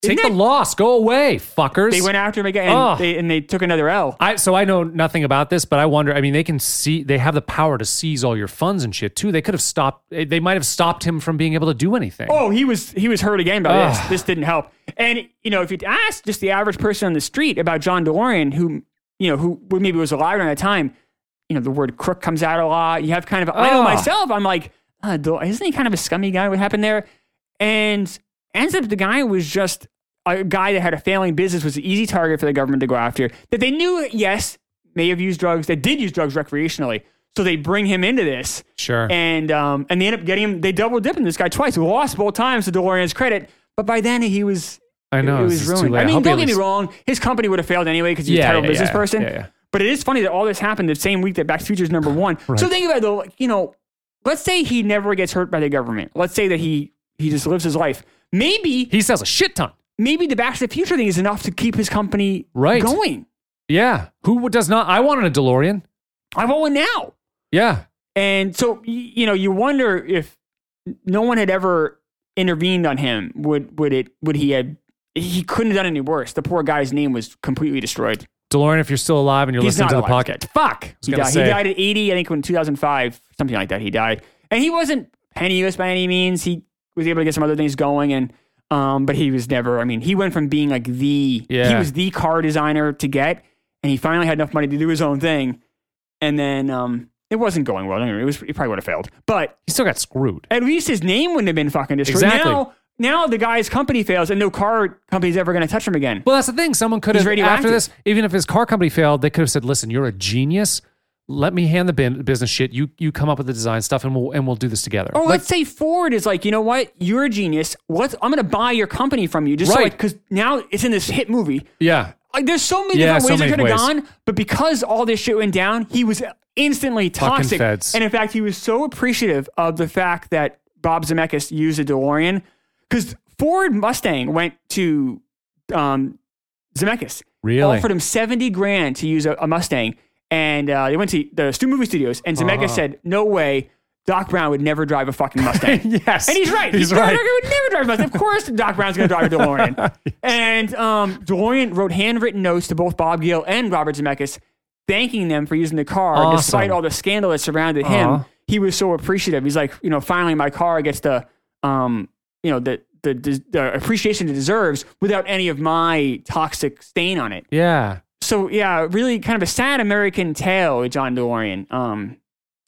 [SPEAKER 1] Take
[SPEAKER 3] Isn't
[SPEAKER 1] the Ah. loss. Go away, fuckers.
[SPEAKER 3] They went after him again, and,
[SPEAKER 1] Ugh.
[SPEAKER 3] they, and they took another L.
[SPEAKER 1] I so I know nothing about this, but I wonder. I mean, they can see they have the power to seize all your funds and shit too. They could have stopped. eh, They might have stopped him from being able to do anything.
[SPEAKER 3] Oh, he was he was hurt again by this.
[SPEAKER 1] Ugh.
[SPEAKER 3] This didn't help. And you know, if you ask just the average person on the street about John DeLorean, who you know who maybe was alive around that time, you know, the word crook comes out a lot. You have kind of I know
[SPEAKER 1] Ugh.
[SPEAKER 3] myself. I'm like, uh, Del- isn't he kind of a scummy guy? What happened there? And ends up the guy was just a guy that had a failing business was an easy target for the government to go after. That they knew, yes, may have used drugs. They did use drugs recreationally. So they bring him into this
[SPEAKER 1] sure.
[SPEAKER 3] and um, and they end up getting him. They double dipping this guy twice. Lost both times to DeLorean's credit, but by then he was
[SPEAKER 1] I know.
[SPEAKER 3] it
[SPEAKER 1] this is
[SPEAKER 3] was
[SPEAKER 1] too
[SPEAKER 3] ruined.
[SPEAKER 1] late.
[SPEAKER 3] I mean,
[SPEAKER 1] hope he
[SPEAKER 3] don't
[SPEAKER 1] at
[SPEAKER 3] get me
[SPEAKER 1] least-
[SPEAKER 3] wrong. His company would have failed anyway because he's
[SPEAKER 1] Yeah,
[SPEAKER 3] a terrible
[SPEAKER 1] yeah,
[SPEAKER 3] business
[SPEAKER 1] yeah,
[SPEAKER 3] person.
[SPEAKER 1] yeah, yeah.
[SPEAKER 3] But it is funny that all this happened the same week that Back to the Future is number one. So think about it though. like, You know, let's say he never gets hurt by the government. Let's say that he he just lives his life. Maybe
[SPEAKER 1] He sells a shit ton.
[SPEAKER 3] maybe the Back to the Future thing is enough to keep his company
[SPEAKER 1] Right.
[SPEAKER 3] going.
[SPEAKER 1] Yeah. Who does not? I wanted a DeLorean.
[SPEAKER 3] I want one now.
[SPEAKER 1] Yeah.
[SPEAKER 3] And so, y- you know, you wonder if no one had ever intervened on him, would would it would he have he couldn't have done any worse. The poor guy's name was completely destroyed.
[SPEAKER 1] DeLorean, if you're still alive and you're
[SPEAKER 3] He's
[SPEAKER 1] listening to
[SPEAKER 3] not
[SPEAKER 1] the
[SPEAKER 3] alive.
[SPEAKER 1] podcast, fuck.
[SPEAKER 3] He
[SPEAKER 1] gonna
[SPEAKER 3] died, he
[SPEAKER 1] say.
[SPEAKER 3] died at 80, I think in 2005, something like that. He died. And he wasn't penniless by any means. He was able to get some other things going and um but he was never I mean, he went from being like the he
[SPEAKER 1] Yeah.
[SPEAKER 3] was the car designer to get and he finally had enough money to do his own thing. And then um it wasn't going well. I mean, it was it probably would have failed. But
[SPEAKER 1] He still got screwed.
[SPEAKER 3] at least his name wouldn't have been fucking destroyed.
[SPEAKER 1] Exactly.
[SPEAKER 3] Now, now the guy's company fails and no car company's ever going to touch him again.
[SPEAKER 1] Well, that's the thing. Someone could
[SPEAKER 3] He's
[SPEAKER 1] have after
[SPEAKER 3] radioactive.
[SPEAKER 1] this, even if his car company failed, they could have said, "Listen, you're a genius. Let me hand the bin- business shit. You you come up with the design stuff, and we'll and we'll do this together."
[SPEAKER 3] Or
[SPEAKER 1] Like,
[SPEAKER 3] let's say Ford is like, you know what? You're a genius. What? I'm going to buy your company from you just so
[SPEAKER 1] Right.
[SPEAKER 3] because now it's in this hit movie.
[SPEAKER 1] yeah.
[SPEAKER 3] Like, there's so many
[SPEAKER 1] Yeah,
[SPEAKER 3] different
[SPEAKER 1] so
[SPEAKER 3] ways
[SPEAKER 1] many
[SPEAKER 3] it could have
[SPEAKER 1] ways.
[SPEAKER 3] gone, but because all this shit went down, he was instantly toxic.
[SPEAKER 1] feds.
[SPEAKER 3] And in fact, he was so appreciative of the fact that Bob Zemeckis used a DeLorean because Ford Mustang went to um, Zemeckis,
[SPEAKER 1] Really?
[SPEAKER 3] offered him seventy grand to use a, a Mustang, and uh, they went to the Stu movie studios, and Zemeckis
[SPEAKER 1] Uh-huh.
[SPEAKER 3] said, "No way." Doc Brown would never drive a fucking Mustang.
[SPEAKER 1] Yes.
[SPEAKER 3] And he's right.
[SPEAKER 1] He's
[SPEAKER 3] Doc
[SPEAKER 1] right.
[SPEAKER 3] Brown would never drive a Mustang. Of course, Doc Brown's going to drive a DeLorean. And um, DeLorean wrote handwritten notes to both Bob Gill and Robert Zemeckis, thanking them for using the car
[SPEAKER 1] Awesome.
[SPEAKER 3] despite all the scandal that surrounded
[SPEAKER 1] Aw.
[SPEAKER 3] him. He was so appreciative. He's like, you know, finally my car gets the, um, you know, the, the, the, the appreciation it deserves without any of my toxic stain on it.
[SPEAKER 1] Yeah.
[SPEAKER 3] So, yeah, really kind of a sad American tale with John DeLorean. Um,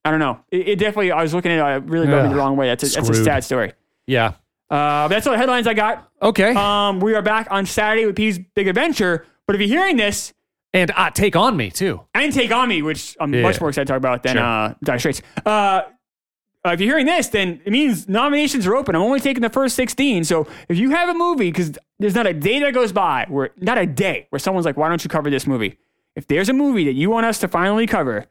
[SPEAKER 3] I don't know. It, it definitely, I was looking at it, I really rubbed me
[SPEAKER 1] Ugh,
[SPEAKER 3] the wrong way. That's a, that's a
[SPEAKER 1] screwed.
[SPEAKER 3] sad story.
[SPEAKER 1] Yeah.
[SPEAKER 3] Uh, that's all the headlines I got.
[SPEAKER 1] Okay.
[SPEAKER 3] Um, we are back on Saturday with Pete's Big Adventure. But if you're hearing this,
[SPEAKER 1] and uh, Take On Me, too.
[SPEAKER 3] and Take On Me, which I'm
[SPEAKER 1] Yeah.
[SPEAKER 3] much more excited to talk about than
[SPEAKER 1] Sure.
[SPEAKER 3] uh, Dire Straits. Uh, uh, if you're hearing this, then it means nominations are open. I'm only taking the first 16. So if you have a movie, because there's not a day that goes by where, not a day, where someone's like, why don't you cover this movie? If there's a movie that you want us to finally cover,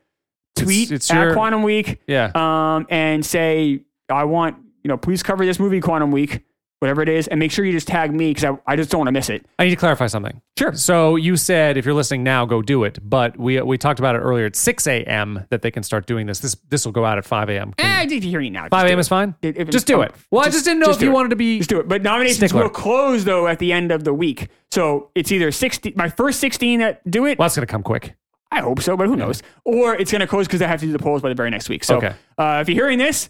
[SPEAKER 3] tweet
[SPEAKER 1] it's
[SPEAKER 3] at
[SPEAKER 1] your-
[SPEAKER 3] Quantum Week
[SPEAKER 1] Yeah.
[SPEAKER 3] um, and say, I want, you know, please cover this movie, Quantum Week, whatever it is, and make sure you just tag me because I, I just don't want to miss it.
[SPEAKER 1] I need to clarify something.
[SPEAKER 3] Sure.
[SPEAKER 1] So you said if you're listening now, go do it. But we we talked about it earlier at 6 a.m. that they can start doing this. This this will go out at 5 a.m. Can-
[SPEAKER 3] Eh, if you're hearing it now. just
[SPEAKER 1] 5
[SPEAKER 3] do
[SPEAKER 1] a.m.
[SPEAKER 3] it.
[SPEAKER 1] is fine.
[SPEAKER 3] If- if-
[SPEAKER 1] just do
[SPEAKER 3] oh,
[SPEAKER 1] it. Well, I just didn't know
[SPEAKER 3] just
[SPEAKER 1] if
[SPEAKER 3] do
[SPEAKER 1] you
[SPEAKER 3] it.
[SPEAKER 1] wanted to be.
[SPEAKER 3] Just do it. But nominations
[SPEAKER 1] Stickler.
[SPEAKER 3] will close though at the end of the week. So it's either sixty. My first sixteen that do it.
[SPEAKER 1] Well, that's gonna come quick.
[SPEAKER 3] I hope so, but who knows? Or it's going to close because I have to do the polls by the very next week. So
[SPEAKER 1] Okay.
[SPEAKER 3] uh, if you're hearing this,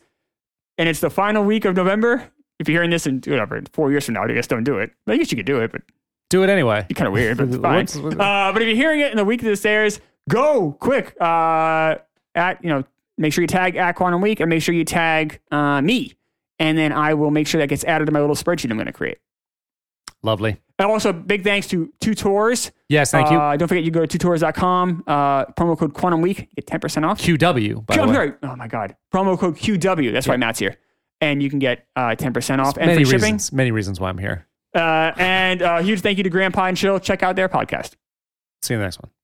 [SPEAKER 3] and it's the final week of November, if you're hearing this in whatever four years from now, I guess don't do it. I guess you could do it, but
[SPEAKER 1] Do it anyway.
[SPEAKER 3] be kind of weird, but it's fine.
[SPEAKER 1] What's- what's-
[SPEAKER 3] Uh, but if you're hearing it in the week that this airs, go quick. Uh, at you know, make sure you tag at Quantum Week and make sure you tag uh, me, and then I will make sure that gets added to my little spreadsheet I'm going to create.
[SPEAKER 1] Lovely.
[SPEAKER 3] And also, big thanks to Two Tours.
[SPEAKER 1] Yes, thank
[SPEAKER 3] Uh, don't forget, you go to twotours.com, uh, promo code Quantum Week, get 10% off.
[SPEAKER 1] you. QW. By
[SPEAKER 3] Q-
[SPEAKER 1] the
[SPEAKER 3] I'm
[SPEAKER 1] way.
[SPEAKER 3] sorry. Oh my God. Promo code QW. That's why Matt's here. And you can get uh, 10% off and
[SPEAKER 1] Many
[SPEAKER 3] free shipping.
[SPEAKER 1] reasons. Many reasons why I'm here.
[SPEAKER 3] Uh, and uh, huge thank you to Grandpa and Chill. Check out their podcast.
[SPEAKER 1] See you in the next one.